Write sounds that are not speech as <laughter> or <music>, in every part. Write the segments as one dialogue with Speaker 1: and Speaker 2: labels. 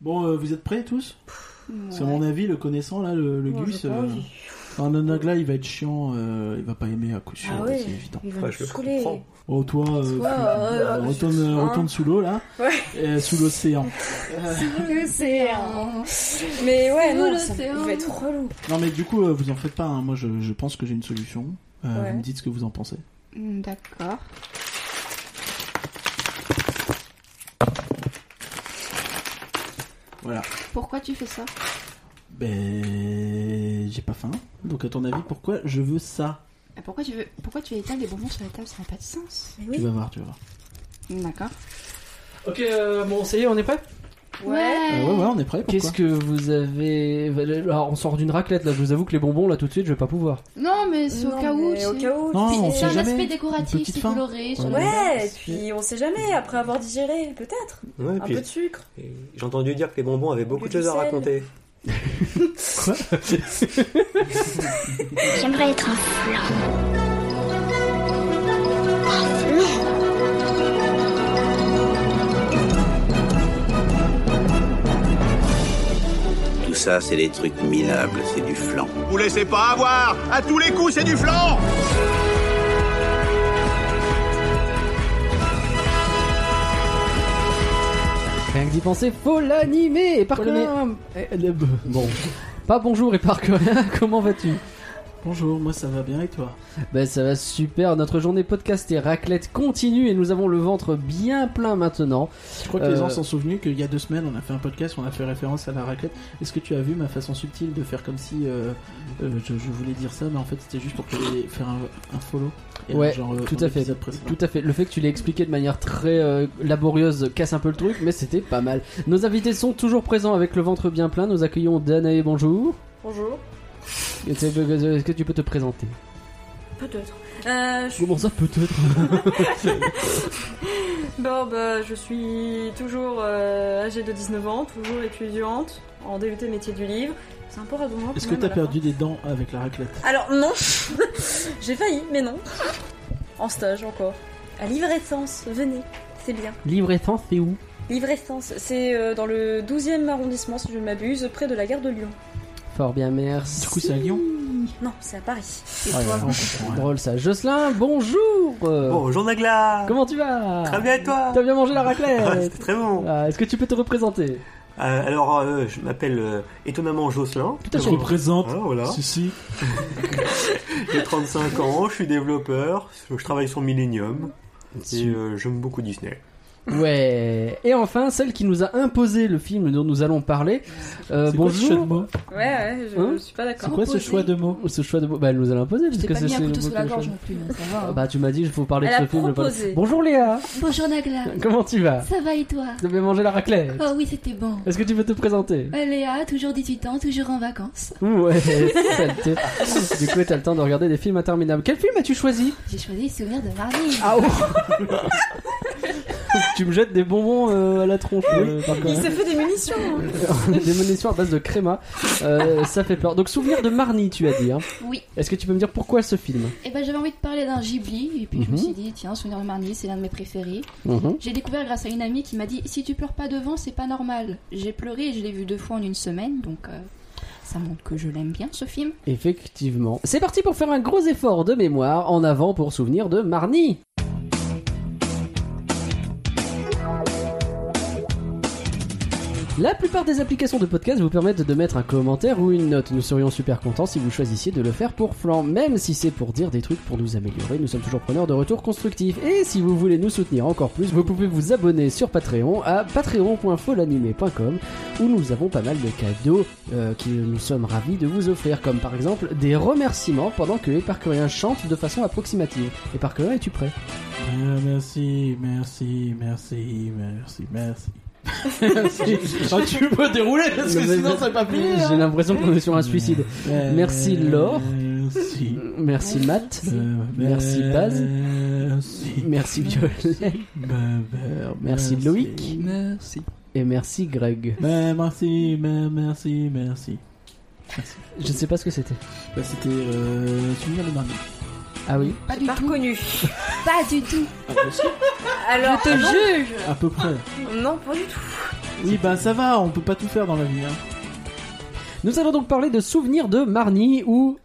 Speaker 1: Bon, euh, vous êtes prêts tous Parce qu'à mon avis, le connaissant, là, le, le
Speaker 2: Moi, je
Speaker 1: Gus...
Speaker 2: pense,
Speaker 1: euh,
Speaker 2: il-
Speaker 1: Un Anagla, il va être chiant, euh, il va pas aimer à coup sûr,
Speaker 2: Ah ouais.
Speaker 1: c'est évident.
Speaker 2: il va
Speaker 3: Ouais,
Speaker 2: me
Speaker 3: je le
Speaker 2: saouler.
Speaker 3: comprends.
Speaker 1: Oh, toi, euh,
Speaker 2: Toi, euh,
Speaker 1: euh, retourne,
Speaker 2: hein.
Speaker 1: retourne sous l'eau, là,
Speaker 2: Ouais.
Speaker 1: Euh, sous l'océan. Euh,
Speaker 2: C'est un- Mais ouais,
Speaker 4: C'est
Speaker 2: non,
Speaker 4: nous,
Speaker 2: ça-
Speaker 4: l'océan.
Speaker 2: il va être relou.
Speaker 1: Non, mais du coup, euh, vous en faites pas, hein. moi je, je pense que j'ai une solution. Euh,
Speaker 2: Ouais.
Speaker 1: Vous me dites ce que vous en pensez.
Speaker 4: Hmm, D'accord.
Speaker 1: Voilà.
Speaker 4: Pourquoi tu fais ça
Speaker 1: Ben. J'ai pas faim. Donc, à ton avis, pourquoi je veux ça
Speaker 4: Et Ah, Pourquoi tu veux Pourquoi tu étales des bonbons sur la table Ça n'a pas de sens.
Speaker 2: Mais
Speaker 1: Tu
Speaker 2: oui.
Speaker 1: vas voir, tu vas voir.
Speaker 5: Hmm,
Speaker 4: D'accord.
Speaker 5: Ok, euh, bon, ça y est, on est prêt
Speaker 2: Ouais.
Speaker 1: Euh, ouais, ouais, on est prêt, pourquoi
Speaker 5: Qu'est-ce que vous avez. Alors, on sort d'une raclette là, je vous avoue que les bonbons là tout de suite, je vais pas pouvoir.
Speaker 4: Non, mais c'est au
Speaker 2: Non,
Speaker 4: cas où.
Speaker 2: mais Au
Speaker 4: tu sais.
Speaker 2: cas où.
Speaker 1: Non,
Speaker 2: tu sais.
Speaker 1: on
Speaker 4: C'est
Speaker 1: sait
Speaker 4: un
Speaker 1: jamais.
Speaker 4: aspect
Speaker 1: Une
Speaker 4: décoratif,
Speaker 1: petite
Speaker 4: c'est
Speaker 1: fin.
Speaker 4: coloré. sur la
Speaker 2: Ouais,
Speaker 4: table.
Speaker 2: et puis on sait jamais, après avoir digéré, peut-être.
Speaker 3: Ouais,
Speaker 2: Un
Speaker 3: et puis,
Speaker 2: peu de sucre.
Speaker 3: et j'ai entendu dire que les bonbons avaient beaucoup
Speaker 2: Le
Speaker 3: de choses à
Speaker 2: sel.
Speaker 3: raconter.
Speaker 6: J'aimerais être un flan. Un flan.
Speaker 7: Tout ça, c'est des trucs minables, c'est du flan.
Speaker 8: Vous laissez pas avoir À tous les coups, c'est du flanc
Speaker 5: Rien que d'y penser, faut l'animer Et par
Speaker 1: Faut Eh,
Speaker 5: contre. <laughs>
Speaker 1: Bon,
Speaker 5: Pas bonjour et par <laughs> comment vas-tu
Speaker 1: bonjour, moi ça va bien et toi
Speaker 5: Ben ça va super, notre journée podcast et raclette continue et nous avons le ventre bien plein maintenant.
Speaker 1: Je crois que les
Speaker 5: Euh,
Speaker 1: gens s'en souvenus qu'il y a deux semaines, on a fait un podcast, on a fait référence à la raclette. Est-ce que tu as vu ma façon subtile de faire comme si euh, euh, je, je voulais dire ça, mais en fait c'était juste pour que les- faire un, un follow Et
Speaker 5: Ouais,
Speaker 1: genre, euh,
Speaker 5: tout
Speaker 1: dans
Speaker 5: à fait.
Speaker 1: l'épisode précédent.
Speaker 5: Tout à fait, le fait que tu l'aies expliqué de manière très euh, laborieuse casse un peu le truc, mais c'était pas mal. Nos invités sont toujours présents avec le ventre bien plein, nous accueillons Danae, bonjour.
Speaker 2: Bonjour.
Speaker 5: Est-ce que- est-ce que tu peux te présenter
Speaker 2: Peut-être. Euh, je...
Speaker 5: Comment ça peut-être
Speaker 2: Bon, bah, je suis toujours euh, âgée de 19 ans, toujours étudiante en DUT métier du livre. C'est un peu redondant.
Speaker 1: Est-ce
Speaker 2: quand
Speaker 1: que
Speaker 2: même,
Speaker 1: t'as
Speaker 2: à la fin.
Speaker 1: perdu des dents avec la raclette
Speaker 2: Alors non, <laughs> j'ai failli, mais non. En stage encore. À Livrescence, venez, c'est bien.
Speaker 5: Livre essence, c'est où
Speaker 2: Livrescence, c'est euh, dans le 12e arrondissement si je ne m'abuse, près de la gare de Lyon.
Speaker 5: Fort bien, merci.
Speaker 1: Du coup, c'est à Lyon
Speaker 2: Non, c'est à Paris.
Speaker 5: Ah,
Speaker 1: Ah, on
Speaker 5: voilà.
Speaker 1: comprend, ouais.
Speaker 5: Drôle ça. Jocelyn, bonjour Euh,
Speaker 3: Bonjour Nagla
Speaker 5: Comment tu vas
Speaker 3: Très bien et toi
Speaker 5: T'as bien mangé la
Speaker 3: Ah,
Speaker 5: raclette
Speaker 3: C'était très bon
Speaker 5: Ah, Est-ce que tu peux te représenter
Speaker 3: Euh, Alors, euh, je m'appelle euh, étonnamment Jocelyn.
Speaker 5: Putain,
Speaker 1: Je
Speaker 5: je
Speaker 1: me présente.
Speaker 3: Ah, voilà.
Speaker 1: Ceci.
Speaker 3: J'ai 35 ans, je suis développeur, je travaille sur Millennium et euh, j'aime beaucoup Disney.
Speaker 5: Ouais. Et enfin, celle qui nous a imposé le film dont nous allons parler. Euh,
Speaker 1: C'est quoi ce
Speaker 5: bonjour.
Speaker 1: choix de mots
Speaker 2: Ouais, ouais, je,
Speaker 5: Hein
Speaker 2: je suis pas
Speaker 1: C'est
Speaker 2: d'accord.
Speaker 1: quoi ce
Speaker 4: Imposé.
Speaker 1: choix de mots
Speaker 5: Ce choix de mots, bah, elle nous a imposé
Speaker 4: Je
Speaker 5: parce
Speaker 4: t'ai
Speaker 5: que
Speaker 4: pas mis
Speaker 5: c'est
Speaker 4: un couteau
Speaker 5: c'est-
Speaker 4: sous la gorge non plus, hein, ça va. hein.
Speaker 5: Bah, tu m'as dit, il faut parler
Speaker 2: Elle
Speaker 5: de
Speaker 2: a
Speaker 5: ce film. le parler-
Speaker 2: proposé.
Speaker 5: Bonjour Léa.
Speaker 4: Bonjour Nagla.
Speaker 5: Comment tu
Speaker 4: <laughs>
Speaker 5: vas
Speaker 4: Ça va et toi
Speaker 5: T'as bien mangé
Speaker 4: <laughs>
Speaker 5: la raclette
Speaker 4: Oh oui, c'était bon.
Speaker 5: Est-ce que tu peux te présenter
Speaker 4: Euh, Léa, toujours 18 ans, toujours en vacances.
Speaker 5: Ouais, saleté. Du coup, t'as le temps de regarder des films interminables. Quel film as-tu choisi
Speaker 4: J'ai choisi Souvenir de Marvin.
Speaker 5: Ah oh <laughs> Tu me jettes des bonbons euh, à la tronche. euh, par
Speaker 2: Il
Speaker 5: contre.
Speaker 2: s'est fait des munitions. hein.
Speaker 5: <laughs> des munitions à base de créma. Euh, ça fait peur. Donc, souvenir de Marnie, tu as dit. Hein.
Speaker 4: Oui.
Speaker 5: Est-ce que tu peux me dire pourquoi ce film
Speaker 4: Et ben j'avais envie de parler d'un Ghibli et puis je me
Speaker 5: Mhm.
Speaker 4: suis dit tiens Souvenir de Marnie c'est l'un de mes préférés. J'ai découvert grâce à une amie qui m'a dit si tu pleures pas devant c'est pas normal. J'ai pleuré et je l'ai vu deux fois en une semaine donc euh, ça montre que je l'aime bien ce film.
Speaker 5: Effectivement. C'est parti pour faire un gros effort de mémoire en avant pour souvenir de Marnie. La plupart des applications de podcast vous permettent de mettre un commentaire ou une note. Nous serions super contents si vous choisissiez de le faire pour Flan, même si c'est pour dire des trucs pour nous améliorer. Nous sommes toujours preneurs de retours constructifs. Et si vous voulez nous soutenir encore plus, vous pouvez vous abonner sur Patreon à patreon.folanimé.com où nous avons pas mal de cadeaux euh, que nous sommes ravis de vous offrir, comme par exemple des remerciements pendant que Éparcurien chante de façon approximative. Éparcurien, es-tu <laughs> prêt
Speaker 1: Euh, Merci, merci, merci, merci, merci. Ah, tu peux dérouler parce que
Speaker 5: Non, mais-
Speaker 1: sinon ça va pas fini. hein.
Speaker 5: J'ai l'impression qu'on est sur un suicide. Merci, Laure.
Speaker 1: Euh, Merci.
Speaker 5: Merci Matt.
Speaker 1: Euh,
Speaker 5: Merci, Baz.
Speaker 1: Merci.
Speaker 5: Merci Violette.
Speaker 1: Merci,
Speaker 5: Merci, Loïc.
Speaker 1: Merci.
Speaker 5: Et merci Greg.
Speaker 1: Ben, merci, ben, merci, merci.
Speaker 5: Je sais pas ce que c'était.
Speaker 1: Bah, c'était euh, souvenir de Marnie.
Speaker 5: Ah oui
Speaker 4: Pas du
Speaker 2: J'ai pas
Speaker 4: tout.
Speaker 2: reconnu.
Speaker 4: Pas du tout.
Speaker 2: Alors, je te
Speaker 1: À peu près.
Speaker 2: jure. Non, pas du tout.
Speaker 1: Oui, bah ça va, on peut pas tout faire dans la vie. hein.
Speaker 5: Nous allons donc parler de souvenirs de Marnie ou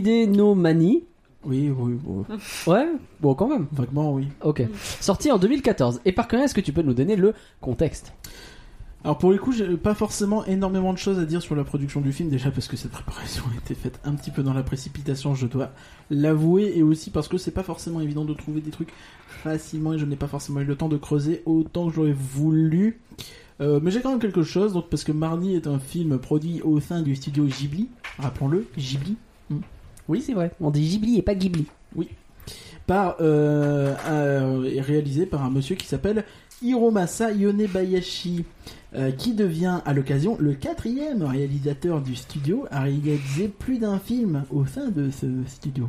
Speaker 5: Homoidénomanie.
Speaker 1: Oui, oui, oui.
Speaker 5: Ouais, bon quand même.
Speaker 1: Vaguement, oui.
Speaker 5: Ok. Sorti en 2014. Et par contre, est-ce que tu peux nous donner le contexte
Speaker 1: Alors pour le coup, j'ai pas forcément énormément de choses à dire sur la production du film, déjà parce que cette préparation <laughs> a été faite un petit peu dans la précipitation, je dois l'avouer, et aussi parce que c'est pas forcément évident de trouver des trucs facilement, et je n'ai pas forcément eu le temps de creuser autant que j'aurais voulu. Euh, mais j'ai quand même quelque chose, donc parce que Marnie est un film produit au sein du studio Ghibli, rappelons-le, Ghibli,
Speaker 5: Oui, c'est vrai. On dit Ghibli et pas Ghibli.
Speaker 1: par euh, un- est réalisé par un monsieur qui s'appelle Hiromasa Yonebayashi, euh, qui devient à l'occasion le quatrième réalisateur du studio à réaliser plus d'un film au sein de ce studio.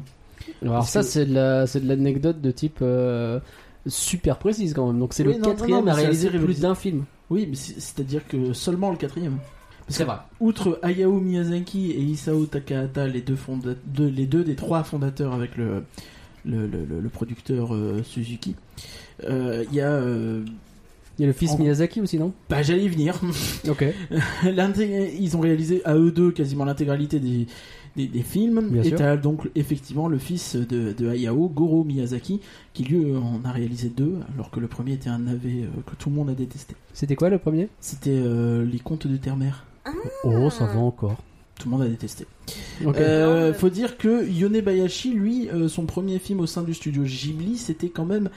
Speaker 5: Alors
Speaker 1: Parce
Speaker 5: ça,
Speaker 1: que-
Speaker 5: c'est de la- c'est de l'anecdote de type euh, super précise quand même. Donc c'est
Speaker 1: Oui,
Speaker 5: le
Speaker 1: non, non,
Speaker 5: quatrième
Speaker 1: non, mais
Speaker 5: à
Speaker 1: c'est
Speaker 5: réaliser
Speaker 1: assez
Speaker 5: plus
Speaker 1: révélateur.
Speaker 5: d'un film.
Speaker 1: Oui, mais c'est- c'est-à-dire que seulement le quatrième.
Speaker 5: C'est vrai.
Speaker 1: Outre Hayao Miyazaki et Isao Takahata, les deux, fonda- deux- les deux des trois fondateurs avec le, le, le- le- le producteur euh, Suzuki, euh, il y a... euh,
Speaker 5: Il y a le fils
Speaker 1: En-
Speaker 5: Miyazaki
Speaker 1: <laughs>
Speaker 5: aussi, non
Speaker 1: bah j'allais y venir.
Speaker 5: Ok.
Speaker 1: <laughs> L'inté- Ils ont réalisé à eux deux quasiment l'intégralité des, des, des films.
Speaker 5: Bien
Speaker 1: et
Speaker 5: sûr.
Speaker 1: t'as donc effectivement le fils de, de Hayao, Goro Miyazaki, qui lui euh, en a réalisé deux, alors que le premier était un AV euh, que tout le monde a détesté.
Speaker 5: C'était quoi le premier
Speaker 1: C'était euh, Les Contes de Terre-Mère.
Speaker 5: Oh, ça va encore.
Speaker 1: Tout le monde a détesté.
Speaker 5: Ok.
Speaker 1: Euh, faut dire que Yonebayashi, lui, euh, son premier film au sein du studio Ghibli, c'était quand même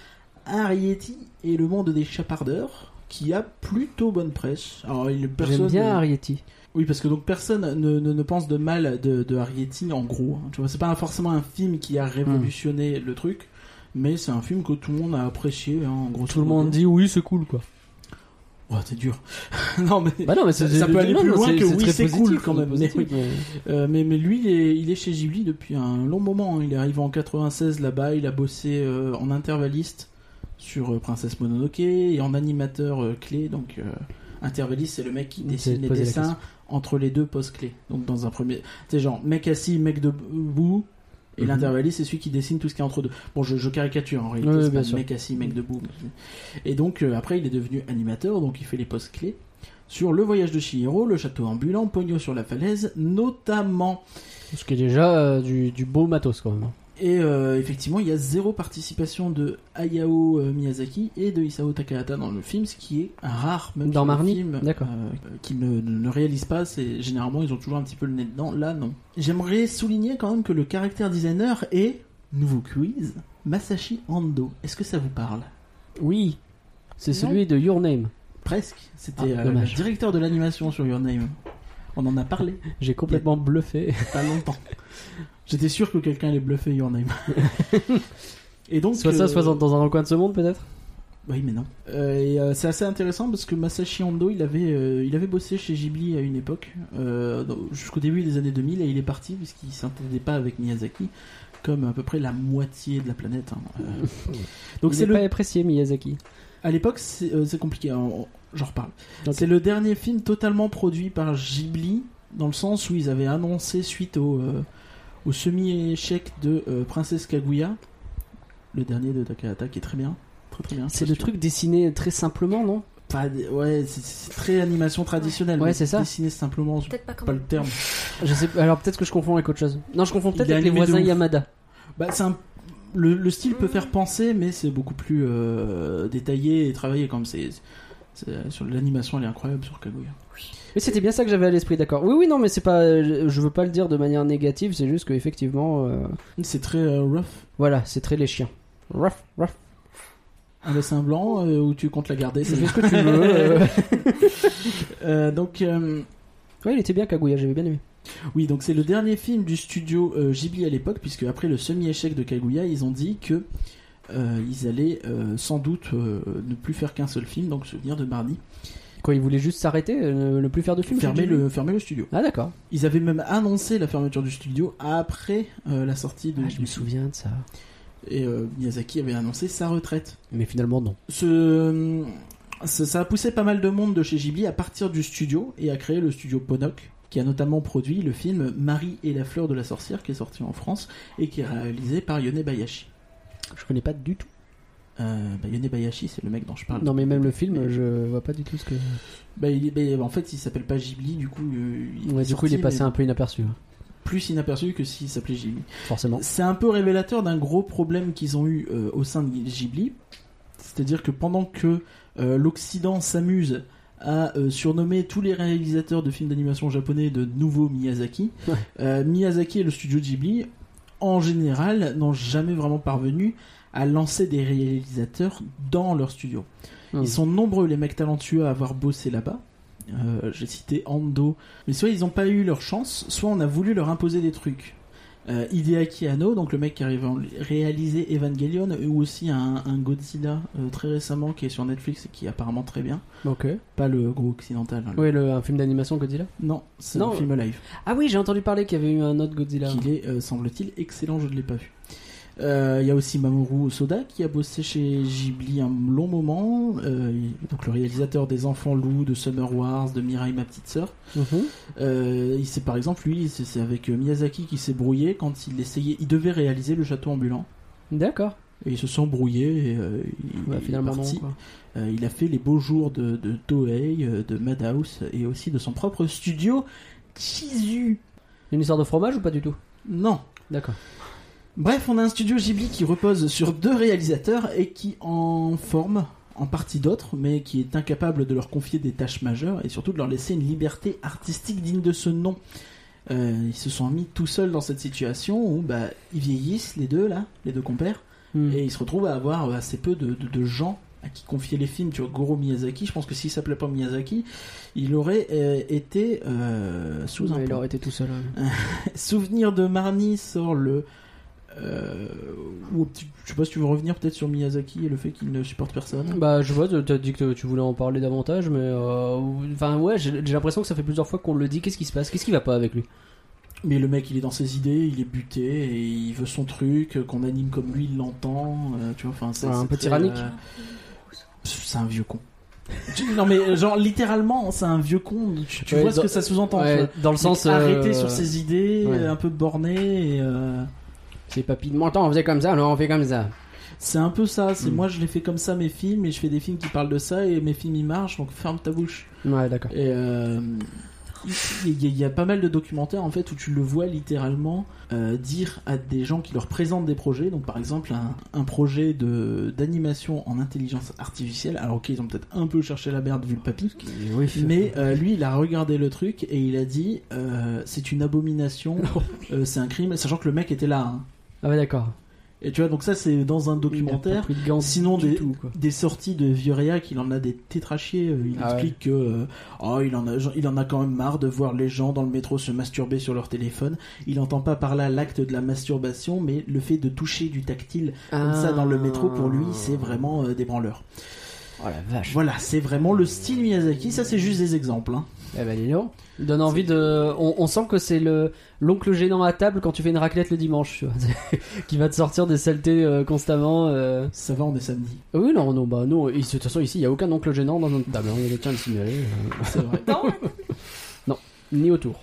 Speaker 1: Arrietty et le monde des chapardeurs, qui a plutôt bonne presse. Alors, il,
Speaker 5: J'aime
Speaker 1: personne, euh,
Speaker 5: bien Arietti.
Speaker 1: Oui, parce que donc personne ne, ne, ne pense de mal de, de Arrietty en gros. hein. Tu vois, c'est pas forcément un film qui a
Speaker 5: Hmm.
Speaker 1: révolutionné le truc, mais c'est un film que tout le monde a apprécié. hein, en gros,
Speaker 5: Tout le monde dit oui, c'est cool quoi.
Speaker 1: Oh, c'est dur. <laughs> non, mais.
Speaker 5: Bah non, mais c'est-
Speaker 1: Ça peut
Speaker 5: non,
Speaker 1: aller
Speaker 5: non,
Speaker 1: plus loin
Speaker 5: c'est-
Speaker 1: que oui,
Speaker 5: très
Speaker 1: c'est
Speaker 5: positif,
Speaker 1: cool, quand
Speaker 5: c'est
Speaker 1: même, <laughs> mais
Speaker 5: positif, mais-
Speaker 1: Euh, mais, mais lui, il est, il est chez Ghibli depuis un long moment. hein. Il est arrivé en 96 là-bas. Il a bossé euh, en intervalliste sur euh, Princesse Mononoke et en animateur euh, clé. Donc, euh, intervalliste, c'est le mec qui
Speaker 5: J'essayais de
Speaker 1: dessine les
Speaker 5: poser la
Speaker 1: dessins entre les deux postes clés. Donc, dans un premier. C'est genre mec assis, mec debout. Et
Speaker 5: Mhm.
Speaker 1: l'intervalliste, c'est celui qui dessine tout ce qui est entre deux. Bon, je, je caricature en réalité,
Speaker 5: Oui,
Speaker 1: c'est
Speaker 5: bien
Speaker 1: pas
Speaker 5: sûr.
Speaker 1: mec assis, mec debout. Et donc, euh, après, il est devenu animateur, donc il fait les postes clés sur Le Voyage de Chihiro, Le Château ambulant, Pogno sur la falaise, notamment.
Speaker 5: Ce qui est déjà euh, du, du beau matos quand même.
Speaker 1: Et euh, effectivement, il y a zéro participation de Hayao euh, Miyazaki et de Isao Takahata dans le film, ce qui est rare même
Speaker 5: Dans
Speaker 1: sur le
Speaker 5: Marnie
Speaker 1: film,
Speaker 5: D'accord.
Speaker 1: euh, qui ne, ne, ne réalise pas. C'est généralement ils ont toujours un petit peu le nez dedans. Là, non. J'aimerais souligner quand même que le caractère designer est nouveau quiz Masashi Ando. Est-ce que ça vous parle
Speaker 5: Oui. C'est
Speaker 4: Non.
Speaker 5: celui de Your Name.
Speaker 1: Presque. C'était
Speaker 5: Ah,
Speaker 1: euh,
Speaker 5: dommage.
Speaker 1: le directeur de l'animation sur Your Name. On en a parlé <laughs>
Speaker 5: J'ai complètement bluffé.
Speaker 1: il y a pas longtemps. J'étais sûr que quelqu'un allait bluffer Your
Speaker 5: <laughs>
Speaker 1: Name. Et donc,
Speaker 5: <laughs> Soit ça,
Speaker 1: euh,
Speaker 5: soit dans- dans un coin de ce monde peut-être
Speaker 1: Oui, mais non. Euh, et euh, c'est assez intéressant parce que Masashi Ando, il avait, euh, il avait bossé chez Ghibli à une époque, euh, dans- jusqu'au début des années 2000, et il est parti puisqu'il s'entendait pas avec Miyazaki, comme à peu près la moitié de la planète. hein. Euh,
Speaker 5: <laughs>
Speaker 1: donc
Speaker 5: Il
Speaker 1: c'est
Speaker 5: est
Speaker 1: le.
Speaker 5: pas apprécié Miyazaki.
Speaker 1: À l'époque, c'est euh, c'est compliqué. hein, on- J'en reparle.
Speaker 5: Ok.
Speaker 1: C'est le dernier film totalement produit par Ghibli, dans le sens où ils avaient annoncé suite au, euh, au semi-échec de euh, Princesse Kaguya, le dernier de Takahata, qui est très bien. Très très bien.
Speaker 5: C'est le truc dessiné très simplement, non
Speaker 1: Pas des- ouais, c'est- c'est très animation traditionnelle.
Speaker 5: Ouais,
Speaker 1: mais
Speaker 5: c'est ça.
Speaker 1: Dessiner simplement, c'est
Speaker 2: Peut-être pas
Speaker 1: pas
Speaker 2: comme.
Speaker 1: le terme.
Speaker 5: Je sais alors peut-être que je confonds avec autre chose. Non, je confonds
Speaker 1: Il
Speaker 5: peut-être
Speaker 1: est
Speaker 5: avec les
Speaker 1: animé de
Speaker 5: voisins
Speaker 1: ouf.
Speaker 5: Yamada.
Speaker 1: Bah, c'est un- le, le style peut faire penser, mais c'est beaucoup plus euh, détaillé et travaillé. Comme c'est, c'est- sur l'animation, elle est incroyable sur Kaguya.
Speaker 5: Mais c'était bien ça que j'avais à l'esprit, d'accord. Oui, oui, non, mais c'est pas. euh, Je veux pas le dire de manière négative, c'est juste que effectivement, euh,
Speaker 1: C'est très euh, rough.
Speaker 5: voilà, c'est très les chiens. Ruff, ruff.
Speaker 1: Un dessin blanc euh, où tu comptes la garder.
Speaker 5: Tu
Speaker 1: c'est
Speaker 5: fais ce que tu veux.
Speaker 1: <laughs>
Speaker 5: euh.
Speaker 1: Euh, donc euh,
Speaker 5: Ouais, il était bien Kaguya, j'avais bien aimé.
Speaker 1: oui, donc c'est le dernier film du studio euh, Ghibli à l'époque, puisque après le semi-échec de Kaguya, ils ont dit que euh, ils allaient euh, sans doute euh, ne plus faire qu'un seul film, donc souvenir de Mardi.
Speaker 5: Quoi, il voulait juste s'arrêter, euh, ne, ne plus faire de film.
Speaker 1: Fermer
Speaker 5: c'est du-
Speaker 1: le, fermer le studio.
Speaker 5: Ah d'accord.
Speaker 1: Ils avaient même annoncé la fermeture du studio après euh, la sortie de
Speaker 5: Ah, je me
Speaker 1: Ghibli.
Speaker 5: souviens de ça.
Speaker 1: Et euh, Miyazaki avait annoncé sa retraite.
Speaker 5: Mais finalement non.
Speaker 1: Ce, ça, ça a poussé pas mal de monde de chez Ghibli à partir du studio et à créer le studio Ponok, qui a notamment produit le film Marie et la fleur de la sorcière, qui est sorti en France et qui est réalisé par Yonebayashi.
Speaker 5: Je connais pas du tout.
Speaker 1: Euh, bah, Yone Bayashi, c'est le mec dont je parle.
Speaker 5: Non, mais même le film, je vois pas du tout ce que.
Speaker 1: Bah, il est, bah, en fait, il s'appelle pas Ghibli, du coup. euh, il
Speaker 5: Ouais,
Speaker 1: est
Speaker 5: du coup, il
Speaker 1: sorti,
Speaker 5: est passé
Speaker 1: mais
Speaker 5: un peu inaperçu, hein,
Speaker 1: plus inaperçu que s'il s'appelait Ghibli.
Speaker 5: forcément.
Speaker 1: C'est un peu révélateur d'un gros problème qu'ils ont eu euh, au sein de Ghibli. C'est-à-dire que pendant que euh, l'Occident s'amuse à euh, surnommer tous les réalisateurs de films d'animation japonais de nouveau Miyazaki,
Speaker 5: Ouais.
Speaker 1: euh, Miyazaki et le studio Ghibli, en général, n'ont jamais vraiment parvenu à lancer des réalisateurs dans leur studio.
Speaker 5: Hmm.
Speaker 1: Ils sont nombreux les mecs talentueux à avoir bossé là-bas. Euh, J'ai cité Ando. Mais soit ils n'ont pas eu leur chance, soit on a voulu leur imposer des trucs. Euh, Hideaki Anno, donc le mec qui a révan- réalisé Evangelion, ou aussi un, un Godzilla euh, très récemment qui est sur Netflix et qui est apparemment très bien.
Speaker 5: Ok.
Speaker 1: Pas le gros occidental. hein, le-
Speaker 5: Ouais, le, un film d'animation Godzilla
Speaker 1: Non, c'est
Speaker 5: Non,
Speaker 1: un film live.
Speaker 5: Ah oui, j'ai entendu parler qu'il y avait eu un autre Godzilla.
Speaker 1: Il est, euh, semble-t-il, excellent, je ne l'ai pas vu. Euh, Il y a aussi Mamoru Soda qui a bossé chez Ghibli un long moment, euh, il- donc le réalisateur des Enfants Loups, de Summer Wars, de Mirai, ma petite sœur.
Speaker 5: Mhm.
Speaker 1: Euh, il s'est par exemple, lui, c'est c'est avec euh, Miyazaki qui s'est brouillé quand il essayait, il devait réaliser le château ambulant.
Speaker 5: D'accord.
Speaker 1: Et ils se sont brouillés et euh, il,
Speaker 5: Ouais,
Speaker 1: il est
Speaker 5: finalement, non,
Speaker 1: parti.
Speaker 5: quoi.
Speaker 1: Euh, il a fait les beaux jours de, de Toei, euh, de Madhouse et aussi de son propre studio, Chizu.
Speaker 5: Une histoire de fromage ou pas du tout
Speaker 1: Non,
Speaker 5: D'accord.
Speaker 1: Bref, on a un studio Ghibli qui repose sur deux réalisateurs et qui en forme en partie d'autres, mais qui est incapable de leur confier des tâches majeures et surtout de leur laisser une liberté artistique digne de ce nom. Euh, ils se sont mis tout seuls dans cette situation où bah, ils vieillissent, les deux là, les deux compères,
Speaker 5: Hmm.
Speaker 1: et ils se retrouvent à avoir euh, assez peu de, de- de gens à qui confier les films. Tu vois, Goro Miyazaki, je pense que s'il s'appelait pas Miyazaki, il aurait euh, été euh, sous un
Speaker 5: Ouais, il
Speaker 1: pont.
Speaker 5: aurait été tout seul. ouais.
Speaker 1: Souvenir de Marnie sort le. euh, ou, tu- je sais pas si tu veux revenir peut-être sur Miyazaki et le fait qu'il ne supporte personne.
Speaker 5: Bah, je vois, t'as dit que tu voulais en parler davantage, mais. euh, Enfin, ouais, j'ai j'ai l'impression que ça fait plusieurs fois qu'on le dit. Qu'est-ce qui se passe Qu'est-ce qui va pas avec lui
Speaker 1: Mais le mec il est dans ses idées, il est buté et il veut son truc, euh, qu'on anime comme lui, il l'entend. euh, tu vois, enfin c'est
Speaker 5: Ouais, un
Speaker 1: c'est
Speaker 5: peu
Speaker 1: très,
Speaker 5: tyrannique.
Speaker 1: euh, pff, C'est un vieux con. Tu- non mais euh, genre littéralement c'est un vieux con. Tu, tu
Speaker 5: Ouais,
Speaker 1: vois ce
Speaker 5: dans-
Speaker 1: que ça sous-entend. tu
Speaker 5: Ouais,
Speaker 1: vois.
Speaker 5: dans le
Speaker 1: Mec
Speaker 5: sens.
Speaker 1: Arrêté
Speaker 5: euh,
Speaker 1: sur ses idées,
Speaker 5: ouais.
Speaker 1: euh, un peu borné. Et, euh,
Speaker 5: C'est papy de mon temps, on faisait comme ça, alors on fait comme ça.
Speaker 1: C'est un peu ça, c'est
Speaker 5: Mm.
Speaker 1: moi je les fais comme ça mes films et je fais des films qui parlent de ça et mes films ils marchent donc ferme ta bouche.
Speaker 5: Ouais, d'accord.
Speaker 1: Et euh, il y, a- il y a pas mal de documentaires en fait où tu le vois littéralement euh, dire à des gens qui leur présentent des projets, donc par exemple un, un projet de d'animation en intelligence artificielle. Alors ok, ils ont peut-être un peu cherché la merde vu le papy, mais euh, lui, il a regardé le truc et il a dit euh, c'est une abomination, euh, c'est un crime, sachant que le mec était là. hein.
Speaker 5: Ah, ouais, d'accord.
Speaker 1: Et tu vois, donc ça c'est dans un
Speaker 5: Il a pas
Speaker 1: documentaire.
Speaker 5: pris de gants
Speaker 1: Sinon
Speaker 5: du
Speaker 1: des,
Speaker 5: tout, quoi.
Speaker 1: des sorties de Vioria qu'il en a des tétrachiers. euh, Il
Speaker 5: Ah ouais.
Speaker 1: explique que euh, oh, il en a il en a quand même marre de voir les gens dans le métro se masturber sur leur téléphone. Il n'entend pas par là l'acte de la masturbation, mais le fait de toucher du tactile comme ça dans le
Speaker 5: Ah.
Speaker 1: métro pour lui c'est vraiment euh, des branleurs.
Speaker 5: Oh la vache.
Speaker 1: Voilà, c'est vraiment le style Miyazaki. Ça c'est juste des exemples. hein.
Speaker 5: Eh ben, dis donc. Il donne envie de. On, on sent que c'est le l'oncle gênant à table quand tu fais une raclette le dimanche, tu vois, <laughs> qui va te sortir des saletés euh, constamment. euh.
Speaker 1: Ça va, on est samedi.
Speaker 5: Ah Oui, non, non, bah non. et de toute façon, ici, il n'y a aucun oncle gênant dans notre table. hein, Il y a quelqu'un de signalé, euh,
Speaker 1: C'est vrai.
Speaker 5: <laughs>
Speaker 2: Non,
Speaker 5: ni autour.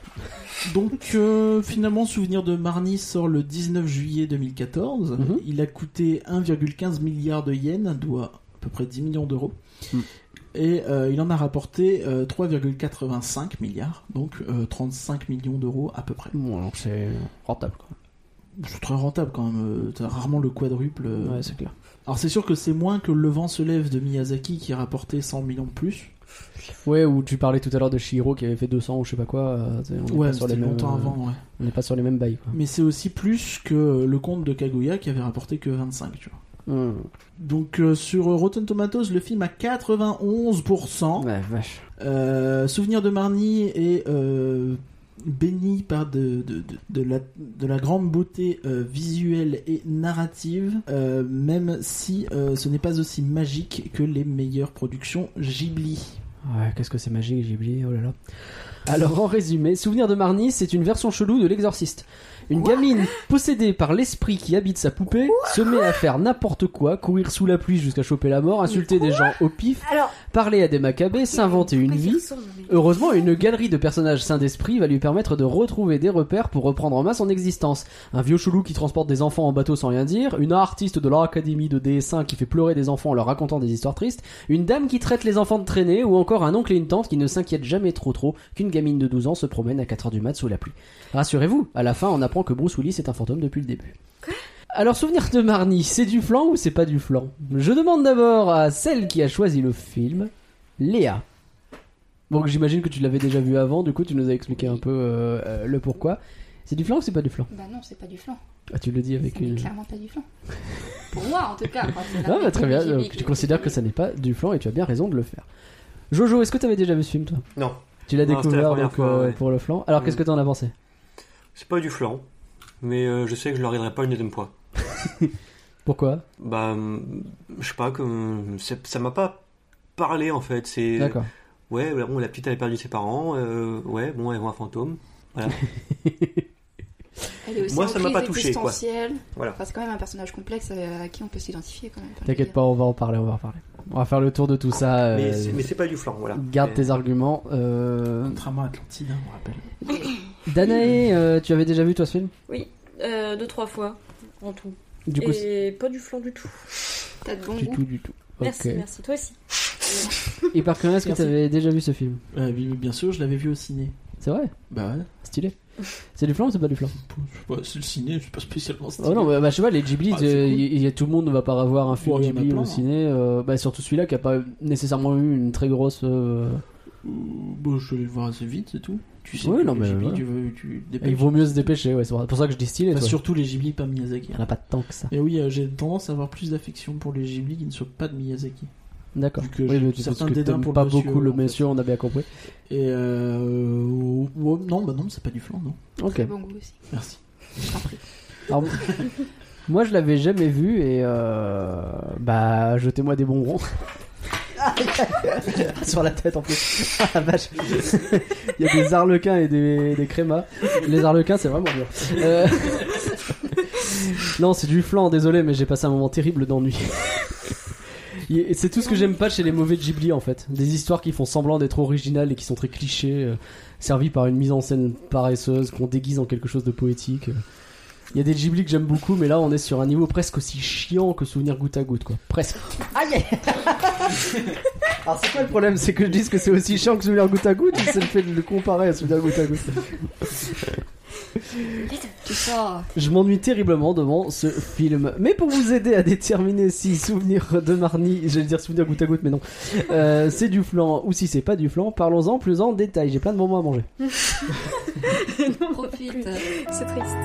Speaker 1: Donc euh, finalement, Souvenir de Marnie sort le 19 juillet 2014.
Speaker 5: Mhm.
Speaker 1: Il a coûté 1,15 milliard de yens, doit à peu près 10 millions d'euros.
Speaker 5: Mm.
Speaker 1: Et euh, il en a rapporté euh, 3,85 milliards, donc euh, 35 millions d'euros à peu près.
Speaker 5: Bon, alors c'est rentable, quoi.
Speaker 1: C'est très rentable quand même, euh, t'as rarement le quadruple. euh.
Speaker 5: Ouais, c'est clair.
Speaker 1: Alors c'est sûr que c'est moins que Le vent se lève de Miyazaki qui a rapporté 100 millions de plus.
Speaker 5: Ouais, ou tu parlais tout à l'heure de Shiro qui avait fait 200 ou je sais pas quoi. euh, tu sais, on est
Speaker 1: Ouais,
Speaker 5: pas sur les
Speaker 1: c'était
Speaker 5: mêmes,
Speaker 1: longtemps
Speaker 5: euh,
Speaker 1: avant, ouais.
Speaker 5: On n'est pas sur les mêmes bails, quoi.
Speaker 1: Mais c'est aussi plus que euh, le conte de Kaguya qui avait rapporté que 25, tu vois.
Speaker 5: Hum.
Speaker 1: Donc euh, sur Rotten Tomatoes, le film à 91%.
Speaker 5: Ouais, vache.
Speaker 1: Euh, Souvenir de Marnie est euh, béni par de, de, de, de la, de la grande beauté euh, visuelle et narrative, euh, même si euh, ce n'est pas aussi magique que les meilleures productions Ghibli.
Speaker 5: Ouais, qu'est-ce que c'est magique, j'ai oublié, oh là là. Alors, en résumé, Souvenir de Marnie, c'est une version chelou de l'exorciste. Une gamine possédée par l'esprit qui habite sa poupée se met à faire n'importe quoi, courir sous la pluie jusqu'à choper la mort, insulter des gens au pif,
Speaker 9: Alors,
Speaker 5: parler à des macabées, s'inventer une
Speaker 9: pourquoi il
Speaker 5: vie.
Speaker 9: ressemble, mais-
Speaker 5: Heureusement, une galerie de personnages sains d'esprit va lui permettre de retrouver des repères pour reprendre en main son existence. Un vieux chelou qui transporte des enfants en bateau sans rien dire, une artiste de l'académie de dessin qui fait pleurer des enfants en leur racontant des histoires tristes, une dame qui traite les enfants de traîner, ou encore un oncle et une tante qui ne s'inquiètent jamais trop trop qu'une gamine de 12 ans se promène à 4h du mat sous la pluie. Rassurez-vous, à la fin, on apprend que Bruce Willis est un fantôme depuis le début. Alors, souvenir de Marnie, c'est du flan ou c'est pas du flan Je demande d'abord à celle qui a choisi le film, Léa. Bon, j'imagine que tu l'avais déjà vu avant, du coup tu nous as expliqué un peu euh, euh, le pourquoi. C'est du flan ou c'est pas du flan
Speaker 4: Bah non, c'est pas du flan.
Speaker 5: Ah, tu le dis avec
Speaker 4: C'est
Speaker 5: une.
Speaker 4: clairement pas du flan. Pour moi, en tout cas. Enfin,
Speaker 5: <laughs>
Speaker 4: c'est
Speaker 5: Ah, bah, très bien,
Speaker 4: public,
Speaker 5: donc
Speaker 4: public,
Speaker 5: tu
Speaker 4: public.
Speaker 5: considères que ça n'est pas du flan et tu as bien raison de le faire. Jojo, est-ce que tu avais déjà vu ce film toi
Speaker 3: Non,
Speaker 5: Tu l'as
Speaker 3: Non, c'était la
Speaker 5: découvert
Speaker 3: première
Speaker 5: donc,
Speaker 3: fois,
Speaker 5: euh,
Speaker 3: ouais.
Speaker 5: pour le flan. Alors
Speaker 3: Mm.
Speaker 5: qu'est-ce que t'en as pensé
Speaker 3: c'est pas du flan, mais euh, je sais que je le regarderai pas une deuxième fois.
Speaker 5: Pourquoi
Speaker 3: Bah, hum, je sais pas, comme, c'est- ça m'a pas parlé en fait. C'est
Speaker 5: D'accord.
Speaker 3: ouais, bah, bon, la petite elle a perdu ses parents, euh, ouais, bon, elle voit un fantôme.
Speaker 4: Elle est aussi
Speaker 3: Moi,
Speaker 4: en
Speaker 3: ça m'a
Speaker 4: crise
Speaker 3: pas touché, quoi.
Speaker 4: existentielle.
Speaker 3: Voilà.
Speaker 4: Enfin, c'est quand même un personnage complexe euh, à qui on peut s'identifier quand même. Enfin, je veux
Speaker 5: T'inquiète
Speaker 4: dire.
Speaker 5: pas, on va en parler, on va en parler. On va faire le tour de tout ça.
Speaker 3: Mais
Speaker 5: euh,
Speaker 3: c'est- mais c'est pas du flan, voilà.
Speaker 5: Garde
Speaker 3: Et-
Speaker 5: tes arguments. Euh...
Speaker 1: Un drama Atlantide, hein, on rappelle.
Speaker 5: Danae, euh, tu avais déjà vu toi ce film
Speaker 2: Oui, euh, deux, trois fois en tout.
Speaker 5: Du
Speaker 2: Euh,
Speaker 5: coup, c'est-
Speaker 2: Et pas du flan du tout.
Speaker 4: T'as de bon
Speaker 5: du
Speaker 4: goût.
Speaker 5: tout, du tout.
Speaker 2: Merci,
Speaker 5: Ok.
Speaker 2: merci. Toi aussi.
Speaker 5: Et par curiosité, est-ce
Speaker 1: Merci.
Speaker 5: que t'avais déjà vu ce film
Speaker 1: Euh, oui, oui, bien sûr, je l'avais vu au ciné.
Speaker 5: C'est vrai
Speaker 1: Bah ouais.
Speaker 5: Stylé. C'est du flan ou c'est pas du flan
Speaker 1: Je sais pas, c'est le ciné, c'est pas spécialement stylé.
Speaker 5: Oh non, bah, bah, je sais pas, les Ghibli,
Speaker 1: Ah,
Speaker 5: euh,
Speaker 1: c'est cool.
Speaker 5: il- il y a- tout le monde ne va pas avoir un film
Speaker 1: Ouais, il y en a
Speaker 5: Ghibli
Speaker 1: plein,
Speaker 5: au
Speaker 1: hein.
Speaker 5: ciné. euh, bah, surtout celui-là qui a pas nécessairement eu une très grosse. euh,
Speaker 1: Euh, bon, je vais le voir assez vite, c'est tout. Tu sais,
Speaker 5: Ouais,
Speaker 1: que
Speaker 5: non,
Speaker 1: les
Speaker 5: mais
Speaker 1: Ghibli,
Speaker 5: voilà.
Speaker 1: tu veux, tu dépêches.
Speaker 5: Il vaut mieux se dépêcher, ouais, c'est pour ça que je dis stylé.
Speaker 1: Enfin,
Speaker 5: toi.
Speaker 1: Bah, surtout les Ghibli, pas Miyazaki.
Speaker 5: Il y en a pas tant que ça.
Speaker 1: Et oui, euh, j'ai tendance à avoir plus d'affection pour les Ghibli qui ne sont pas de Miyazaki.
Speaker 5: D'accord.
Speaker 1: Vu que
Speaker 5: Oui,
Speaker 1: j'ai
Speaker 5: mais tu- parce
Speaker 1: certains
Speaker 5: que
Speaker 1: dédains
Speaker 5: t'aimes
Speaker 1: pour le
Speaker 5: pas
Speaker 1: monsieur,
Speaker 5: beaucoup le
Speaker 1: en fait.
Speaker 5: monsieur, on a bien compris.
Speaker 1: Et euh... oh, oh, non, bah non, c'est pas du flan, non.
Speaker 5: Ok.
Speaker 4: Très bon goût aussi.
Speaker 1: Merci.
Speaker 5: Alors, <laughs> moi, je l'avais jamais vu et euh, bah jetez-moi des bonbons. Sur la tête en plus. <laughs> Ah, la vache. Il y a des arlequins et des, des crémas. Les arlequins, c'est vraiment bien. Euh, <laughs> Non, c'est du flan, désolé, mais j'ai passé un moment terrible d'ennui. <laughs> Et C'est tout ce que j'aime pas chez les mauvais Ghibli en fait. Des histoires qui font semblant d'être originales et qui sont très clichés, euh, servies par une mise en scène paresseuse, qu'on déguise en quelque chose de poétique. Il y a des Ghibli que j'aime beaucoup, mais là on est sur un niveau presque aussi chiant que Souvenir goutte à goutte, quoi. Presque. Aïe <laughs> Alors c'est quoi le problème C'est que je dise que c'est aussi chiant que Souvenir goutte à goutte ou c'est le fait de le comparer à Souvenir goutte à <laughs> goutte
Speaker 4: Tu sors.
Speaker 5: Je m'ennuie terriblement devant ce film. Mais pour vous aider à déterminer si Souvenir de Marnie, j'allais dire Souvenir goutte à goutte, mais non, euh, c'est du flan ou si c'est pas du flan, parlons-en plus en détail. J'ai plein de bonbons à manger.
Speaker 4: Profite.
Speaker 9: C'est triste.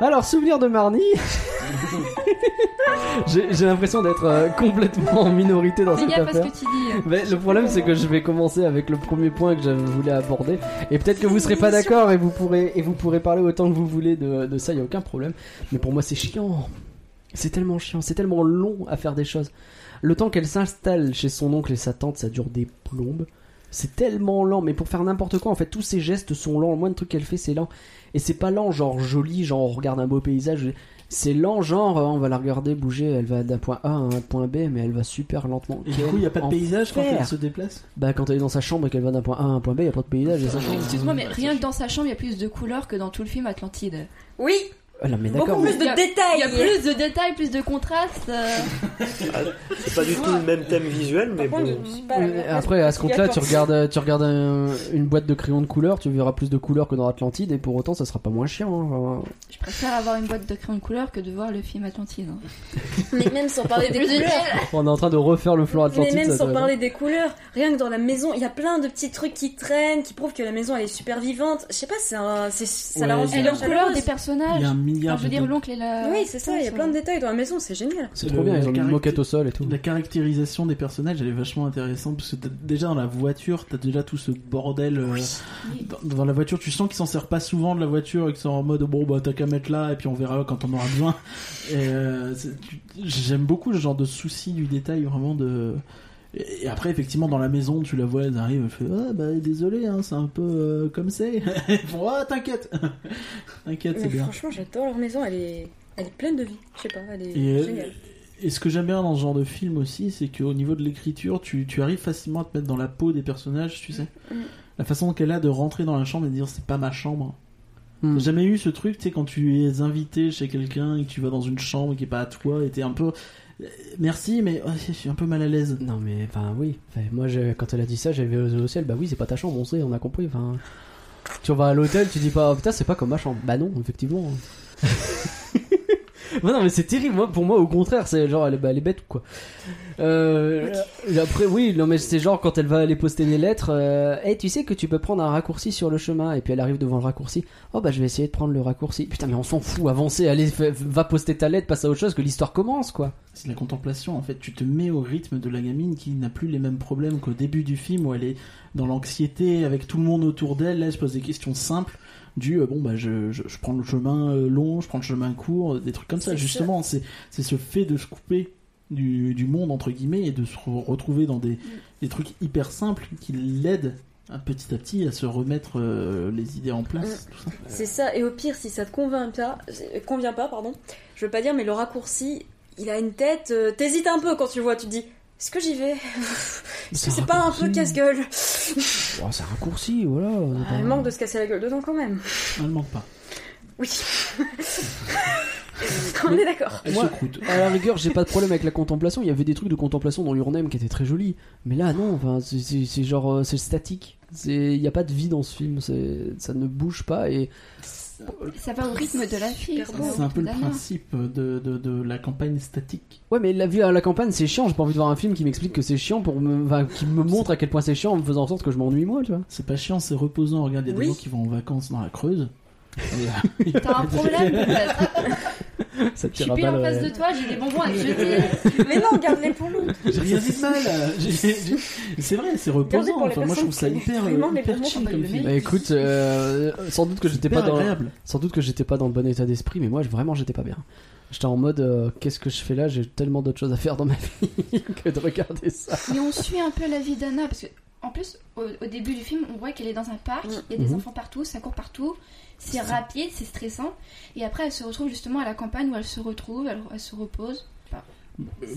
Speaker 5: Alors, souvenir de Marnie. J'ai j'ai l'impression d'être euh, complètement en minorité dans
Speaker 4: Fais
Speaker 5: cette
Speaker 4: gaffe à ce
Speaker 5: affaire.
Speaker 4: que tu dis. euh,
Speaker 5: <laughs> Mais le problème, c'est que je vais commencer avec le premier point que je voulais aborder. Et peut-être que vous serez pas d'accord et vous pourrez et vous pourrez parler autant que vous voulez de, de ça, il y a aucun problème. Mais pour moi, c'est chiant. C'est tellement chiant, c'est tellement long à faire des choses. Le temps qu'elle s'installe chez son oncle et sa tante, ça dure des plombes. C'est tellement lent, mais pour faire n'importe quoi, en fait, tous ses gestes sont lents. Le moindre truc qu'elle fait, c'est lent. Et c'est pas lent, genre joli, genre on regarde un beau paysage. C'est lent, genre euh, on va la regarder bouger, elle va d'un point A à un point B, mais elle va super lentement.
Speaker 1: Et du coup, il n'y a pas de
Speaker 5: Quel
Speaker 1: paysage quand
Speaker 5: enfer.
Speaker 1: elle se déplace
Speaker 5: bah quand elle est dans sa chambre et qu'elle va d'un point A à un point B, il a pas de paysage. et ça-
Speaker 4: Excuse-moi, mais rien que dans sa chambre, il y a plus de couleurs que dans tout le film Atlantide.
Speaker 2: Oui,
Speaker 5: Ah non, mais d'accord.
Speaker 2: Beaucoup
Speaker 5: mais-
Speaker 2: plus de
Speaker 4: Il y a-
Speaker 2: détails.
Speaker 4: Il y a plus de détails, plus de contraste. euh,
Speaker 3: C'est pas du tout le même thème visuel, mais
Speaker 2: Par contre,
Speaker 3: bon.
Speaker 2: je suis pas la
Speaker 5: Euh,
Speaker 2: meilleure
Speaker 5: Après, à ce compte-là, tu
Speaker 2: investigateur.
Speaker 5: regardes, euh, tu regardes un- une boîte de crayons de couleur, tu verras plus de couleurs que dans Atlantide, et pour autant, ça sera pas moins chiant. hein, enfin,
Speaker 4: Je préfère avoir une boîte de crayons de couleur que de voir le film Atlantide. hein.
Speaker 2: Mais même sans parler <laughs> des
Speaker 4: Plus
Speaker 2: couleurs.
Speaker 4: utile.
Speaker 5: On est en train de refaire le flanc Atlantide.
Speaker 2: Mais même
Speaker 5: ça
Speaker 2: sans
Speaker 5: doit-
Speaker 2: parler des couleurs, rien que dans la maison, il y a plein de petits trucs qui traînent, qui prouvent que la maison elle est super vivante. Je sais pas, c'est un, c'est, ça la
Speaker 1: Ouais,
Speaker 2: rend
Speaker 1: il y a-
Speaker 4: Et
Speaker 2: super
Speaker 4: leurs couleurs
Speaker 2: chaleureuse.
Speaker 4: des
Speaker 1: Il y
Speaker 4: personnages.
Speaker 1: a un
Speaker 4: Enfin,
Speaker 1: milliard
Speaker 4: Ah, je veux
Speaker 1: de
Speaker 4: dire, l'oncle et la.
Speaker 2: Oui, c'est ça, il y a plein de détails dans la maison, c'est génial.
Speaker 5: C'est
Speaker 1: Le-
Speaker 5: trop bien, ils ont mis
Speaker 1: la
Speaker 5: une moquette
Speaker 1: caracté-
Speaker 5: au sol et tout.
Speaker 1: La caractérisation des personnages, elle est vachement intéressante parce que t'as- déjà dans la voiture, t'as déjà tout ce bordel. euh, dans, dans la voiture, tu sens qu'ils s'en servent pas souvent de la voiture et que c'est en mode bon bah t'as qu'à mettre là et puis on verra quand on aura besoin. Et, euh, c'est- tu- J'aime beaucoup ce genre de souci du détail vraiment de. Et et après effectivement dans la maison, tu la vois, elle arrive, elle fait ah bah désolé, hein, c'est un peu euh, comme c'est. <laughs> Ils font, ah t'inquiète, <laughs> t'inquiète c'est
Speaker 2: Mais
Speaker 1: bien.
Speaker 2: Euh, franchement, j'adore leur maison, elle est, elle est pleine de vie. Je sais pas, elle est
Speaker 1: Et,
Speaker 2: géniale.
Speaker 1: et ce que j'aime bien dans ce genre de film aussi, c'est qu'au niveau de l'écriture, tu, tu arrives facilement à te mettre dans la peau des personnages, tu sais.
Speaker 2: Mm.
Speaker 1: La façon qu'elle a de rentrer dans la chambre et de dire c'est pas ma chambre.
Speaker 5: Mm.
Speaker 1: J'ai jamais eu ce truc, tu sais, quand tu es invité chez quelqu'un et que tu vas dans une chambre qui est pas à toi et t'es un peu. euh, Merci, mais oh, je suis un peu mal à l'aise.
Speaker 5: Non, mais enfin, oui. Enfin, moi, j'ai- quand elle a dit ça, j'avais aux yeux au ciel. Bah oui, c'est pas ta chambre, on sait, on a compris. Enfin, tu vas à l'hôtel, tu dis pas, oh, putain, c'est pas comme ma chambre. Bah non, <laughs> effectivement. Ouais, non, mais c'est terrible. Moi, pour moi, au contraire, c'est genre, elle, est- bah, elle est bête ou quoi. Euh, et Après, oui, non, mais c'est genre quand elle va aller poster des lettres. Euh, Hey, tu sais que tu peux prendre un raccourci sur le chemin, et puis elle arrive devant le raccourci. Oh bah, je vais essayer de prendre le raccourci. Putain, mais on s'en fout. Avancez, allez, fais- va poster ta lettre, passe à autre chose, que l'histoire commence, quoi.
Speaker 1: C'est de la contemplation, en fait. Tu te mets au rythme de la gamine qui n'a plus les mêmes problèmes qu'au début du film où elle est dans l'anxiété avec tout le monde autour d'elle. Là, elle se pose des questions simples du euh, bon, bah, je, je, je prends le chemin euh, long, je prends le chemin court, euh, des trucs comme ça.
Speaker 2: C'est
Speaker 1: Justement, c'est c'est ce fait de se couper du, du monde, entre guillemets, et de se re- retrouver dans des, des trucs hyper simples qui l'aident à, petit à petit à se remettre euh, les idées en place. tout ça.
Speaker 2: C'est ça, et au pire, si ça te convainc pas, euh, convient pas, pardon, je veux pas dire, mais le raccourci, il a une tête, euh, t'hésites un peu quand tu le vois, tu te dis, est-ce que j'y vais Est-ce que Mm. c'est pas un peu
Speaker 5: raccourci.
Speaker 2: casse-gueule
Speaker 5: Oh, c'est un raccourci, voilà. Bah,
Speaker 2: Ah, Il manque de se casser la gueule dedans quand même.
Speaker 1: Elle ne manque pas.
Speaker 2: <laughs> Oui. On est d'accord.
Speaker 1: Elle
Speaker 5: Moi-
Speaker 1: se croûte.
Speaker 5: À la rigueur, j'ai pas de problème avec la contemplation. Il y avait des trucs de contemplation dans Your Name qui étaient très jolis. Mais là, non, enfin, c'est- c'est c'est genre. euh, C'est statique. Il n'y a pas de vie dans ce film. c'est- Ça ne bouge pas. Et
Speaker 4: Ça va au rythme de la fille.
Speaker 2: Super
Speaker 4: ça
Speaker 2: beau.
Speaker 4: va au
Speaker 1: C'est un peu
Speaker 4: rythme
Speaker 1: le
Speaker 4: de la mère.
Speaker 1: principe de, de, de la campagne statique.
Speaker 5: Ouais, mais la vie à la campagne, c'est chiant. J'ai pas envie de voir un film qui m'explique que c'est chiant, pour me... enfin, qui me montre à quel point c'est chiant en me faisant en sorte que je m'ennuie moi, tu vois.
Speaker 1: C'est pas chiant, c'est reposant. Regarde, il y a
Speaker 2: Oui.
Speaker 1: des gens qui vont en vacances dans la Creuse.
Speaker 2: <laughs>
Speaker 4: T'as un <laughs> problème peut-être.
Speaker 5: Ça te
Speaker 4: Je suis
Speaker 5: tira
Speaker 4: pile
Speaker 5: pas
Speaker 4: en
Speaker 5: le-
Speaker 4: face de toi, j'ai des bonbons <laughs> à te jeter.
Speaker 2: Mais non, garde-les pour nous.
Speaker 1: J'ai rien dit de mal. euh, j'ai- j'ai- C'est vrai, c'est
Speaker 2: Regardez
Speaker 1: reposant.
Speaker 2: pour les
Speaker 1: Enfin, moi, je
Speaker 2: personnes
Speaker 1: trouve ça
Speaker 2: qui-
Speaker 1: hyper,
Speaker 2: vraiment, les
Speaker 1: hyper
Speaker 2: bonbons,
Speaker 1: chill
Speaker 2: faut pas
Speaker 1: comme
Speaker 2: le
Speaker 1: film.
Speaker 5: Bah écoute, euh, sans doute que j'étais pas
Speaker 1: Hyper
Speaker 5: dans.
Speaker 1: agréable.
Speaker 5: Sans doute que j'étais pas dans le bon état d'esprit, mais moi je- vraiment j'étais pas bien. J'étais en mode euh, qu'est-ce que je fais là J'ai tellement d'autres choses à faire dans ma <laughs> vie que de regarder ça.
Speaker 4: Mais on suit un peu la vie d'Anna parce que en plus au, au début du film on voit qu'elle est dans un parc, il y a des
Speaker 5: Mhm.
Speaker 4: enfants partout, ça court partout, c'est rapide, c'est stressant et après elle se retrouve justement à la campagne où elle se retrouve, elle, elle se repose.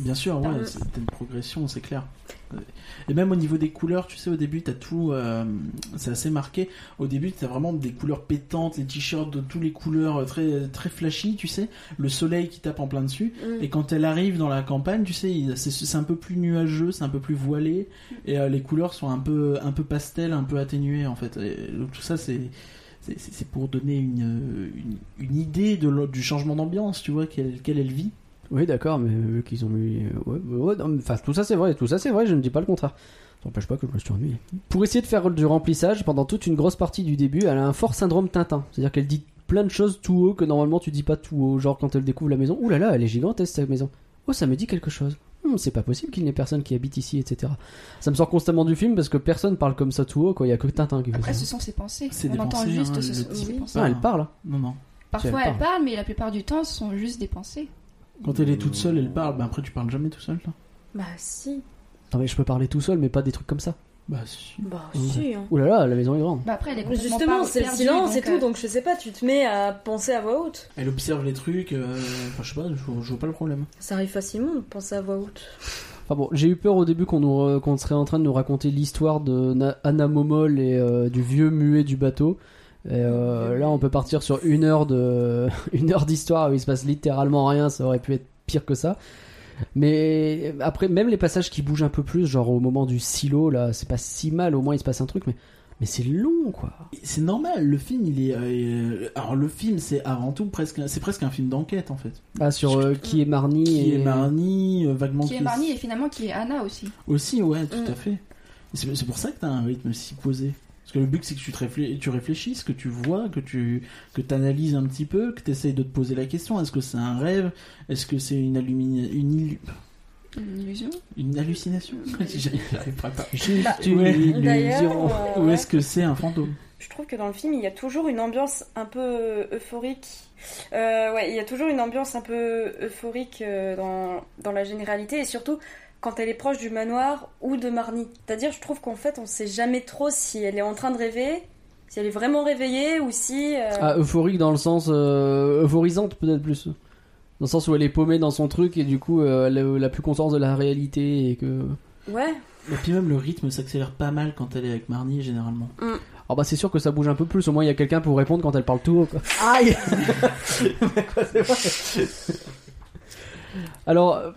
Speaker 1: Bien sûr, ouais,
Speaker 4: Pardon.
Speaker 1: c'est t'as une progression, c'est clair. Et même au niveau des couleurs, tu sais, au début, t'as tout. euh, c'est assez marqué. Au début, t'as vraiment des couleurs pétantes, les t-shirts de toutes les couleurs, euh, très, très flashy, tu sais. Le soleil qui tape en plein dessus.
Speaker 2: Mm.
Speaker 1: Et quand elle arrive dans la campagne, tu sais, il- c'est- c'est un peu plus nuageux, c'est un peu plus voilé. Et euh, les couleurs sont un peu, un peu pastel, un peu atténuées, en fait. Et donc, tout ça, c'est. c'est- C'est c'est pour donner une, une, une idée de, l'o- du changement d'ambiance, tu vois, qu'elle qu'elle elle vit.
Speaker 5: Oui, d'accord, mais vu qu'ils ont mis. euh, Ouais, ouais, non, mais, enfin, tout ça c'est vrai, tout ça c'est vrai, je ne dis pas le contraire. Ça n'empêche pas que je me suis ennuyé. Pour essayer de faire du remplissage, pendant toute une grosse partie du début, elle a un fort syndrome Tintin. C'est-à-dire qu'elle dit plein de choses tout haut que normalement tu dis pas tout haut. Genre quand elle découvre la maison, Ouh là là, elle est gigantesque cette maison. Oh, ça me dit quelque chose. Hum, c'est pas possible qu'il n'y ait personne qui habite ici, etc. Ça me sort constamment du film parce que personne parle comme ça tout haut, quoi. Il y a que Tintin qui fait
Speaker 4: Après
Speaker 5: ça.
Speaker 4: ce sont ses pensées,
Speaker 1: C'est
Speaker 4: on
Speaker 1: des
Speaker 4: entend
Speaker 1: pensées,
Speaker 4: juste
Speaker 1: hein,
Speaker 4: ce
Speaker 1: le
Speaker 4: sont
Speaker 1: petit-
Speaker 4: ses pensées.
Speaker 5: Ah, elle parle.
Speaker 1: Non, non.
Speaker 4: Parfois
Speaker 5: elle
Speaker 4: elle parle mais la plupart du temps ce sont juste des pensées.
Speaker 1: Quand elle est toute seule, elle parle. Bah après, tu parles jamais tout seul, là
Speaker 2: Bah si.
Speaker 5: Non mais je peux parler tout seul, mais pas des trucs comme ça.
Speaker 1: Bah si.
Speaker 2: Bah
Speaker 5: Ouais.
Speaker 2: si. hein.
Speaker 5: Ouh là là, la maison est grande.
Speaker 4: Bah après elle est complètement
Speaker 2: Justement,
Speaker 4: par-
Speaker 2: c'est le
Speaker 4: perdue,
Speaker 2: silence et tout,
Speaker 4: euh,
Speaker 2: donc je sais pas, tu te mets à penser à voix haute.
Speaker 1: Elle observe les trucs. euh, Enfin, je sais pas, je vois, je vois pas le problème.
Speaker 2: Ça arrive facilement de penser à voix haute.
Speaker 5: Enfin bon, j'ai eu peur au début qu'on nous re- qu'on serait en train de nous raconter l'histoire de Na- Anna Momol et euh, du vieux muet du bateau. Et, euh, là, on peut partir sur une heure de, <laughs> une heure d'histoire où il se passe littéralement rien. Ça aurait pu être pire que ça. Mais après, même les passages qui bougent un peu plus, genre au moment du silo, là, c'est pas si mal. Au moins, il se passe un truc, mais mais c'est long, quoi.
Speaker 1: C'est normal, le film, il est. euh, alors, le film, c'est avant tout presque. C'est presque un film d'enquête, en fait.
Speaker 5: Ah, sur euh, qui est Marnie
Speaker 1: Qui
Speaker 5: et-
Speaker 1: est Marnie, euh, vaguement.
Speaker 4: Qui est Marnie et finalement qui est Anna aussi.
Speaker 1: Aussi, ouais, tout
Speaker 2: Mm.
Speaker 1: à fait. C'est c'est pour ça que t'as un rythme si posé. Parce que le but, c'est que tu, te réflé- tu réfléchisses, que tu vois, que tu que analyses un petit peu, que tu essayes de te poser la question est-ce que c'est un rêve Est-ce que c'est une, allumina- une, illu-
Speaker 4: Une illusion.
Speaker 1: une hallucination <laughs> J'arriverai <laughs> pas. Bah,
Speaker 5: Juste
Speaker 1: Ouais.
Speaker 5: une illusion.
Speaker 2: D'ailleurs, euh,
Speaker 1: Ou
Speaker 2: ouais.
Speaker 1: est-ce que c'est un fantôme
Speaker 2: Je trouve que dans le film, il y a toujours une ambiance un peu euphorique. Euh, ouais, il y a toujours une ambiance un peu euphorique euh, dans, dans la généralité et surtout quand elle est proche du manoir ou de Marnie. C'est-à-dire, je trouve qu'en fait, on sait jamais trop si elle est en train de rêver, si elle est vraiment réveillée ou si. euh,
Speaker 5: Ah, euphorique dans le sens euh, euphorisante peut-être plus. Dans le sens où elle est paumée dans son truc et du coup euh, elle a- elle a plus conscience de la réalité et que.
Speaker 2: Ouais,
Speaker 1: Et puis même, le rythme s'accélère pas mal quand elle est avec Marnie, généralement.
Speaker 5: Ah bah c'est sûr que ça bouge un peu plus, au moins il y a quelqu'un pour répondre quand elle parle tout haut, quoi.
Speaker 1: Aïe
Speaker 5: <laughs> Alors, euh,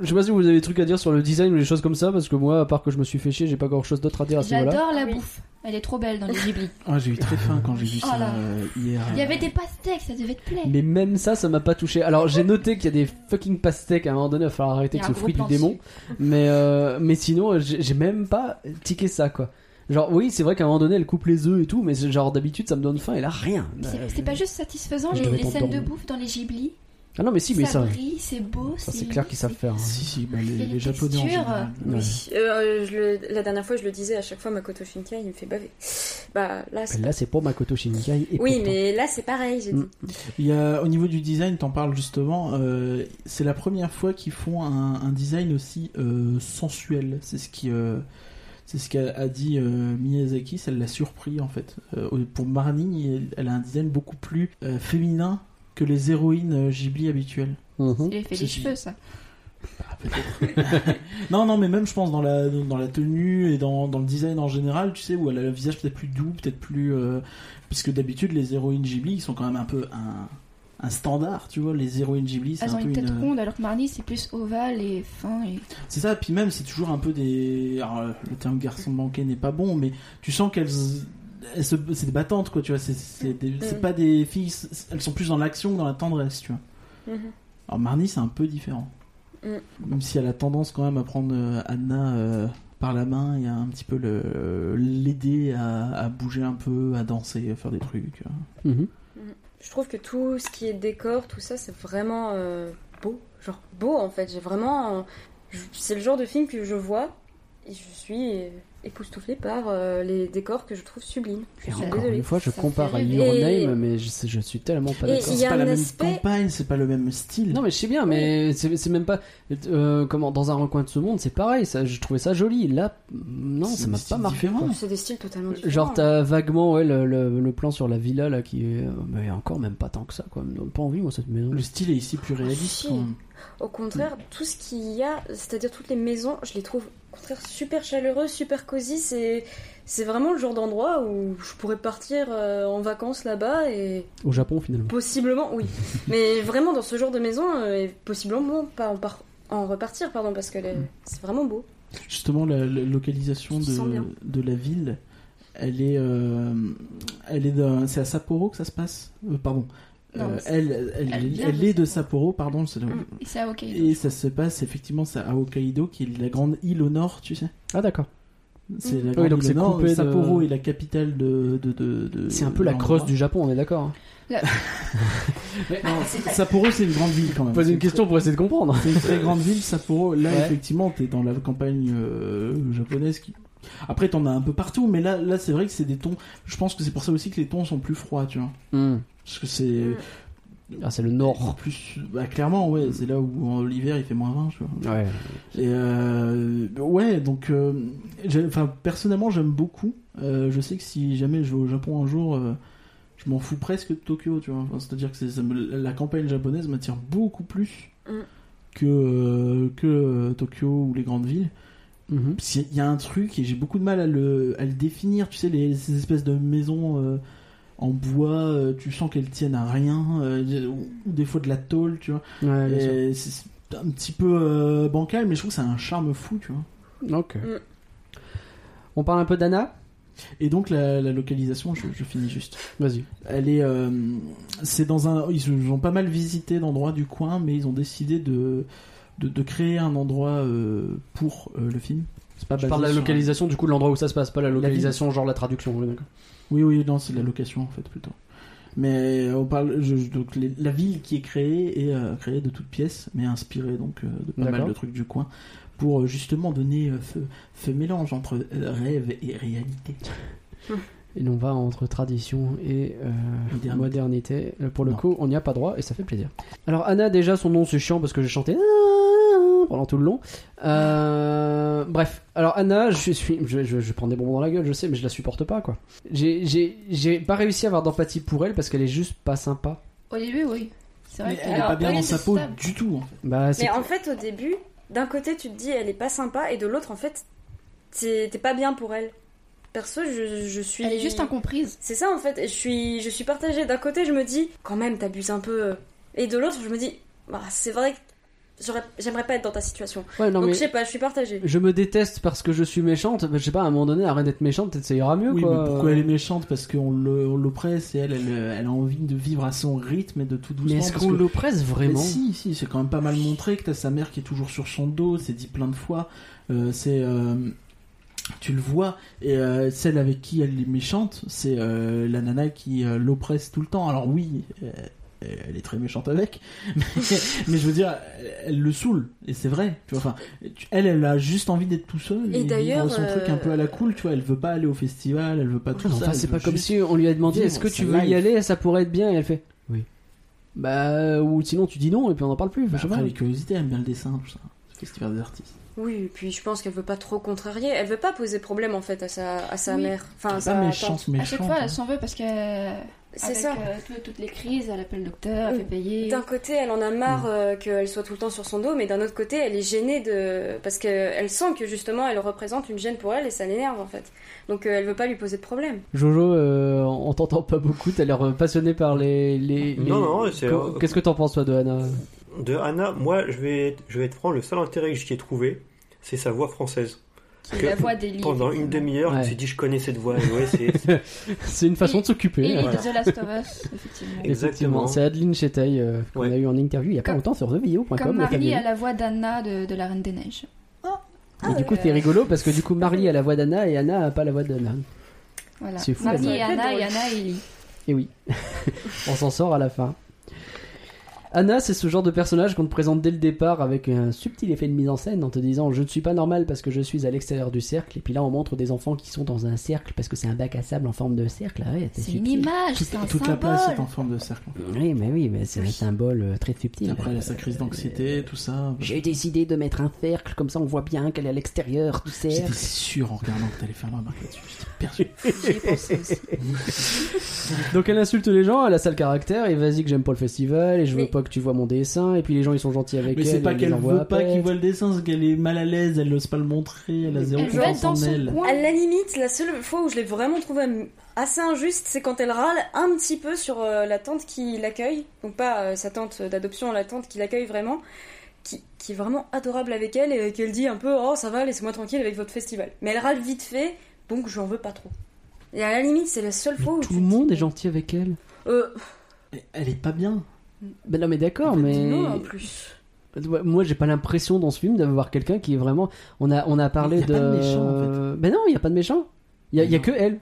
Speaker 5: je sais pas si vous avez des trucs à dire sur le design ou des choses comme ça, parce que moi, à part que je me suis fait chier, j'ai pas grand chose d'autre à dire à ce niveau-là.
Speaker 4: J'adore la
Speaker 2: Oui.
Speaker 4: bouffe. Elle est trop belle dans les Ghibli.
Speaker 1: Ah, J'ai eu très faim quand j'ai vu
Speaker 4: Oh
Speaker 1: ça
Speaker 4: là.
Speaker 1: euh, hier.
Speaker 4: Il y avait des pastèques, ça devait te plaire.
Speaker 5: Mais même ça, ça m'a pas touché. Alors j'ai noté qu'il y a des fucking pastèques à un moment donné, il va falloir arrêter
Speaker 4: Il y
Speaker 5: avec
Speaker 4: a
Speaker 5: ce
Speaker 4: un gros
Speaker 5: fruit du
Speaker 4: plan
Speaker 5: démon.
Speaker 4: dessus.
Speaker 5: Mais, euh, mais sinon, j'ai j'ai même pas tiqué ça, quoi. Genre, oui, c'est vrai qu'à un moment donné, elle coupe les œufs et tout, mais c'est genre d'habitude, ça me donne faim, et là, rien. Euh,
Speaker 4: C'est- C'est pas juste satisfaisant
Speaker 5: je
Speaker 4: les,
Speaker 5: devrais
Speaker 4: les scènes de
Speaker 5: t'endormir.
Speaker 4: bouffe dans les Ghibli.
Speaker 5: Ah non, mais si, mais
Speaker 4: ça
Speaker 5: ça,
Speaker 4: brille, c'est beau.
Speaker 5: ça c'est clair qu'ils savent faire. hein.
Speaker 1: Si, si, bah, les,
Speaker 4: Et les
Speaker 1: les Japonais en
Speaker 4: textures.
Speaker 1: général.
Speaker 5: Ouais.
Speaker 2: oui. Euh, je le- la dernière fois, je le disais à chaque fois, Makoto Shinkai, il me fait baver. Bah là, c'est.
Speaker 5: Là, c'est pas Makoto Shinkai. Et
Speaker 2: Oui,
Speaker 5: pourtant. Mm.
Speaker 2: mais là, c'est pareil, j'ai dit.
Speaker 1: Il y a, au niveau du design, t'en parles justement, euh, c'est la première fois qu'ils font un, un design aussi euh, sensuel. C'est ce qui, euh, c'est ce qu'a a dit euh, Miyazaki, ça l'a surpris en fait. Euh, pour Marnie, elle, elle a un design beaucoup plus euh, féminin que les héroïnes euh, Ghibli habituelles.
Speaker 5: Mhm.
Speaker 4: Il a fait
Speaker 1: Oh, C'est-
Speaker 4: les cheveux, ça.
Speaker 1: <laughs> Non, non, mais même je pense dans la, dans la tenue et dans, dans le design en général, tu sais, où elle a le visage peut-être plus doux, peut-être plus. euh, puisque d'habitude, les héroïnes Ghibli, ils sont quand même un peu un, un standard, tu vois. Les héroïnes Ghibli, c'est
Speaker 4: Elles
Speaker 1: un
Speaker 4: ont
Speaker 1: peu
Speaker 4: une tête
Speaker 1: une. euh,
Speaker 4: ronde alors que Marnie c'est plus ovale et fin. Et...
Speaker 1: C'est ça, puis même, c'est toujours un peu des. Alors, euh, le terme garçon manqué n'est pas bon, mais tu sens qu'elles. elles se- C'est des battantes, quoi, tu vois. C'est- C'est des- c'est
Speaker 2: Mm.
Speaker 1: pas des filles. c'est- Elles sont plus dans l'action que dans la tendresse, tu vois.
Speaker 2: Mhm.
Speaker 1: Alors, Marnie, c'est un peu différent.
Speaker 2: Mm.
Speaker 1: Même si elle a tendance quand même à prendre euh, Anna euh, par la main et à un petit peu le- l'aider à, à bouger un peu, à danser, à faire des trucs. euh. tu vois.
Speaker 5: Mhm.
Speaker 2: Je trouve que tout ce qui est décor, tout ça, c'est vraiment euh, beau. Genre beau en fait. J'ai vraiment. euh, je- c'est le genre de film que je vois et je suis euh, époustouflée par euh, les décors que je trouve sublimes. Je
Speaker 5: Et
Speaker 2: suis
Speaker 5: encore
Speaker 2: désolée.
Speaker 5: une fois, je
Speaker 4: Ça
Speaker 5: compare
Speaker 4: fait
Speaker 5: à
Speaker 4: rêver.
Speaker 5: Your
Speaker 2: Et-
Speaker 5: Name, mais je, sais- je suis tellement pas
Speaker 2: Et
Speaker 5: d'accord.
Speaker 2: il y
Speaker 1: C'est
Speaker 2: a
Speaker 1: pas la
Speaker 2: un
Speaker 1: même
Speaker 2: aspect-
Speaker 1: campagne, c'est pas le même style.
Speaker 5: Non mais je sais bien, mais c'est c'est même pas euh, comment dans un recoin de ce monde, c'est pareil. Ça, je trouvais ça joli. Là, non,
Speaker 1: C'est
Speaker 5: ça
Speaker 1: un
Speaker 5: m'a
Speaker 1: style
Speaker 5: pas marqué.
Speaker 1: différent.
Speaker 5: quoi.
Speaker 2: C'est des styles totalement différents.
Speaker 5: Genre t'as vaguement ouais, le, le- le plan sur la villa là qui est euh, mais encore même pas tant que ça quoi. Me donne Pas envie moi cette maison.
Speaker 1: Le style est ici plus réaliste.
Speaker 2: Oh, si.
Speaker 1: quand même.
Speaker 2: Au contraire, tout ce qu'il y a, c'est-à-dire toutes les maisons, je les trouve au contraire super chaleureux, super cosy. C'est c'est vraiment le genre d'endroit où je pourrais partir euh, en vacances là-bas et
Speaker 5: Au Japon finalement.
Speaker 2: Possiblement, oui. Mais vraiment, dans ce genre de maison, euh, et possiblement pas en, par- en repartir, pardon, parce que les- c'est vraiment beau.
Speaker 1: Justement, la, la localisation
Speaker 2: Je te sens
Speaker 1: de,
Speaker 2: bien.
Speaker 1: de la ville, elle est, euh, elle est, d'un- c'est à Sapporo que ça se passe. Euh, pardon.
Speaker 4: Non,
Speaker 1: Euh,
Speaker 4: c'est-
Speaker 1: elle, elle,
Speaker 4: elle
Speaker 1: elle,
Speaker 4: vient de
Speaker 1: est de Sapporo, pardon. c'est-
Speaker 2: Mm.
Speaker 4: Et c'est à ok.
Speaker 1: Et ça se passe effectivement c'est à Hokkaido, qui est la grande île au nord, tu sais.
Speaker 5: Ah d'accord.
Speaker 1: C'est la
Speaker 5: Oui,
Speaker 1: grande
Speaker 5: donc
Speaker 1: île
Speaker 5: c'est
Speaker 1: au nord.
Speaker 5: coupé de-
Speaker 1: Sapporo est la capitale de. de, de, de-
Speaker 5: C'est un peu la
Speaker 1: de
Speaker 5: creuse
Speaker 1: l'endroit.
Speaker 5: du Japon, on est d'accord. hein. <laughs>
Speaker 1: <laughs> Non, Sapporo, c'est une grande ville quand même.
Speaker 5: Poser
Speaker 1: C'est
Speaker 5: une question pour essayer de comprendre.
Speaker 1: C'est une très grande ville, Sapporo. Là,
Speaker 5: Ouais.
Speaker 1: effectivement, t'es dans la campagne euh, japonaise qui. Après, t'en as un peu partout, mais là, là, c'est vrai que c'est des tons. Je pense que c'est pour ça aussi que les tons sont plus froids, tu vois.
Speaker 5: Hmm.
Speaker 1: Parce que c'est
Speaker 5: Ah c'est le Nord.
Speaker 1: plus. Bah, clairement, ouais, c'est là où en l'hiver il fait moins 20, tu vois.
Speaker 5: Ouais.
Speaker 1: Et euh, ouais, donc, euh, j'ai- enfin, personnellement, j'aime beaucoup. Euh, je sais que si jamais je vais au Japon un jour, euh, je m'en fous presque de Tokyo, tu vois. Enfin, C'est-à-dire que c'est- ça me- la campagne japonaise m'attire beaucoup plus
Speaker 2: Mm.
Speaker 1: que, euh, que euh, Tokyo ou les grandes villes.
Speaker 5: Mhm.
Speaker 1: Parce qu'il y a un truc et j'ai beaucoup de mal à le, à le définir. Tu sais, les, ces espèces de maisons euh, en bois, euh, tu sens qu'elles tiennent à rien, euh, ou, ou des fois de la tôle, tu vois.
Speaker 5: Ouais, bien sûr.
Speaker 1: Et c'est c'est un petit peu euh, bancal, mais je trouve que ça a un charme fou, tu vois.
Speaker 5: Ok.
Speaker 1: Hmm.
Speaker 2: Mm.
Speaker 5: On parle un peu d'Anna
Speaker 1: Et donc la, la localisation, je, je finis juste.
Speaker 5: Vas-y.
Speaker 1: Elle est, euh, c'est dans un, ils ont pas mal visité d'endroits du coin, mais ils ont décidé de de, de créer un endroit euh, pour euh, le film. C'est pas
Speaker 5: Je
Speaker 1: basé
Speaker 5: parle de la
Speaker 1: sur-
Speaker 5: localisation du coup de l'endroit où ça se passe, pas la
Speaker 1: ville.
Speaker 5: localisation genre la traduction. oui, d'accord.
Speaker 1: Oui, oui, non, c'est de la location en fait plutôt. Mais on parle je- je- donc les- la ville qui est créée est euh, créée de toutes pièces, mais inspirée donc euh, de pas mal
Speaker 5: D'accord.
Speaker 1: de trucs du coin pour euh, justement donner euh, ce, ce mélange entre euh, rêve et réalité.
Speaker 5: Et on va entre tradition et euh, modernité.
Speaker 1: Modernité.
Speaker 5: Euh, Pour le
Speaker 1: Non.
Speaker 5: coup, on n'y a pas droit et ça fait plaisir. Alors Anna, déjà, son nom c'est chiant parce que j'ai chanté pendant tout le long. Euh, bref, alors Anna, je suis, je, je, je prends des bonbons dans la gueule, je sais, mais je la supporte pas quoi. J'ai- J'ai j'ai pas réussi à avoir d'empathie pour elle parce qu'elle est juste pas sympa.
Speaker 4: Au début, oui. C'est vrai
Speaker 1: Mais
Speaker 4: qu'elle
Speaker 1: elle est
Speaker 2: alors,
Speaker 1: pas bien
Speaker 2: oui,
Speaker 1: dans sa peau
Speaker 4: stable.
Speaker 1: du tout. hein. en fait.
Speaker 5: Bah, c'est
Speaker 2: Mais en fait, au début, d'un côté, tu te dis elle est pas sympa, et de l'autre, en fait, t'es t'es pas bien pour elle. Perso, je, je suis.
Speaker 4: Elle est juste incomprise.
Speaker 2: C'est ça en fait, et je suis, je suis partagée. D'un côté, je me dis quand même, t'abuses un peu. euh. Et de l'autre, je me dis, bah, c'est vrai que j'aurais- j'aimerais pas être dans ta situation.
Speaker 5: ouais, non,
Speaker 2: Donc,
Speaker 5: mais-
Speaker 2: je sais pas, je suis partagée.
Speaker 5: je me déteste parce que je suis méchante. mais Je sais pas, à un moment donné, arrête d'être méchante, peut-être ça ira mieux.
Speaker 1: Oui,
Speaker 5: quoi. euh
Speaker 1: mais pourquoi elle est méchante Parce qu'on le- on l'oppresse et elle, elle, elle a envie de vivre à son rythme et de tout
Speaker 5: Mais
Speaker 1: doucement.
Speaker 5: est-ce
Speaker 1: parce
Speaker 5: qu'on
Speaker 1: que-
Speaker 5: l'oppresse vraiment
Speaker 1: Mais si, si, c'est quand même pas mal montré que t'as sa mère qui est toujours sur son dos, c'est dit plein de fois. Euh, c'est. euh, tu le vois, et euh, celle avec qui elle est méchante, c'est euh, la nana qui euh, l'oppresse tout le temps. Alors oui, euh, elle est très méchante avec, <laughs> mais, mais je veux dire, elle, elle le saoule, et c'est vrai. Tu vois, enfin, tu- elle, elle a juste envie d'être tout seule
Speaker 2: Et
Speaker 1: et,
Speaker 2: d'ailleurs,
Speaker 1: vivre son truc un peu
Speaker 4: euh,
Speaker 1: à la cool, tu vois. Elle veut pas aller au festival, elle veut pas tout
Speaker 5: Ouais, mais
Speaker 1: ça.
Speaker 5: enfin,
Speaker 1: elle
Speaker 5: c'est
Speaker 1: veut
Speaker 5: pas comme
Speaker 1: juste-
Speaker 5: si on lui a demandé
Speaker 1: vivre
Speaker 5: est-ce que
Speaker 1: sa
Speaker 5: tu veux y
Speaker 1: life.
Speaker 5: aller, ça pourrait être bien, et elle fait oui. Bah, ou sinon tu dis non, et puis on n'en parle plus.
Speaker 1: Bah,
Speaker 5: je sais
Speaker 1: après,
Speaker 5: pas.
Speaker 1: les curiosités aiment bien le dessin, tout ça. Le festival des artistes.
Speaker 2: Oui, et puis je pense qu'elle veut pas trop contrarier. Elle veut pas poser problème en fait à sa, à sa
Speaker 4: Oui.
Speaker 2: mère. Enfin, à
Speaker 1: C'est pas
Speaker 2: sa
Speaker 1: méchant,
Speaker 2: tante. euh,
Speaker 1: c'est méchant.
Speaker 4: Ah, à chaque fois, elle s'en veut parce que. C'est
Speaker 2: C'est ça. Oh.
Speaker 4: toutes les crises, elle appelle le docteur, elle
Speaker 2: Oui.
Speaker 4: fait payer.
Speaker 2: D'un côté, elle en a
Speaker 5: Mm.
Speaker 2: marre euh, qu'elle soit tout le temps sur son dos, mais d'un autre côté, elle est gênée de parce qu'elle sent que justement, elle représente une gêne pour elle et ça l'énerve en fait. Donc, euh, elle veut pas lui poser de
Speaker 5: <laughs>
Speaker 2: problème.
Speaker 5: Jojo, euh, on t'entend pas beaucoup, t'as l'air euh, passionné par les. les, les-
Speaker 3: Non, non, c'est-
Speaker 1: euh,
Speaker 5: Qu'o- Qu'est-ce que t'en penses, toi, euh, de Anna
Speaker 1: <laughs>
Speaker 3: De Anna, moi, je vais, être- je vais être franc, le seul intérêt que j'y ai trouvé, c'est sa voix française.
Speaker 4: qui la voix des livres.
Speaker 3: Pendant une demi-heure, je me
Speaker 5: Ouais.
Speaker 3: suis dit, je connais cette voix. et ouais, c'est-
Speaker 5: C'est une façon de
Speaker 4: Et
Speaker 5: s'occuper.
Speaker 4: les
Speaker 5: hein.
Speaker 4: The Last of Us, effectivement.
Speaker 3: Et-
Speaker 5: <laughs> Effectivement,
Speaker 3: Exactement.
Speaker 5: c'est Adeline Chetey euh, qu'on
Speaker 3: Ouais.
Speaker 5: a eu en interview il y a pas
Speaker 4: Comme-
Speaker 5: longtemps sur TheVideo.com.
Speaker 4: Comme
Speaker 5: la
Speaker 4: Marie
Speaker 5: fameuse.
Speaker 4: à la voix d'Anna de, de La Reine des Neiges.
Speaker 5: Et
Speaker 4: Ah
Speaker 5: du coup, c'est rigolo parce que du coup, Marley a la voix d'Anna et Anna a pas la voix d'Anna.
Speaker 4: Voilà.
Speaker 5: C'est fou,
Speaker 4: Marie
Speaker 5: la
Speaker 4: et
Speaker 2: voix.
Speaker 4: Anna
Speaker 2: Très
Speaker 4: et
Speaker 2: drôle.
Speaker 4: Anna et Ellie.
Speaker 5: Et Eh oui, <laughs> on s'en sort à la fin. Anna, c'est ce genre de personnage qu'on te présente dès le départ avec un subtil effet de mise en scène en te disant je ne suis pas normal parce que je suis à l'extérieur du cercle et puis là on montre des enfants qui sont dans un cercle parce que c'est un bac à sable en forme de cercle. Ah ouais,
Speaker 4: C'est une
Speaker 5: subtil.
Speaker 4: image,
Speaker 1: Toute,
Speaker 4: c'est un
Speaker 1: toute la
Speaker 4: symbole.
Speaker 1: place est en forme de cercle. en fait.
Speaker 5: Oui, mais oui, mais c'est un symbole euh, très subtil.
Speaker 1: Après, elle a sa crise d'anxiété, tout ça.
Speaker 5: J'ai décidé de mettre un cercle comme ça on voit bien qu'elle est à l'extérieur du
Speaker 1: J'étais
Speaker 5: cercle.
Speaker 1: sûr en regardant que t'allais faire la remarque là-dessus. J'étais perdu.
Speaker 4: J'y ai pensé aussi.
Speaker 5: Donc elle insulte les gens, elle a sale caractère et vas-y que j'aime pas le festival et je veux
Speaker 2: Mais-
Speaker 5: pas que tu vois mon dessin et puis les gens ils sont gentils avec
Speaker 1: Mais
Speaker 5: elle.
Speaker 1: c'est pas
Speaker 5: elle les
Speaker 1: qu'elle
Speaker 5: envoie à
Speaker 1: veut pas
Speaker 5: pète.
Speaker 1: qu'il voit le dessin, c'est qu'elle est mal à l'aise, elle n'ose pas le montrer, elle a zéro
Speaker 4: Elle veut être
Speaker 1: confiance
Speaker 4: dans
Speaker 1: en
Speaker 4: son
Speaker 1: elle.
Speaker 4: coin.
Speaker 2: À la limite, la seule fois où je l'ai vraiment trouvée assez injuste, c'est quand elle râle un petit peu sur euh, la tante qui l'accueille. Donc pas euh, sa tante d'adoption, la tante qui l'accueille vraiment, qui, qui est vraiment adorable avec elle et qu'elle dit un peu « Oh, ça va, laissez-moi tranquille avec votre festival ». Mais elle râle vite fait, donc je n'en veux pas trop. Et à la limite, c'est la seule fois où...
Speaker 5: Tout
Speaker 2: tu
Speaker 5: le
Speaker 2: te dis-
Speaker 5: monde est gentil avec elle.
Speaker 2: Euh,
Speaker 1: Elle est pas bien.
Speaker 5: Ben non mais d'accord,
Speaker 2: elle dit
Speaker 5: <laughs> mais
Speaker 2: non, en plus.
Speaker 5: Ouais, moi j'ai pas l'impression dans ce film d'avoir quelqu'un qui est vraiment. On a on a parlé
Speaker 1: Il y a
Speaker 5: de.
Speaker 1: pas de méchant, en
Speaker 5: Ben non, il y a pas de méchant. Il y, a- il y a que elle.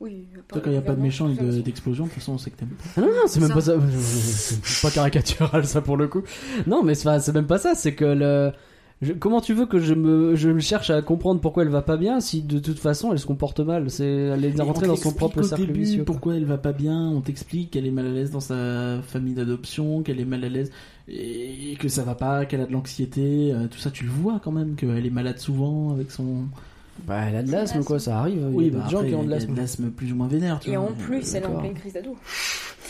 Speaker 2: Oui, à part
Speaker 1: Toi, quand il n'y a pas de
Speaker 2: vraiment,
Speaker 1: méchant et
Speaker 2: tout ça,
Speaker 1: de-
Speaker 2: c'est-
Speaker 1: d'explosion, de toute façon, on sait que t'aimes pas.
Speaker 5: Ah non non, c'est même pas ça. <laughs> C'est pas caricatural ça pour le coup. Non mais c'est pas- c'est même pas ça. C'est que le. je- Comment tu veux que je me, je me cherche à comprendre pourquoi elle va pas bien si de toute façon elle se comporte mal C'est elle est
Speaker 1: Mais
Speaker 5: rentrée
Speaker 1: on
Speaker 5: dans son
Speaker 1: t'explique
Speaker 5: propre
Speaker 1: au
Speaker 5: cercle
Speaker 1: début
Speaker 5: vicieux. quoi.
Speaker 1: Pourquoi elle va pas bien On t'explique qu'elle est mal à l'aise dans sa famille d'adoption, qu'elle est mal à l'aise et que ça va pas, qu'elle a de l'anxiété. euh, Tout ça, tu le vois quand même, qu'elle est malade souvent avec son.
Speaker 5: Bah elle a de l'asthme quoi, ça arrive. il y a
Speaker 1: bah,
Speaker 5: d'autres gens
Speaker 1: après,
Speaker 5: qui ont
Speaker 1: il
Speaker 5: de
Speaker 1: y a
Speaker 5: l'asthme.
Speaker 1: plus ou moins vénère. tu
Speaker 2: Et
Speaker 1: vois,
Speaker 2: en plus, elle est en
Speaker 5: d'accord.
Speaker 2: pleine crise d'ado.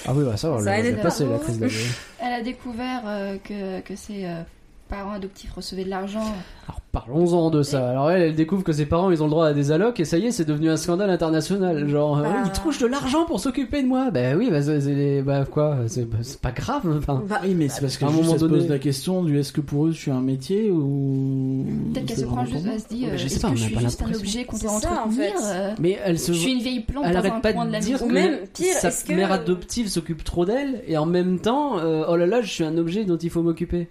Speaker 5: Ah oui bah ça, on
Speaker 2: Ça
Speaker 5: l'a
Speaker 2: aide
Speaker 5: déjà
Speaker 2: pas.
Speaker 5: passé la crise d'asthme.
Speaker 4: Elle a découvert euh, que, que ses euh, parents adoptifs recevaient de l'argent.
Speaker 5: Alors Parlons-en de ça. Alors elle, elle découvre que ses parents, ils ont le droit à des allocs et ça y est, c'est devenu un scandale international. Genre, euh,
Speaker 2: Bah.
Speaker 5: ils touchent de l'argent pour s'occuper de moi. Bah oui, bah, c'est- c'est- bah, quoi, c'est bah, c'est pas grave. enfin.
Speaker 1: Ah oui, mais c'est parce que
Speaker 5: à un
Speaker 1: juste,
Speaker 5: moment
Speaker 1: elle se
Speaker 5: donné-
Speaker 1: pose la question du est-ce que pour eux je suis un métier ou.
Speaker 4: Peut-être qu'elle
Speaker 1: c'est
Speaker 4: se prend
Speaker 1: vraiment
Speaker 4: juste,
Speaker 1: pour moi
Speaker 4: elle se dit,
Speaker 5: Oh, Mais
Speaker 4: euh,
Speaker 5: je sais
Speaker 4: est-ce
Speaker 5: pas, on
Speaker 4: que
Speaker 5: n'a
Speaker 4: je suis
Speaker 5: pas
Speaker 4: juste un
Speaker 5: l'impression.
Speaker 4: objet qu'on
Speaker 2: C'est
Speaker 4: doit
Speaker 2: ça, en
Speaker 4: entretenir
Speaker 2: fait.
Speaker 4: euh,
Speaker 5: Mais elle se
Speaker 4: Je suis une vieille plante
Speaker 5: elle
Speaker 4: dans
Speaker 5: arrête
Speaker 4: un
Speaker 5: pas
Speaker 4: coin de
Speaker 5: de
Speaker 4: la
Speaker 5: dire
Speaker 4: maison.
Speaker 2: Ou
Speaker 5: que
Speaker 2: même pire,
Speaker 5: sa
Speaker 2: est-ce que
Speaker 5: mère adoptive s'occupe trop d'elle et en même temps, euh, oh là là, je suis un objet dont il faut m'occuper.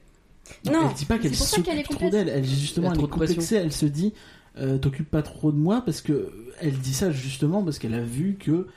Speaker 2: Non,
Speaker 1: elle dit pas
Speaker 4: mais
Speaker 1: qu'elle
Speaker 4: c'est pour ça qu'elle
Speaker 1: s'occupe
Speaker 4: est
Speaker 1: trop
Speaker 4: complexe.
Speaker 1: d'elle. Elle justement,
Speaker 5: Elle a
Speaker 1: elle
Speaker 5: trop
Speaker 1: est
Speaker 5: de pression.
Speaker 1: complexée. Elle se dit, euh, t'occupe pas trop de moi parce que elle dit ça justement parce qu'elle a vu que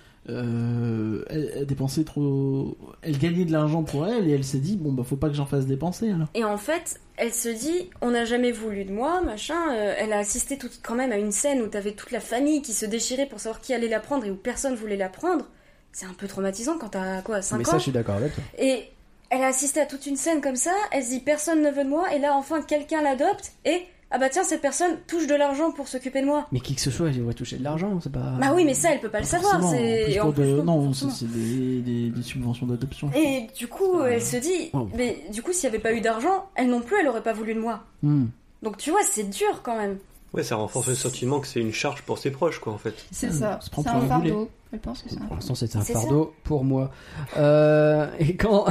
Speaker 1: euh, elle, elle dépensait trop, elle gagnait de l'argent pour elle et elle s'est dit bon bah faut pas que j'en fasse dépenser alors.
Speaker 2: Et en fait, elle se dit, on n'a jamais voulu de moi, machin. Euh, elle a assisté tout, quand même à une scène où t'avais toute la famille qui se déchirait pour savoir qui allait la prendre et où personne voulait la prendre. C'est un peu traumatisant quand t'as quoi, 5 ans
Speaker 5: Mais ça, je suis d'accord avec toi.
Speaker 2: Et elle a assisté à toute une scène comme ça, elle se dit personne ne veut de moi, et là enfin quelqu'un l'adopte, et ah bah tiens, cette personne touche de l'argent pour s'occuper de moi.
Speaker 5: Mais qui que ce soit, il devrait toucher de l'argent, c'est pas.
Speaker 2: Bah oui, mais ça, elle peut pas, le savoir.
Speaker 1: Ah, forcément,
Speaker 2: c'est-
Speaker 1: plus
Speaker 2: et en
Speaker 1: pour
Speaker 2: plus,
Speaker 1: de-
Speaker 2: non,
Speaker 1: non, c'est
Speaker 2: forcément.
Speaker 1: c'est des, des- des subventions d'adoption.
Speaker 2: Et du coup, elle se dit,
Speaker 1: Oh.
Speaker 2: mais du coup, s'il n'y avait pas eu d'argent, elle non plus, elle aurait pas voulu de moi.
Speaker 5: Hmm.
Speaker 2: Donc tu vois, c'est dur quand même.
Speaker 3: Ouais, ça renforce le sentiment que c'est une charge pour ses proches, quoi, en fait.
Speaker 4: C'est ça.
Speaker 1: se prend
Speaker 4: C'est
Speaker 1: pour
Speaker 4: un
Speaker 1: un boulet.
Speaker 4: fardeau. Elle pense que Hein. c'est un
Speaker 5: Pour l'instant, c'était un
Speaker 2: C'est ça.
Speaker 5: fardeau pour moi. Euh, et quand.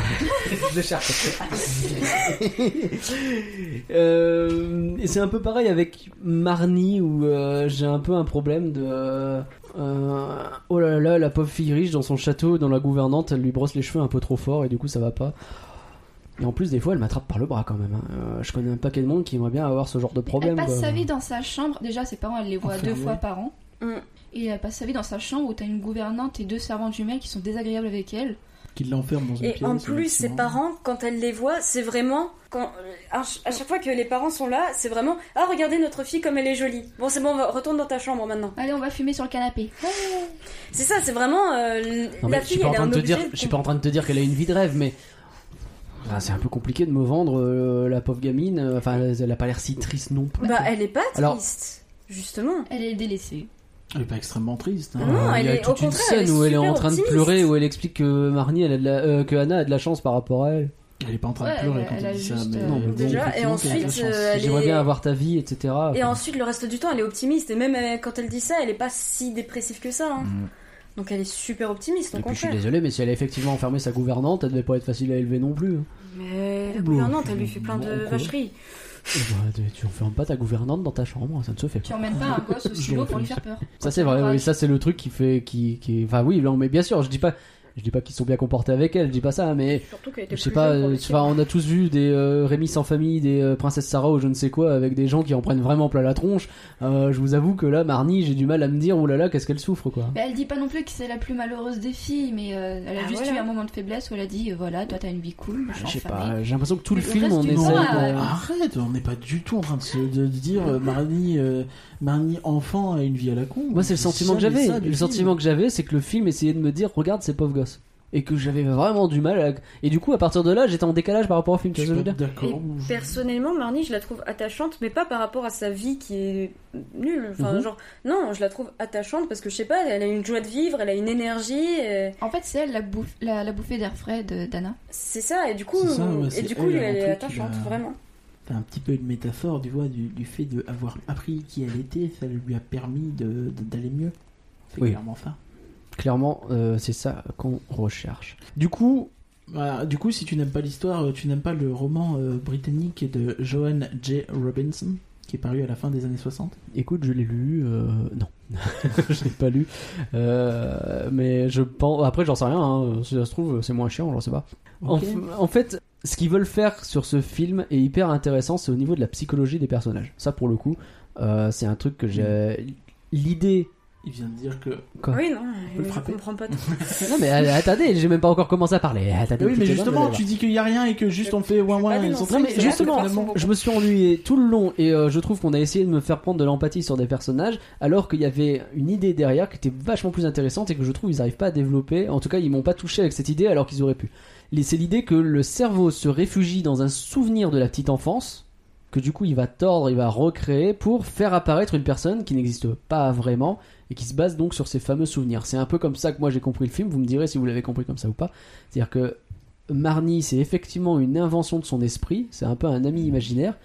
Speaker 5: <laughs> Je cherche. <laughs> Euh, et c'est un peu pareil avec Marnie où euh, j'ai un peu un problème de. euh, euh, oh là là, la pauvre fille riche dans son château, dans la gouvernante, elle lui brosse les cheveux un peu trop fort et du coup ça va pas. Et en plus, des fois, elle m'attrape par le bras quand même. hein. Euh, je connais un paquet de monde qui aimerait bien avoir ce genre de problème.
Speaker 4: Elle passe
Speaker 5: quoi.
Speaker 4: sa vie dans sa chambre. Déjà, ses parents, elle les voit
Speaker 5: Enfermée.
Speaker 4: deux fois par an.
Speaker 2: Mm.
Speaker 4: Et elle passe sa vie dans sa chambre où t'as une gouvernante et deux servantes jumelles qui sont désagréables avec elle.
Speaker 1: Qui l'enferme dans une
Speaker 2: Et
Speaker 1: pièce.
Speaker 2: en plus, ses
Speaker 1: effectivement.
Speaker 2: parents, quand elle les voit, c'est vraiment. Quand, euh, à ch- à chaque fois que les parents sont là, c'est vraiment. Ah, regardez notre fille comme elle est jolie. Bon, c'est bon, on va- retourne dans ta chambre hein, maintenant.
Speaker 4: <laughs> Allez, on va fumer sur le canapé.
Speaker 2: C'est ça, c'est vraiment. euh, l-
Speaker 5: Non, mais
Speaker 2: la
Speaker 5: je suis
Speaker 2: fille,
Speaker 5: pas en
Speaker 2: elle est
Speaker 5: train
Speaker 2: un
Speaker 5: de te
Speaker 2: objet.
Speaker 5: dire, je suis pas en train de te dire qu'elle a une vie de rêve, mais Ah, c'est un peu compliqué de me vendre euh, la pauvre gamine. euh, Enfin, elle elle a pas l'air si triste non plus.
Speaker 2: Bah, elle est pas
Speaker 5: Alors-
Speaker 2: triste. Justement.
Speaker 4: Elle est délaissée.
Speaker 1: Elle est pas extrêmement triste. hein.
Speaker 2: Non,
Speaker 5: Euh, il y a
Speaker 2: elle est- au
Speaker 5: toute une
Speaker 2: contraire, elle
Speaker 5: scène
Speaker 2: est
Speaker 5: où elle est en
Speaker 2: super
Speaker 5: train de
Speaker 2: optimiste.
Speaker 5: pleurer, où elle explique que Marnie, elle a de la- euh, que Anna a de la chance par rapport à elle.
Speaker 1: Elle est pas en train
Speaker 4: Ouais,
Speaker 1: de pleurer
Speaker 4: elle-
Speaker 1: quand elle
Speaker 4: elle a
Speaker 1: dit ça.
Speaker 4: juste,
Speaker 1: mais
Speaker 4: euh,
Speaker 1: bon,
Speaker 2: déjà, et
Speaker 1: effectivement, qu'elle a de la
Speaker 2: ensuite,
Speaker 1: chance.
Speaker 2: euh, Elle
Speaker 5: J'aimerais
Speaker 2: est-
Speaker 5: bien avoir ta vie, etc.
Speaker 2: Et ensuite, le reste du temps, elle est optimiste. Et même euh, quand elle dit ça, elle est pas si dépressive que ça. hein.
Speaker 9: Mm.
Speaker 2: Donc elle est super optimiste, au
Speaker 5: Et puis je suis
Speaker 2: contraire.
Speaker 5: désolé, mais si elle a effectivement enfermé sa gouvernante, elle devait pas être facile à élever non plus. hein.
Speaker 2: Mais la
Speaker 5: Bon,
Speaker 2: gouvernante, elle lui fait plein de
Speaker 5: bon,
Speaker 2: vacheries.
Speaker 5: Eh ben, tu- tu enfermes pas ta gouvernante dans ta chambre, ça ne se fait pas.
Speaker 4: Tu emmènes pas un gosse au stylo pour lui faire peur.
Speaker 5: Ça c'est vrai,
Speaker 4: Ouais.
Speaker 5: oui, ça c'est le truc qui fait, qui, qui, enfin oui, non, mais bien sûr, je dis pas, je dis pas qu'ils sont bien comportés avec elle, je dis pas ça, mais
Speaker 2: Surtout qu'elle était
Speaker 5: Je sais
Speaker 2: plus
Speaker 5: pas,
Speaker 2: jeune pour
Speaker 5: euh,
Speaker 2: le
Speaker 5: enfin, on a tous vu des euh, Rémi sans famille, des euh, princesses Sarah ou je ne sais quoi, avec des gens qui en prennent vraiment plein la tronche. Euh, je vous avoue que là, Marnie, j'ai du mal à me dire, oh là là, qu'est-ce qu'elle souffre, quoi.
Speaker 1: Ah,
Speaker 4: Bah, elle dit pas non plus que c'est la plus malheureuse des filles, mais euh, elle a
Speaker 2: Ah,
Speaker 4: juste
Speaker 2: voilà.
Speaker 4: eu un moment de faiblesse où elle a dit euh, voilà, toi t'as une vie cool, je
Speaker 5: Ah, Je sais
Speaker 4: suis en
Speaker 5: pas,
Speaker 4: famille.
Speaker 5: j'ai l'impression que tout le
Speaker 4: Mais le
Speaker 5: film,
Speaker 4: reste
Speaker 5: on
Speaker 4: du
Speaker 5: essaie
Speaker 4: temps,
Speaker 5: de...
Speaker 4: euh,
Speaker 1: bah, Arrête, on n'est pas du tout en train de se de- de dire euh, Marnie, euh, Marnie enfant a une vie à la con.
Speaker 5: Moi, c'est le sentiment que
Speaker 1: Ah, ça, mais
Speaker 5: j'avais.
Speaker 1: ça,
Speaker 5: Le
Speaker 1: du film.
Speaker 5: sentiment que j'avais, c'est que le film essayait de me dire, regarde ces pauvres gosses. Et que j'avais vraiment du mal à... Et du coup, à partir de là, j'étais en décalage par rapport au film, tu
Speaker 1: Je
Speaker 5: vois ce
Speaker 1: suis
Speaker 5: que je
Speaker 1: pas
Speaker 5: veux dire
Speaker 1: d'accord.
Speaker 2: Et personnellement, Marnie, je la trouve attachante, mais pas par rapport à sa vie qui est nulle. Enfin,
Speaker 5: Mhm.
Speaker 2: genre, non, je la trouve attachante parce que je sais pas, elle a une joie de vivre, elle a une énergie. euh, et
Speaker 4: En fait, c'est elle la, bouffe- la, la bouffée d'air frais de- d'Anna.
Speaker 2: C'est ça, et du coup,
Speaker 1: C'est ça, ouais,
Speaker 2: et
Speaker 1: c'est
Speaker 2: du coup,
Speaker 1: elle,
Speaker 2: elle,
Speaker 1: un
Speaker 2: est
Speaker 1: truc qui
Speaker 2: attachante,
Speaker 1: la-
Speaker 2: vraiment.
Speaker 1: C'est un petit peu une métaphore du, vois, du, du fait d'avoir appris qui elle était, ça lui a permis de- de- d'aller mieux. C'est
Speaker 5: Oui.
Speaker 1: clairement ça.
Speaker 5: Clairement, euh, c'est ça qu'on recherche. Du coup,
Speaker 1: Voilà, du coup, si tu n'aimes pas l'histoire, euh, tu n'aimes pas le roman euh, britannique de Joan J. Robinson, qui est paru à la fin des années 60.
Speaker 5: Écoute, je l'ai lu. euh, Non, <laughs> je l'ai pas lu. Euh, mais je pense. Après, j'en sais rien. hein. Si ça se trouve, c'est moins chiant, j'en sais pas. En,
Speaker 1: Ok.
Speaker 5: en fait, ce qu'ils veulent faire sur ce film est hyper intéressant. C'est au niveau de la psychologie des personnages. Ça, pour le coup, euh, c'est un truc que j'ai.
Speaker 1: Mm.
Speaker 5: L'idée.
Speaker 1: Il vient de dire que.
Speaker 5: Quoi
Speaker 2: Oui, non,
Speaker 1: peut le
Speaker 2: je
Speaker 1: frapper.
Speaker 2: comprends pas. tout.
Speaker 5: Non, mais euh, attendez, j'ai même pas encore commencé à parler. Attendez,
Speaker 1: Oui, mais
Speaker 5: écoutez-moi, vous
Speaker 1: justement,
Speaker 5: allez
Speaker 1: tu dis qu'il y a rien et que juste on fait ouin
Speaker 2: vais pas
Speaker 1: ouin. Ils
Speaker 2: dénoncer,
Speaker 1: sont
Speaker 5: Non,
Speaker 1: très
Speaker 5: mais
Speaker 2: C'est
Speaker 5: justement,
Speaker 2: vrai que c'est
Speaker 5: je me suis ennuyé tout le long et euh, je trouve qu'on a essayé de me faire prendre de l'empathie sur des personnages alors qu'il y avait une idée derrière qui était vachement plus intéressante et que je trouve ils n'arrivent pas à développer. En tout cas, ils m'ont pas touché avec cette idée alors qu'ils auraient pu. Les- C'est l'idée que le cerveau se réfugie dans un souvenir de la petite enfance que du coup il va tordre, il va recréer pour faire apparaître une personne qui n'existe pas vraiment et qui se base donc sur ces fameux souvenirs. C'est un peu comme ça que moi j'ai compris le film, vous me direz si vous l'avez compris comme ça ou pas. C'est-à-dire que Marnie, c'est effectivement une invention de son esprit, c'est un peu un ami imaginaire,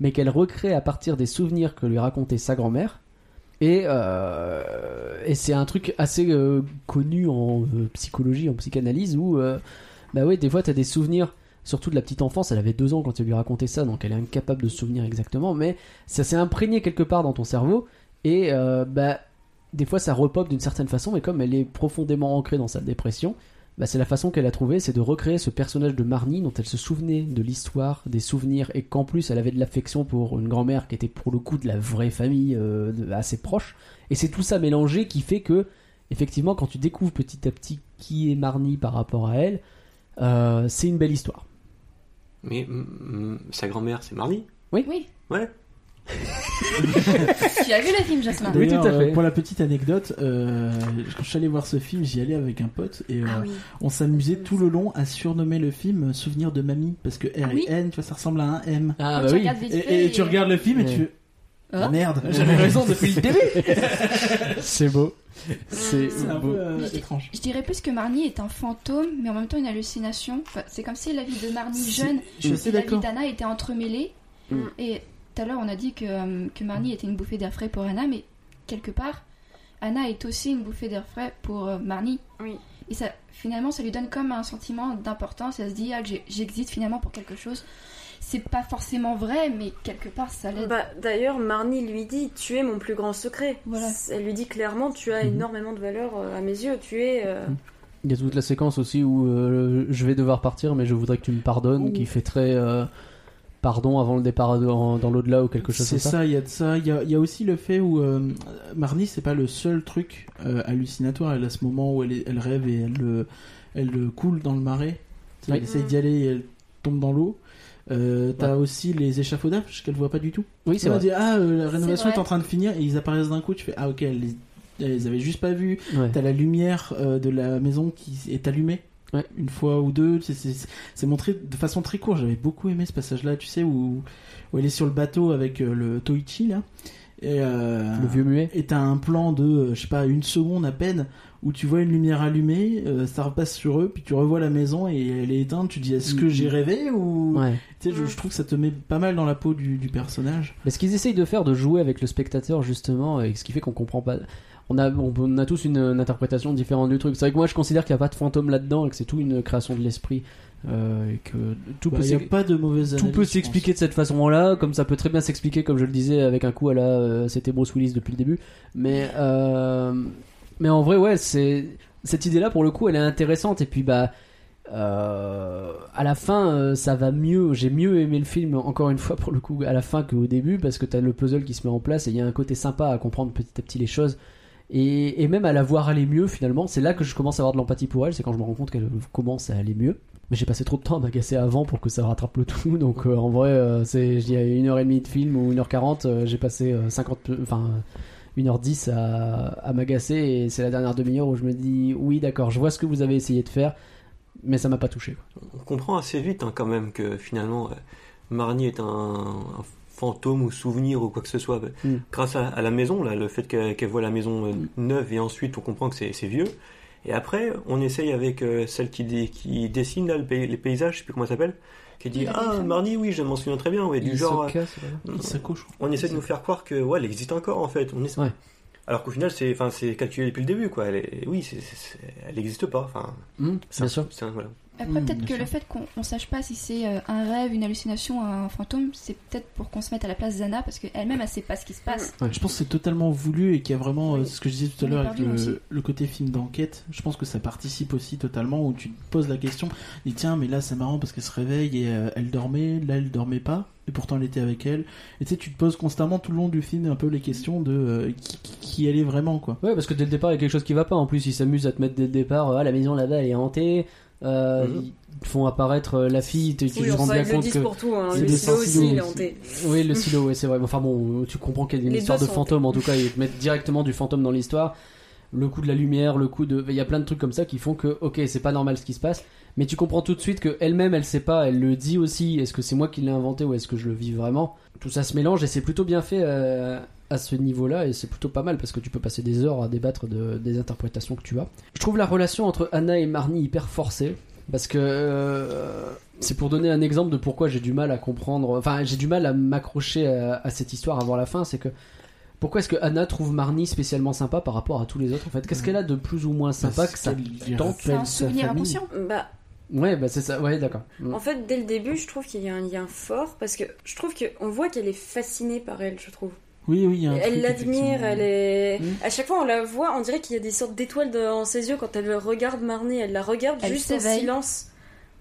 Speaker 5: mais qu'elle recrée à partir des souvenirs que lui racontait sa grand-mère. Et, euh, et c'est un truc assez euh, connu en euh, psychologie, en psychanalyse, où euh, bah ouais, des fois t'as des souvenirs, surtout de la petite enfance. Elle avait deux ans quand elle lui racontait ça, donc elle est incapable de se souvenir exactement, mais ça s'est imprégné quelque part dans ton cerveau. Et euh, bah, des fois ça repop d'une certaine façon, mais comme elle est profondément ancrée dans sa dépression, bah, c'est la façon qu'elle a trouvée, c'est de recréer ce personnage de Marnie dont elle se souvenait de l'histoire, des souvenirs, et qu'en plus elle avait de l'affection pour une grand-mère qui était pour le coup de la vraie famille euh, de- assez proche. Et c'est tout ça mélangé qui fait que, effectivement, quand tu découvres petit à petit qui est Marnie par rapport à elle, euh, c'est une belle histoire.
Speaker 3: Mais mm, mm, sa grand-mère, c'est Marnie
Speaker 4: Oui.
Speaker 3: Ouais.
Speaker 4: tu as vu le film,
Speaker 9: Ah,
Speaker 4: Jasmin
Speaker 5: Oui,
Speaker 1: D'ailleurs,
Speaker 5: tout à fait.
Speaker 1: euh, pour la petite anecdote, euh, quand je suis allé voir ce film, j'y allais avec un pote et euh,
Speaker 4: Ah oui.
Speaker 1: on s'amusait tout le long à surnommer le film euh, Souvenir de mamie parce que R et
Speaker 4: Ah oui.
Speaker 1: N, tu vois, ça ressemble à un M.
Speaker 5: Ah
Speaker 4: Tu regardes vite fait
Speaker 1: bah Et, et tu regardes le film et
Speaker 5: Ouais.
Speaker 1: tu fais, Ah,
Speaker 4: Hein
Speaker 1: merde, <laughs> j'avais raison depuis le début.
Speaker 5: <laughs> C'est beau. C'est
Speaker 1: C'est un
Speaker 5: beau.
Speaker 1: peu euh,
Speaker 4: Mais c'est-
Speaker 1: étrange.
Speaker 4: Je dirais plus que Marnie est un fantôme, mais en même temps une hallucination. Enfin, c'est comme si la vie de Marnie jeune
Speaker 1: Je suis
Speaker 4: et
Speaker 1: assez
Speaker 4: la vie
Speaker 1: d'accord.
Speaker 4: d'Anna étaient entremêlées.
Speaker 5: Mm.
Speaker 4: Et tout à l'heure, on a dit que, euh, que Marnie était une bouffée d'air frais pour Anna, mais quelque part, Anna est aussi une bouffée d'air frais pour euh, Marnie.
Speaker 2: Oui.
Speaker 4: Et ça, finalement, ça lui donne comme un sentiment d'importance. Elle se dit, ah, j'ai- j'existe finalement pour quelque chose. C'est pas forcément vrai, mais quelque part, ça l'aide.
Speaker 2: Bah, D'ailleurs, Marnie lui dit Tu es mon plus grand secret.
Speaker 4: Voilà.
Speaker 2: Elle lui dit clairement Tu as
Speaker 5: Mhm.
Speaker 2: énormément de valeur euh, à mes yeux. Tu es. euh,
Speaker 5: Il y a toute la séquence aussi où euh, je vais devoir partir, mais je voudrais que tu me pardonnes,
Speaker 1: Ouh.
Speaker 5: qui fait très euh, pardon avant le départ dans, dans l'au-delà ou quelque chose
Speaker 1: C'est
Speaker 5: comme ça.
Speaker 1: ça, il y a de ça. Il y a, il y a aussi le fait où euh, Marnie, c'est pas le seul truc euh, hallucinatoire. Elle a ce moment où elle, est- elle rêve et elle, euh, elle euh, coule dans le marais. Tu sais,
Speaker 5: Oui.
Speaker 1: Elle essaye d'y aller et elle tombe dans l'eau. Euh, T'as aussi les échafaudages qu'elle voit pas du tout.
Speaker 5: Oui, c'est
Speaker 1: on
Speaker 5: vrai.
Speaker 1: dit ah euh, la rénovation
Speaker 4: vrai.
Speaker 1: est en train de finir et ils apparaissent d'un coup. Tu fais ah ok, elle les, elle les avait juste pas vus.
Speaker 5: Ouais.
Speaker 1: T'as la lumière euh, de la maison qui est allumée.
Speaker 5: Ouais.
Speaker 1: Une fois ou deux, c'est- c'est c'est montré de façon très courte. J'avais beaucoup aimé ce passage-là, tu sais, où, où elle est sur le bateau avec euh, le Toichi, là. Et, euh,
Speaker 5: Le vieux muet.
Speaker 1: et t'as un plan de, euh, je sais pas, une seconde à peine, où tu vois une lumière allumée, euh, ça repasse sur eux, puis tu revois la maison et elle est éteinte. Tu dis, est-ce que
Speaker 5: Mhm.
Speaker 1: j'ai rêvé ou.
Speaker 5: Ouais.
Speaker 1: Tu sais, je, je trouve que ça te met pas mal dans la peau du, du personnage.
Speaker 5: Mais ce qu'ils essayent de faire, de jouer avec le spectateur justement, et ce qui fait qu'on comprend pas. On a, on, on a tous une, une interprétation différente du truc. C'est vrai que moi je considère qu'il n'y a pas de fantôme là-dedans et que c'est tout une création de l'esprit. euh, et que tout
Speaker 1: Bah,
Speaker 5: peut
Speaker 1: y a
Speaker 5: s'ex-
Speaker 1: pas de mauvaise
Speaker 5: Tout
Speaker 1: analyse,
Speaker 5: peut
Speaker 1: je pense.
Speaker 5: s'expliquer de cette façon-là, comme ça peut très bien s'expliquer, comme je le disais, avec un coup à la. euh, C'était Bruce Willis depuis le début. Mais, euh, mais en vrai, ouais, c'est. Cette idée-là, pour le coup, elle est intéressante. Et puis, bah. euh, à la fin, euh, ça va mieux. J'ai mieux aimé le film, encore une fois, pour le coup, à la fin qu'au début, parce que t'as le puzzle qui se met en place et il y a un côté sympa à comprendre petit à petit les choses. Et, et même à la voir aller mieux, finalement, c'est là que je commence à avoir de l'empathie pour elle, c'est quand je me rends compte qu'elle commence à aller mieux. Mais j'ai passé trop de temps à m'agacer avant pour que ça rattrape le tout. <laughs> Donc euh, en vrai, euh, c'est je dis, à une heure et demie de film ou une heure quarante, euh, j'ai passé euh, 50, peu- enfin une heure dix à, à m'agacer. Et c'est la dernière demi-heure où je me dis oui, d'accord, je vois ce que vous avez essayé de faire, mais ça m'a pas touché. quoi.
Speaker 3: On comprend assez vite hein, quand même que finalement euh, Marnie est un, un fantôme ou souvenir ou quoi que ce soit.
Speaker 5: Mm.
Speaker 3: Grâce à, à la maison, là, le fait qu'elle qu'elle voit la maison euh, neuve et ensuite on comprend que c'est c'est vieux. Et après, on essaye avec euh, celle qui, dé- qui dessine là, le pays- les paysages, je sais plus comment elle s'appelle, qui dit
Speaker 4: Oui, la
Speaker 3: Ah,
Speaker 4: belle-femme.
Speaker 3: Marnie, oui, je m'en souviens très bien. Ouais, du
Speaker 5: Il
Speaker 3: genre,
Speaker 5: se casse, voilà.
Speaker 3: euh,
Speaker 1: Ça coche.
Speaker 3: on essaie de nous faire croire que ouais, elle existe encore en fait. On essaie-
Speaker 5: Ouais.
Speaker 3: Alors qu'au final, c'est enfin, c'est calculé depuis le début. quoi. Elle est- oui, c'est- c'est- c'est- elle n'existe pas. Enfin,
Speaker 5: Hum,
Speaker 3: c'est
Speaker 5: bien
Speaker 3: un-
Speaker 5: sûr.
Speaker 3: c'est un- voilà.
Speaker 4: Après,
Speaker 1: Mm,
Speaker 4: peut-être
Speaker 1: bien
Speaker 4: que
Speaker 1: sûr.
Speaker 4: le fait qu'on on sache pas si c'est euh, un rêve, une hallucination, un fantôme, c'est peut-être pour qu'on se mette à la place d'Anna, parce qu'elle-même, elle sait pas ce qui se passe.
Speaker 1: Je pense que c'est totalement voulu et qu'il y a vraiment euh, ce que je disais tout à
Speaker 4: On
Speaker 1: l'heure
Speaker 4: est
Speaker 1: avec
Speaker 4: perdu aussi.
Speaker 1: le, le côté film d'enquête. Je pense que ça participe aussi totalement où tu te poses la question, dis tiens mais là c'est marrant parce qu'elle se réveille et euh, elle dormait, là elle dormait pas et pourtant elle était avec elle. Et tu sais tu te poses constamment tout le long du film un peu les questions de euh, qui, qui- qui elle est vraiment quoi.
Speaker 5: Ouais, parce que dès le départ, il y a quelque chose qui va pas. En plus, ils s'amusent à te mettre dès le départ. euh, Ah, la maison là-bas, elle est hantée. Euh,
Speaker 3: Mhm.
Speaker 5: Ils te font apparaître euh, la fille. Tu tu
Speaker 2: Oui,
Speaker 5: te rends
Speaker 2: enfin,
Speaker 5: bien
Speaker 2: ils le
Speaker 5: compte
Speaker 2: disent
Speaker 5: que.
Speaker 2: pour tout. Hein.
Speaker 5: c'est
Speaker 2: Le
Speaker 5: des
Speaker 2: silo aussi,
Speaker 5: sensibles.
Speaker 2: il est hanté.
Speaker 5: Oui, le silo, ouais, c'est vrai. Enfin bon, tu comprends qu'il y a une
Speaker 2: Les
Speaker 5: histoire
Speaker 2: deux
Speaker 5: de
Speaker 2: sont
Speaker 5: fantôme, en tout cas, ils te mettent directement du fantôme dans l'histoire. Le coup de la lumière, le coup de. Il y a plein de trucs comme ça qui font que, ok, c'est pas normal ce qui se passe, mais tu comprends tout de suite que elle-même, elle sait pas, elle le dit aussi. Est-ce que c'est moi qui l'ai inventé ou est-ce que je le vis vraiment Tout ça se mélange et c'est plutôt bien fait euh, à ce niveau-là et c'est plutôt pas mal parce que tu peux passer des heures à débattre de- des interprétations que tu as. Je trouve la relation entre Anna et Marnie hyper forcée parce que. euh, c'est pour donner un exemple de pourquoi j'ai du mal à comprendre. Enfin, j'ai du mal à m'accrocher à, à cette histoire avant la fin. C'est que pourquoi est-ce que Anna trouve Marnie spécialement sympa par rapport à tous les autres en fait Qu'est-ce qu'elle a de plus ou moins
Speaker 1: Bah,
Speaker 5: sympa que ça tente
Speaker 4: C'est un souvenir
Speaker 5: famille.
Speaker 4: inconscient.
Speaker 2: Bah,
Speaker 5: Ouais, bah c'est ça. Ouais, d'accord. Mm.
Speaker 2: en fait, dès le début, je trouve qu'il y a un lien fort parce que je trouve qu'on voit qu'elle est fascinée par elle, je trouve.
Speaker 1: Oui, oui, il y a un
Speaker 2: Elle
Speaker 1: truc,
Speaker 2: l'admire,
Speaker 1: effectivement.
Speaker 2: elle est.
Speaker 1: Mm.
Speaker 2: À chaque fois, on la voit, on dirait qu'il y a des sortes d'étoiles dans ses yeux quand elle regarde Marnie. Elle la regarde
Speaker 4: Elle
Speaker 2: juste en
Speaker 4: s'éveille.
Speaker 2: silence.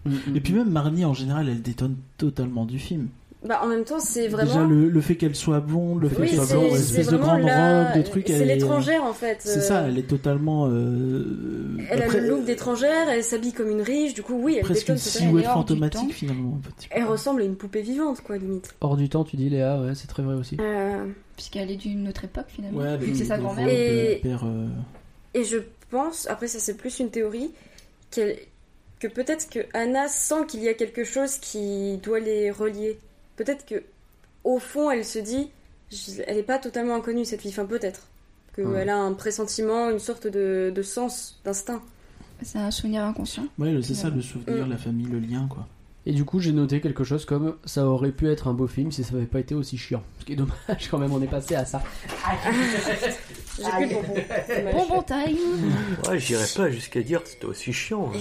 Speaker 5: Mm, mm.
Speaker 1: Et puis même Marnie, en général, elle détonne totalement du film.
Speaker 2: Bah, en même temps, c'est vraiment.
Speaker 1: Déjà, le, le fait qu'elle soit blonde, le fait
Speaker 2: Oui,
Speaker 1: qu'elle soit
Speaker 2: c'est
Speaker 1: blonde,
Speaker 2: c'est
Speaker 1: espèce de
Speaker 2: vraiment
Speaker 1: grande
Speaker 2: la-
Speaker 1: robe, des trucs.
Speaker 2: C'est
Speaker 1: elle est-
Speaker 2: l'étrangère en fait.
Speaker 1: C'est
Speaker 2: Euh,
Speaker 1: ça, elle est totalement. euh,
Speaker 2: Elle a
Speaker 1: après-
Speaker 2: le look d'étrangère, elle s'habille comme une riche, du coup, oui, elle
Speaker 1: presque une
Speaker 2: détonne totalement.
Speaker 1: silhouette
Speaker 4: Elle est hors du
Speaker 1: fantomatique
Speaker 4: temps.
Speaker 1: finalement. un petit peu.
Speaker 2: Elle ressemble à une poupée vivante, quoi, limite.
Speaker 5: Hors du temps, tu dis Léa. Ouais, c'est très vrai aussi.
Speaker 2: Euh,
Speaker 4: Puisqu'elle est d'une autre époque finalement.
Speaker 1: Ouais, bah
Speaker 4: Vu
Speaker 1: avec
Speaker 4: que c'est sa
Speaker 1: le
Speaker 4: grand-mère.
Speaker 1: gros
Speaker 2: Et-
Speaker 1: père, euh,
Speaker 2: Et je pense, après, ça c'est plus une théorie, qu'elle- que peut-être que Anna sent qu'il y a quelque chose qui doit les relier. Peut-être que, au fond, elle se dit, je- elle n'est pas totalement inconnue cette fille, enfin, peut-être. Qu'elle
Speaker 5: Hmm.
Speaker 2: a un pressentiment, une sorte de, de sens, d'instinct.
Speaker 4: C'est un souvenir inconscient.
Speaker 1: Ouais, c'est ça, le souvenir, la famille, le lien, quoi.
Speaker 5: Et du coup, j'ai noté quelque chose comme ça aurait pu être un beau film si ça n'avait pas été aussi chiant. Ce qui est dommage quand même. On est passé à ça.
Speaker 2: J'ai plus le <laughs> bonbon. Dommage.
Speaker 4: Bon bon time.
Speaker 3: Ouais, j'irais pas jusqu'à dire que c'était aussi chiant.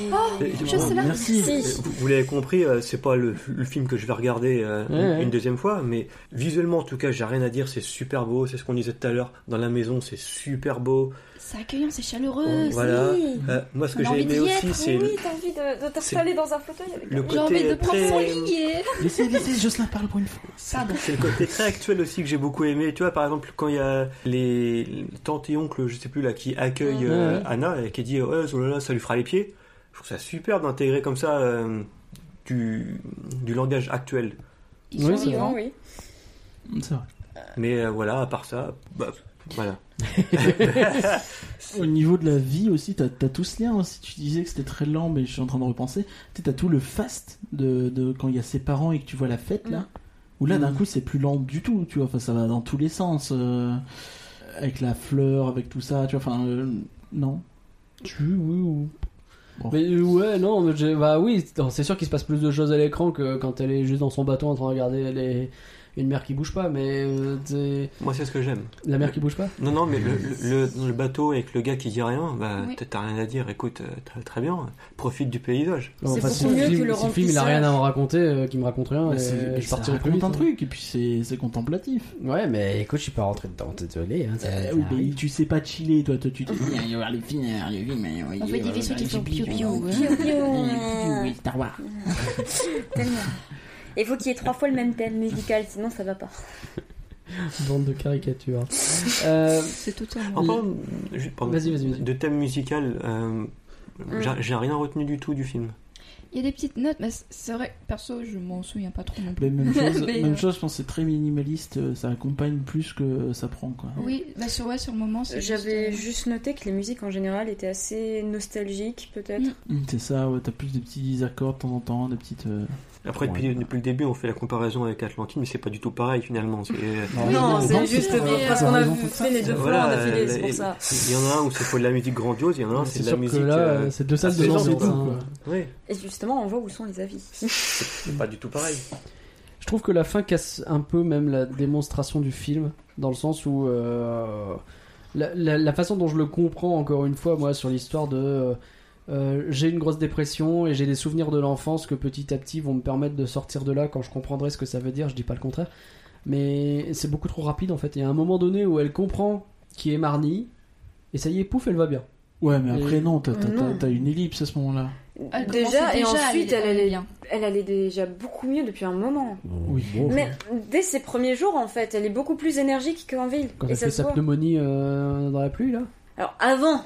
Speaker 2: Et-
Speaker 3: Et-
Speaker 4: Je sais là.
Speaker 1: Merci.
Speaker 2: Si.
Speaker 3: Euh, Vous, vous l'avez compris, euh, c'est pas le, le film que je vais regarder euh,
Speaker 5: Ouais,
Speaker 3: une-
Speaker 5: ouais.
Speaker 3: une deuxième fois, mais visuellement en tout cas, j'ai rien à dire, c'est super beau, c'est ce qu'on disait tout à l'heure, dans la maison, c'est super beau.
Speaker 4: C'est accueillant, c'est
Speaker 1: Oh,
Speaker 4: chaleureux.
Speaker 3: voilà.
Speaker 2: oui.
Speaker 3: Euh, moi, ce
Speaker 4: On
Speaker 3: que
Speaker 4: a
Speaker 3: j'ai
Speaker 4: envie
Speaker 3: aimé
Speaker 4: d'y
Speaker 3: aussi,
Speaker 4: être,
Speaker 3: c'est le-
Speaker 2: t'as envie de, de
Speaker 3: t'installer
Speaker 2: dans un fauteuil avec
Speaker 3: le
Speaker 4: J'ai envie
Speaker 3: côté
Speaker 4: de prendre son
Speaker 3: très.
Speaker 4: lignet.
Speaker 1: Laissez, laissez, Jocelyn parle pour une fois.
Speaker 4: Pardon.
Speaker 3: C'est le côté très actuel aussi que j'ai beaucoup aimé. Tu vois, par exemple, quand il y a les tantes et oncles, je sais plus là, qui accueillent
Speaker 5: Ouais,
Speaker 3: euh,
Speaker 5: ouais.
Speaker 3: Anna et qui dit ouais, oh là là, ça lui fera les pieds. Je trouve ça super d'intégrer comme ça euh, du, du langage actuel.
Speaker 4: Ils
Speaker 5: Oui,
Speaker 4: sont
Speaker 5: c'est vrai.
Speaker 4: vivants.
Speaker 2: oui.
Speaker 1: C'est vrai.
Speaker 3: Mais euh, voilà, à part ça, bah, voilà.
Speaker 1: Au niveau de la vie aussi, t'as as tout ce lien aussi. Tu disais que c'était très lent, mais je suis en train de repenser. Tu sais, t'as tout le fast de, de quand il y a ses parents et que tu vois la fête
Speaker 5: Mm.
Speaker 1: là. Où là, d'un coup, c'est plus lent du tout. Tu vois, enfin, ça va dans tous les sens. euh, avec la fleur, avec tout ça. Tu vois, enfin, euh, non.
Speaker 5: Tu oui ou.
Speaker 1: Bon.
Speaker 5: Mais euh, ouais, non, mais j'ai- bah oui, non, c'est sûr qu'il se passe plus de choses à l'écran que quand elle est juste dans son bateau en train de regarder les- une mer qui bouge pas, mais euh, t'es-
Speaker 3: Moi, c'est ce que j'aime.
Speaker 5: la mer qui bouge pas
Speaker 3: Non, non, mais le, le- le- le bateau avec le gars qui dit rien, bah,
Speaker 4: Oui.
Speaker 3: t'as- t'as rien à dire. Écoute, euh, très, très bien, profite du paysage.
Speaker 5: Non,
Speaker 2: C'est
Speaker 5: enfin,
Speaker 2: beaucoup
Speaker 5: si
Speaker 2: mieux
Speaker 5: film,
Speaker 2: que le
Speaker 5: si film, il a
Speaker 2: remplissage.
Speaker 5: rien à en raconter, euh, qui me raconte rien,
Speaker 1: Bah,
Speaker 5: et
Speaker 1: c'est-
Speaker 5: je
Speaker 1: ça
Speaker 5: partirai plus
Speaker 1: raconte
Speaker 5: vite. hein.
Speaker 1: un truc et puis c'est c'est contemplatif. Eh
Speaker 5: Ouais, mais écoute, je suis pas rentré dedans, désolé. Hein, ça- ça
Speaker 1: oui, mais
Speaker 5: arrive.
Speaker 1: tu sais pas chiller, toi, toi, tu
Speaker 5: <laughs>
Speaker 1: te dis, il va y avoir les films, il va y avoir les films, il va y
Speaker 4: On
Speaker 1: avoir
Speaker 4: fait des
Speaker 1: les
Speaker 4: vaisseaux qui font
Speaker 1: gibis, il va y
Speaker 4: piou-piou.
Speaker 1: avoir les
Speaker 4: hein.
Speaker 2: Euh.
Speaker 1: gibis, oui, Star Wars.
Speaker 2: Tellement. Il faut qu'il y ait trois fois le même thème musical, sinon ça va pas.
Speaker 5: Bande de caricatures. Euh,
Speaker 4: C'est tout un
Speaker 3: En
Speaker 4: monde.
Speaker 3: parlant juste, pardon,
Speaker 5: Vas-y, vas-y, vas-y.
Speaker 3: de thème musical, euh, j'ai- j'ai rien retenu du tout du film.
Speaker 4: Il y a des petites notes, mais c'est vrai, perso, je m'en souviens pas trop non plus.
Speaker 1: Mais même chose,
Speaker 4: Mais,
Speaker 1: même
Speaker 4: euh,
Speaker 1: chose, je pense que c'est très minimaliste, euh, ça accompagne plus que ça prend quoi.
Speaker 4: Oui, bah sur, ouais, sur le moment, c'est
Speaker 2: J'avais
Speaker 4: juste, euh,
Speaker 2: juste noté que les musiques en général étaient assez nostalgiques, peut-être.
Speaker 4: Mm.
Speaker 1: Mm, C'est ça, ouais, t'as plus des petits accords de temps en temps, des petites. euh,
Speaker 3: Après, depuis, depuis le début, on fait la comparaison avec Atlantide, mais c'est pas du tout pareil finalement. C'est- euh,
Speaker 2: Non, c'est
Speaker 1: non,
Speaker 2: juste
Speaker 1: c'est-
Speaker 2: parce
Speaker 1: c'est
Speaker 2: qu'on a
Speaker 1: raison
Speaker 2: vu-
Speaker 1: pour ça.
Speaker 2: fait les deux fois, on a fait des- c'est pour ça.
Speaker 3: Il y en a un où c'est faut de la musique grandiose, il y en a un
Speaker 5: c'est
Speaker 3: c'est de la
Speaker 5: sûr que
Speaker 3: musique.
Speaker 5: là,
Speaker 3: euh,
Speaker 5: euh, c'est deux salles de
Speaker 3: assez
Speaker 5: danse.
Speaker 3: lente,
Speaker 5: hein.
Speaker 1: quoi.
Speaker 3: oui,
Speaker 2: Et justement, on voit où sont les avis.
Speaker 3: c'est pas du tout pareil.
Speaker 5: Je trouve que la fin casse un peu même la démonstration du film, dans le sens où euh, la, la- la façon dont je le comprends encore une fois, moi, sur l'histoire de euh, euh, j'ai une grosse dépression et j'ai des souvenirs de l'enfance que petit à petit vont me permettre de sortir de là quand je comprendrai ce que ça veut dire. Je dis pas le contraire, mais c'est beaucoup trop rapide en fait. Et à un moment donné où elle comprend qui est Marnie, et ça y est, pouf, elle va bien.
Speaker 1: Ouais, mais après,
Speaker 5: Et-
Speaker 1: non, t'as t'as-
Speaker 2: Non.
Speaker 1: t'as- t'as une ellipse à ce moment-là.
Speaker 4: Elle
Speaker 2: déjà,
Speaker 4: commençait
Speaker 2: et
Speaker 4: déjà à
Speaker 2: ensuite,
Speaker 4: aller-
Speaker 2: elle allait,
Speaker 4: bien.
Speaker 2: elle allait déjà beaucoup mieux depuis un moment.
Speaker 1: Oui,
Speaker 2: Mais dès ses premiers jours, en fait, elle est beaucoup plus énergique qu'en ville.
Speaker 5: Quand
Speaker 2: et
Speaker 5: elle
Speaker 2: ça
Speaker 5: fait
Speaker 2: se
Speaker 5: sa
Speaker 2: voit.
Speaker 5: pneumonie euh, dans la pluie là.
Speaker 2: Alors avant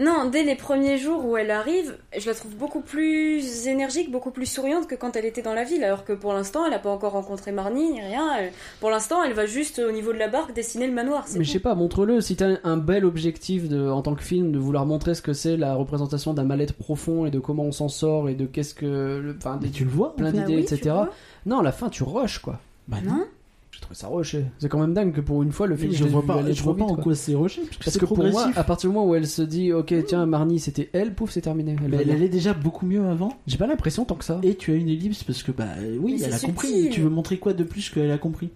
Speaker 2: Non, dès les premiers jours où elle arrive, je la trouve beaucoup plus énergique, beaucoup plus souriante que quand elle était dans la ville, alors que pour l'instant, elle n'a pas encore rencontré Marnie, ni rien. Elle- Pour l'instant, elle va juste euh, au niveau de la barque dessiner le manoir. c'est
Speaker 5: Mais
Speaker 2: tout.
Speaker 5: je sais pas, montre-le. Si t'as un bel objectif de, en tant que film de vouloir montrer ce que c'est la représentation d'un mal-être profond et de comment on s'en sort et de qu'est-ce que. le- Enfin,
Speaker 1: Mais
Speaker 5: des-
Speaker 1: tu le vois
Speaker 5: plein
Speaker 2: Bah
Speaker 5: d'idées,
Speaker 2: oui, tu
Speaker 5: etc.
Speaker 2: vois.
Speaker 5: Non, à la fin, tu rushes quoi.
Speaker 1: Bah
Speaker 2: Non
Speaker 5: J'ai trouvé ça rocher. C'est quand même dingue que pour une fois, le film,
Speaker 1: je
Speaker 5: l'ai
Speaker 1: vois
Speaker 5: vu
Speaker 1: pas,
Speaker 5: aller
Speaker 1: je
Speaker 5: trop
Speaker 1: vois pas
Speaker 5: vite,
Speaker 1: en
Speaker 5: quoi.
Speaker 1: quoi c'est rushé, parce que
Speaker 5: Parce
Speaker 1: c'est
Speaker 5: que pour
Speaker 1: progressif.
Speaker 5: moi, à partir du moment où elle se dit, ok, tiens, Marnie, c'était elle, pouf, c'est terminé. Elle
Speaker 1: Mais
Speaker 5: va
Speaker 1: elle
Speaker 5: bien.
Speaker 1: allait déjà beaucoup mieux avant.
Speaker 5: J'ai pas l'impression tant que ça.
Speaker 1: Et tu as une ellipse parce que bah oui,
Speaker 2: Mais
Speaker 1: elle
Speaker 2: c'est
Speaker 1: a
Speaker 2: subtil.
Speaker 1: compris. Tu veux montrer quoi de plus qu'elle a compris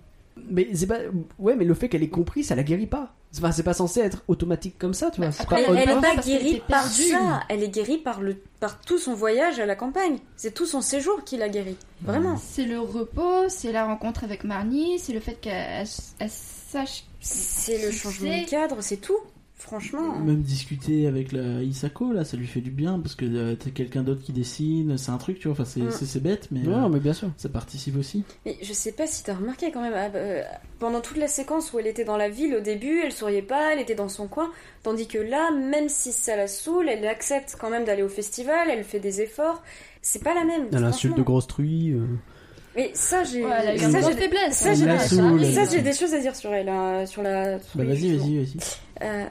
Speaker 5: Mais c'est pas. Ouais, mais le fait qu'elle ait compris, ça la guérit pas. Enfin, c'est pas censé être automatique comme ça, tu vois. C'est pas
Speaker 4: après,
Speaker 2: Elle, elle
Speaker 4: pas
Speaker 2: est pas
Speaker 4: parce qu'elle
Speaker 2: guérie
Speaker 4: était
Speaker 2: par
Speaker 4: perdue.
Speaker 2: ça, elle est guérie par, le, par tout son voyage à la campagne. C'est tout son séjour qui l'a guérie. Vraiment.
Speaker 4: C'est le repos, c'est la rencontre avec Marnie, c'est le fait qu'elle elle- elle sache.
Speaker 2: C'est le changement
Speaker 4: C'est-
Speaker 2: de cadre, c'est tout. Franchement.
Speaker 1: Même discuter avec la Isako là, ça lui fait du bien parce que euh, t'as quelqu'un d'autre qui dessine. C'est un truc, tu vois. Enfin, c'est
Speaker 2: Mm.
Speaker 1: c'est- c'est bête, mais
Speaker 5: Non,
Speaker 1: euh,
Speaker 5: mais bien sûr.
Speaker 1: ça participe aussi.
Speaker 2: Mais je sais pas si t'as remarqué quand même, euh, pendant toute la séquence où elle était dans la ville au début, elle souriait pas, elle était dans son coin, tandis que là, même si ça la saoule, elle accepte quand même d'aller au festival, elle fait des efforts. C'est pas la même.
Speaker 5: Elle insulte de
Speaker 2: franchement.
Speaker 5: grosse truie. euh.
Speaker 2: Mais ça, j'ai.
Speaker 4: Ouais, elle a eu
Speaker 2: ça,
Speaker 4: une
Speaker 2: j'ai-
Speaker 4: grande faiblesse.
Speaker 2: ça,
Speaker 4: hein,
Speaker 2: j'ai-
Speaker 4: elle a
Speaker 1: la
Speaker 4: eu
Speaker 1: saoule.
Speaker 4: ça.
Speaker 2: ça, j'ai des choses à dire sur elle, hein, sur la.
Speaker 1: Bah vas-y, vas-y, vas-y.
Speaker 2: Euh,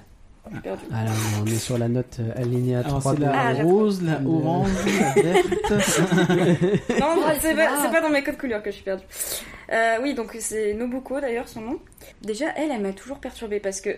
Speaker 2: j'ai perdu.
Speaker 5: Ah là, on est sur la note euh, alignée à
Speaker 1: Alors
Speaker 5: 3.
Speaker 1: c'est la
Speaker 2: Ah, j'avoue.
Speaker 1: rose, la
Speaker 5: Le-
Speaker 1: orange, la verte.
Speaker 2: Non,
Speaker 4: Ah,
Speaker 2: c'est
Speaker 4: c'est
Speaker 2: pas,
Speaker 4: grave.
Speaker 2: c'est pas dans mes codes couleurs que je suis perdue. Euh, oui, donc c'est Nobuko d'ailleurs son nom. Déjà, elle, elle m'a toujours perturbée parce que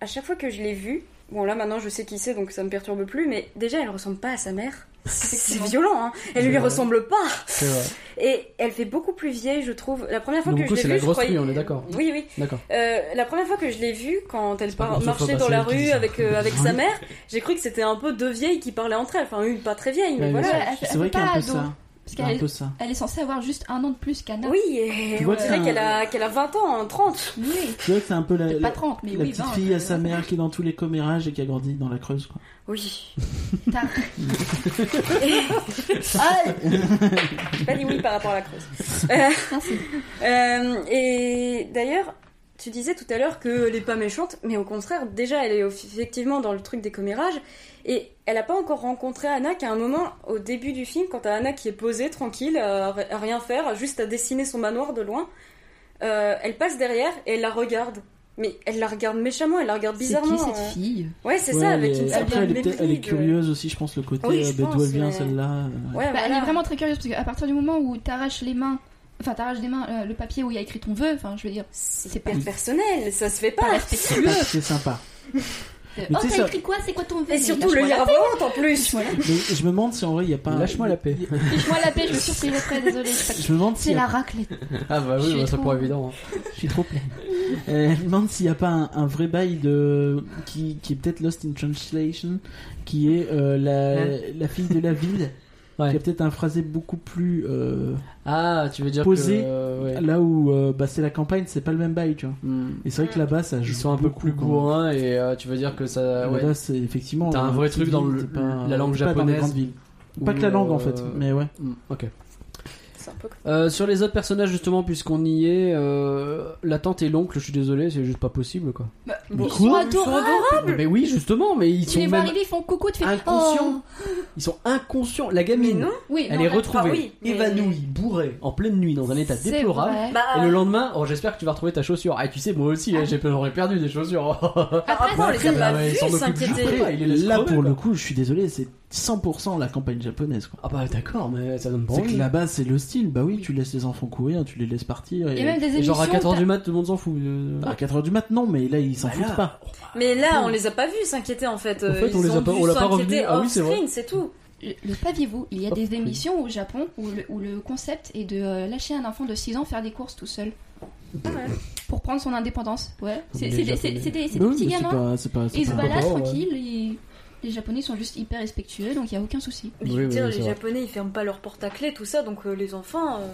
Speaker 2: à chaque fois que je l'ai vue, bon là maintenant je sais qui c'est donc ça me perturbe plus, mais déjà elle ressemble pas à sa mère. C'est c'est
Speaker 4: Effectivement.
Speaker 2: violent, hein. elle lui
Speaker 5: Ouais.
Speaker 2: ressemble pas.
Speaker 5: C'est vrai.
Speaker 2: Et elle fait beaucoup plus vieille, je trouve. La première fois
Speaker 5: Nobuko,
Speaker 2: que je
Speaker 5: c'est
Speaker 2: l'ai
Speaker 5: la
Speaker 2: vue, je
Speaker 5: grosse
Speaker 2: croyais-
Speaker 5: fille, on est d'accord.
Speaker 2: Oui, oui.
Speaker 5: D'accord.
Speaker 2: Euh, la première fois que je l'ai vue, quand elle
Speaker 5: pas
Speaker 2: par-
Speaker 5: grave,
Speaker 2: marchait
Speaker 5: c'est
Speaker 2: dans
Speaker 5: pas
Speaker 2: la
Speaker 5: celle qui dit
Speaker 2: rue
Speaker 5: ça.
Speaker 2: avec, euh, avec sa mère, j'ai cru que c'était un peu deux vieilles qui parlaient entre elles. Enfin, une pas très vieille, mais
Speaker 1: Ouais,
Speaker 2: voilà.
Speaker 4: elle fait-
Speaker 1: C'est
Speaker 4: elle
Speaker 1: vrai
Speaker 4: fait
Speaker 1: qu'il y a un
Speaker 4: pas
Speaker 1: peu
Speaker 4: ado.
Speaker 1: ça.
Speaker 4: Parce
Speaker 1: Il y a un
Speaker 4: qu'elle
Speaker 1: peu ça.
Speaker 4: elle est censée avoir juste un an de plus qu'Anna.
Speaker 2: Oui, et
Speaker 1: Tu
Speaker 2: on
Speaker 1: vois que c'est
Speaker 2: dirait
Speaker 1: un-
Speaker 2: qu'elle a, qu'elle a 20 ans, hein, 30.
Speaker 4: Oui.
Speaker 1: Tu vois que c'est un peu la,
Speaker 4: Peut-être
Speaker 1: la,
Speaker 4: pas 30, mais
Speaker 1: la
Speaker 4: oui,
Speaker 1: petite
Speaker 4: 20,
Speaker 1: fille à
Speaker 4: euh,
Speaker 1: sa mère qui est dans tous les commérages et qui a grandi dans la Creuse. Quoi.
Speaker 2: Oui. <laughs>
Speaker 4: t'as-
Speaker 2: Aïe Pas dit oui par rapport à la Creuse. Euh, euh, et d'ailleurs, tu disais tout à l'heure qu'elle est pas méchante, mais au contraire, déjà, elle est effectivement dans le truc des commérages. Et elle a pas encore rencontré Anna, qu'à un moment, au début du film, quand t'as Anna qui est posée, tranquille, à r- à rien faire, juste à dessiner son manoir de loin, euh, elle passe derrière et elle la regarde. Mais elle la regarde méchamment, elle la regarde
Speaker 4: C'est
Speaker 2: bizarrement.
Speaker 4: qui cette
Speaker 2: euh.
Speaker 4: fille
Speaker 2: Ouais, c'est
Speaker 1: Ouais,
Speaker 2: ça,
Speaker 1: elle
Speaker 2: avec
Speaker 1: est-
Speaker 2: une
Speaker 1: Après,
Speaker 2: certaine
Speaker 1: elle est, peut-être- elle est
Speaker 2: mépris de-
Speaker 1: curieuse aussi, je pense, le côté
Speaker 2: Oui, je
Speaker 1: euh, ben, d'où
Speaker 2: pense,
Speaker 1: elle vient
Speaker 2: mais-
Speaker 1: celle-là. euh.
Speaker 4: Bah,
Speaker 2: Ouais,
Speaker 4: Elle
Speaker 2: voilà.
Speaker 4: est vraiment très curieuse parce qu'à partir du moment où t'arraches les mains, enfin t'arraches des mains euh, le papier où il y a écrit ton vœu, enfin je veux dire,
Speaker 2: C'est
Speaker 4: C'est
Speaker 2: hyper
Speaker 4: pas-
Speaker 2: personnel, ça se fait
Speaker 4: pas
Speaker 2: pas.
Speaker 4: respectueux.
Speaker 1: Parce que C'est sympa.
Speaker 4: Euh,
Speaker 1: Mais
Speaker 4: Oh
Speaker 1: tu sais,
Speaker 4: t'as
Speaker 1: ça-
Speaker 4: écrit quoi C'est quoi ton vœu
Speaker 2: Et
Speaker 4: Mais
Speaker 2: surtout
Speaker 4: lâche-moi
Speaker 2: le
Speaker 4: la-
Speaker 2: lire avant en plus.
Speaker 4: Lâche-moi la-
Speaker 1: Mais je me demande si en vrai il n'y a pas.
Speaker 5: Lâche-moi la paix.
Speaker 4: Lâche-moi la paix, je me suis c'est après, désolée. je sais pas-
Speaker 1: Je me demande
Speaker 4: C'est
Speaker 1: s'il y
Speaker 4: la
Speaker 1: a-
Speaker 4: raclée.
Speaker 5: <laughs> Ah bah
Speaker 4: Je
Speaker 5: oui,
Speaker 4: suis
Speaker 5: bah, ça
Speaker 4: trop-
Speaker 5: pourrait évident. hein.
Speaker 1: Je suis trop pleine. Euh, je me demande s'il n'y a pas un, un vrai bail de. Qui, qui est peut-être Lost in Translation, qui est euh, la, la fille de la ville.
Speaker 5: Hein <laughs> Ouais.
Speaker 1: Qui a peut-être un phrasé beaucoup plus. euh,
Speaker 5: Ah, tu veux dire
Speaker 1: Posé.
Speaker 5: que. euh, ouais.
Speaker 1: Là où euh, bah, c'est la campagne, c'est pas le même bail, tu vois.
Speaker 5: Hmm.
Speaker 1: Et c'est vrai que
Speaker 2: Mm.
Speaker 1: là-bas, ça joue.
Speaker 5: Ils sont un peu
Speaker 1: beaucoup,
Speaker 5: plus
Speaker 1: quand même.
Speaker 5: bourrins et euh, tu veux dire que ça. ouais.
Speaker 1: Là, c'est effectivement.
Speaker 5: T'as un
Speaker 1: euh,
Speaker 5: vrai
Speaker 1: petite
Speaker 5: truc dans
Speaker 1: ville,
Speaker 5: le-
Speaker 1: t'es pas-
Speaker 5: la langue
Speaker 1: t'es pas dans les
Speaker 5: japonaise.
Speaker 1: grandes villes. Pas
Speaker 5: Ou,
Speaker 1: que la langue en
Speaker 5: euh,
Speaker 1: fait, mais ouais.
Speaker 5: Hmm, Ok.
Speaker 2: C'est un peu comme-
Speaker 5: Euh, sur les autres personnages justement, puisqu'on y est, euh, la tante et l'oncle, je suis désolé, c'est juste pas possible quoi.
Speaker 4: Bah,
Speaker 1: Mais
Speaker 4: Ils
Speaker 1: quoi
Speaker 4: sont adorables.
Speaker 5: Mais oui, justement, mais ils
Speaker 4: Tu
Speaker 5: sont
Speaker 4: les vois
Speaker 5: même
Speaker 4: arriver, ils font coucou, tu fais.
Speaker 5: inconscients. Ils sont inconscients. La gamine,
Speaker 2: Mais non.
Speaker 4: Oh. Oui,
Speaker 5: elle
Speaker 4: non,
Speaker 5: est
Speaker 4: bah,
Speaker 5: retrouvée,
Speaker 2: ah oui, mais-
Speaker 5: évanouie, bourrée, en pleine nuit, dans un état
Speaker 4: c'est
Speaker 5: déplorable.
Speaker 4: vrai.
Speaker 2: Bah,
Speaker 5: Et le lendemain, oh, j'espère que tu vas retrouver ta chaussure. Ah, tu sais, moi aussi, j'ai- j'aurais perdu des chaussures. <laughs>
Speaker 2: bah,
Speaker 4: Après,
Speaker 2: après, on les a
Speaker 5: bah,
Speaker 2: pas
Speaker 5: ouais,
Speaker 2: vus
Speaker 5: ils s'en occupent
Speaker 2: s'inquiéter.
Speaker 5: toujours pas. il est laisse
Speaker 1: là
Speaker 5: crever,
Speaker 1: pour
Speaker 5: quoi.
Speaker 1: le coup, je suis désolé, c'est 100% la campagne japonaise. Quoi.
Speaker 5: ah bah d'accord, mais ça donne pas
Speaker 1: c'est
Speaker 5: envie.
Speaker 1: que là-bas, c'est le style. Bah oui, tu laisses les enfants courir, tu les laisses partir. Et, bah,
Speaker 4: Et même des
Speaker 5: Et
Speaker 4: émissions.
Speaker 5: genre à 4h
Speaker 4: t'as-
Speaker 5: du mat, tout le monde s'en fout. euh.
Speaker 1: à 4h du mat, non, mais là, ils s'en
Speaker 5: Bah
Speaker 1: foutent
Speaker 5: là,
Speaker 1: pas.
Speaker 2: Mais là, on les a pas vus s'inquiéter en fait.
Speaker 5: En fait,
Speaker 2: Ils
Speaker 5: on les a
Speaker 2: ont
Speaker 5: pas-
Speaker 2: dû
Speaker 5: on l'a pas
Speaker 2: s'inquiéter
Speaker 5: revu. Ah oui, c'est vrai.
Speaker 2: off-screen, c'est tout.
Speaker 4: Le le saviez-vous Il y a
Speaker 5: Oh,
Speaker 4: des
Speaker 5: oui.
Speaker 4: émissions au Japon où le, où le concept est de euh, lâcher un enfant de 6 ans faire des courses tout seul.
Speaker 2: Ah
Speaker 4: Pour prendre son indépendance. Ouais. C'est
Speaker 5: Les
Speaker 4: c'est des,
Speaker 5: Japonais.
Speaker 4: c'est- c'est des- c'est
Speaker 1: Bah
Speaker 4: des
Speaker 1: oui,
Speaker 4: petits
Speaker 1: mais c'est
Speaker 4: gamins.
Speaker 1: pas, c'est pas, c'est
Speaker 4: Ils se
Speaker 1: pas-
Speaker 4: baladent
Speaker 5: Ouais.
Speaker 4: tranquilles. et Les Japonais sont juste hyper respectueux, donc il n'y a aucun souci.
Speaker 2: Mais
Speaker 5: Oui,
Speaker 2: je veux
Speaker 5: oui,
Speaker 2: dire,
Speaker 5: c'est
Speaker 2: les
Speaker 5: vrai.
Speaker 2: Japonais, ils ferment pas leur porte à clés, tout ça, donc euh, les enfants. euh,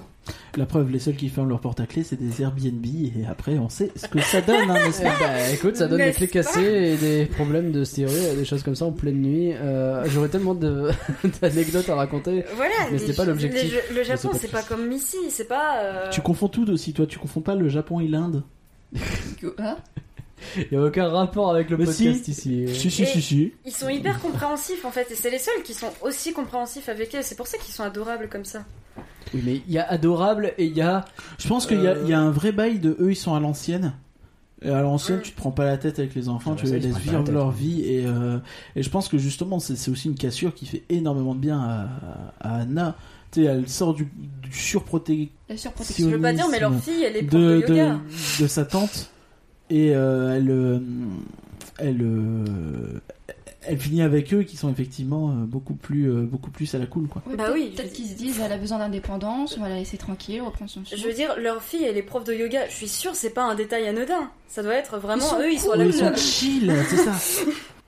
Speaker 1: La preuve, les seuls qui ferment leur porte à clés, c'est des Airbnb. Et après, on sait ce que ça donne, hein, n'est-ce
Speaker 5: Eh
Speaker 1: pas
Speaker 5: bah écoute, ça donne des
Speaker 2: N'est-ce
Speaker 5: clés
Speaker 2: pas
Speaker 5: cassées et des problèmes de stéréo, et des choses comme ça en pleine nuit. Euh, J'aurais tellement de- <laughs> d'anecdotes à raconter.
Speaker 2: Voilà,
Speaker 5: Mais
Speaker 2: les-
Speaker 5: c'était pas
Speaker 2: les-
Speaker 5: l'objectif.
Speaker 2: les- Le Japon,
Speaker 5: pas
Speaker 2: c'est pas comme ici, c'est pas. euh,
Speaker 1: Tu confonds tout aussi, toi. Tu confonds pas le Japon et l'Inde.
Speaker 4: Hein
Speaker 5: Il y a aucun rapport avec le
Speaker 1: Mais
Speaker 5: podcast
Speaker 1: si.
Speaker 5: ici. euh.
Speaker 1: Si, si, si, si.
Speaker 2: Ils sont hyper compréhensifs en fait, et c'est les seuls qui sont aussi compréhensifs avec eux, c'est pour ça qu'ils sont adorables comme ça.
Speaker 5: Oui, mais il y a adorable et il y a
Speaker 1: Je pense qu'il y, a-
Speaker 5: Euh.
Speaker 1: il y a un vrai bail de eux, ils sont à l'ancienne. Et à l'ancienne,
Speaker 2: Mm.
Speaker 1: tu te prends pas la tête avec les enfants,
Speaker 5: Ah bah
Speaker 1: tu
Speaker 5: ça,
Speaker 1: les
Speaker 5: ils se
Speaker 1: laisses
Speaker 5: prennent pas la
Speaker 1: vivre
Speaker 5: tête,
Speaker 1: leur
Speaker 5: hein.
Speaker 1: vie. Et, euh, et je pense que justement, c'est c'est aussi une cassure qui fait énormément de bien à, à Anna. Tu sais, elle sort du, du surproté
Speaker 4: La
Speaker 2: Je
Speaker 4: surprotection.
Speaker 1: Si-
Speaker 2: veux pas dire, mais leur fille, elle est prof de,
Speaker 1: de,
Speaker 2: yoga.
Speaker 1: de- de sa tante et euh, elle euh, elle euh, elle finit avec eux qui sont effectivement euh, beaucoup plus euh, beaucoup plus à la cool quoi.
Speaker 4: Ouais,
Speaker 2: Bah
Speaker 4: peut-être-
Speaker 2: oui,
Speaker 4: Peut-être
Speaker 2: je-
Speaker 4: qu'ils se disent, elle a besoin d'indépendance, on va la laisser tranquille, reprendre son
Speaker 2: Je veux
Speaker 4: souffle.
Speaker 2: dire, leur fille, elle est prof de yoga. Je suis sûre, c'est pas un détail anodin. Ça doit être vraiment
Speaker 4: Ils sont
Speaker 2: eux, ils sont à
Speaker 1: Oh,
Speaker 2: la
Speaker 1: ils sont
Speaker 2: cool.
Speaker 1: chill, c'est ça.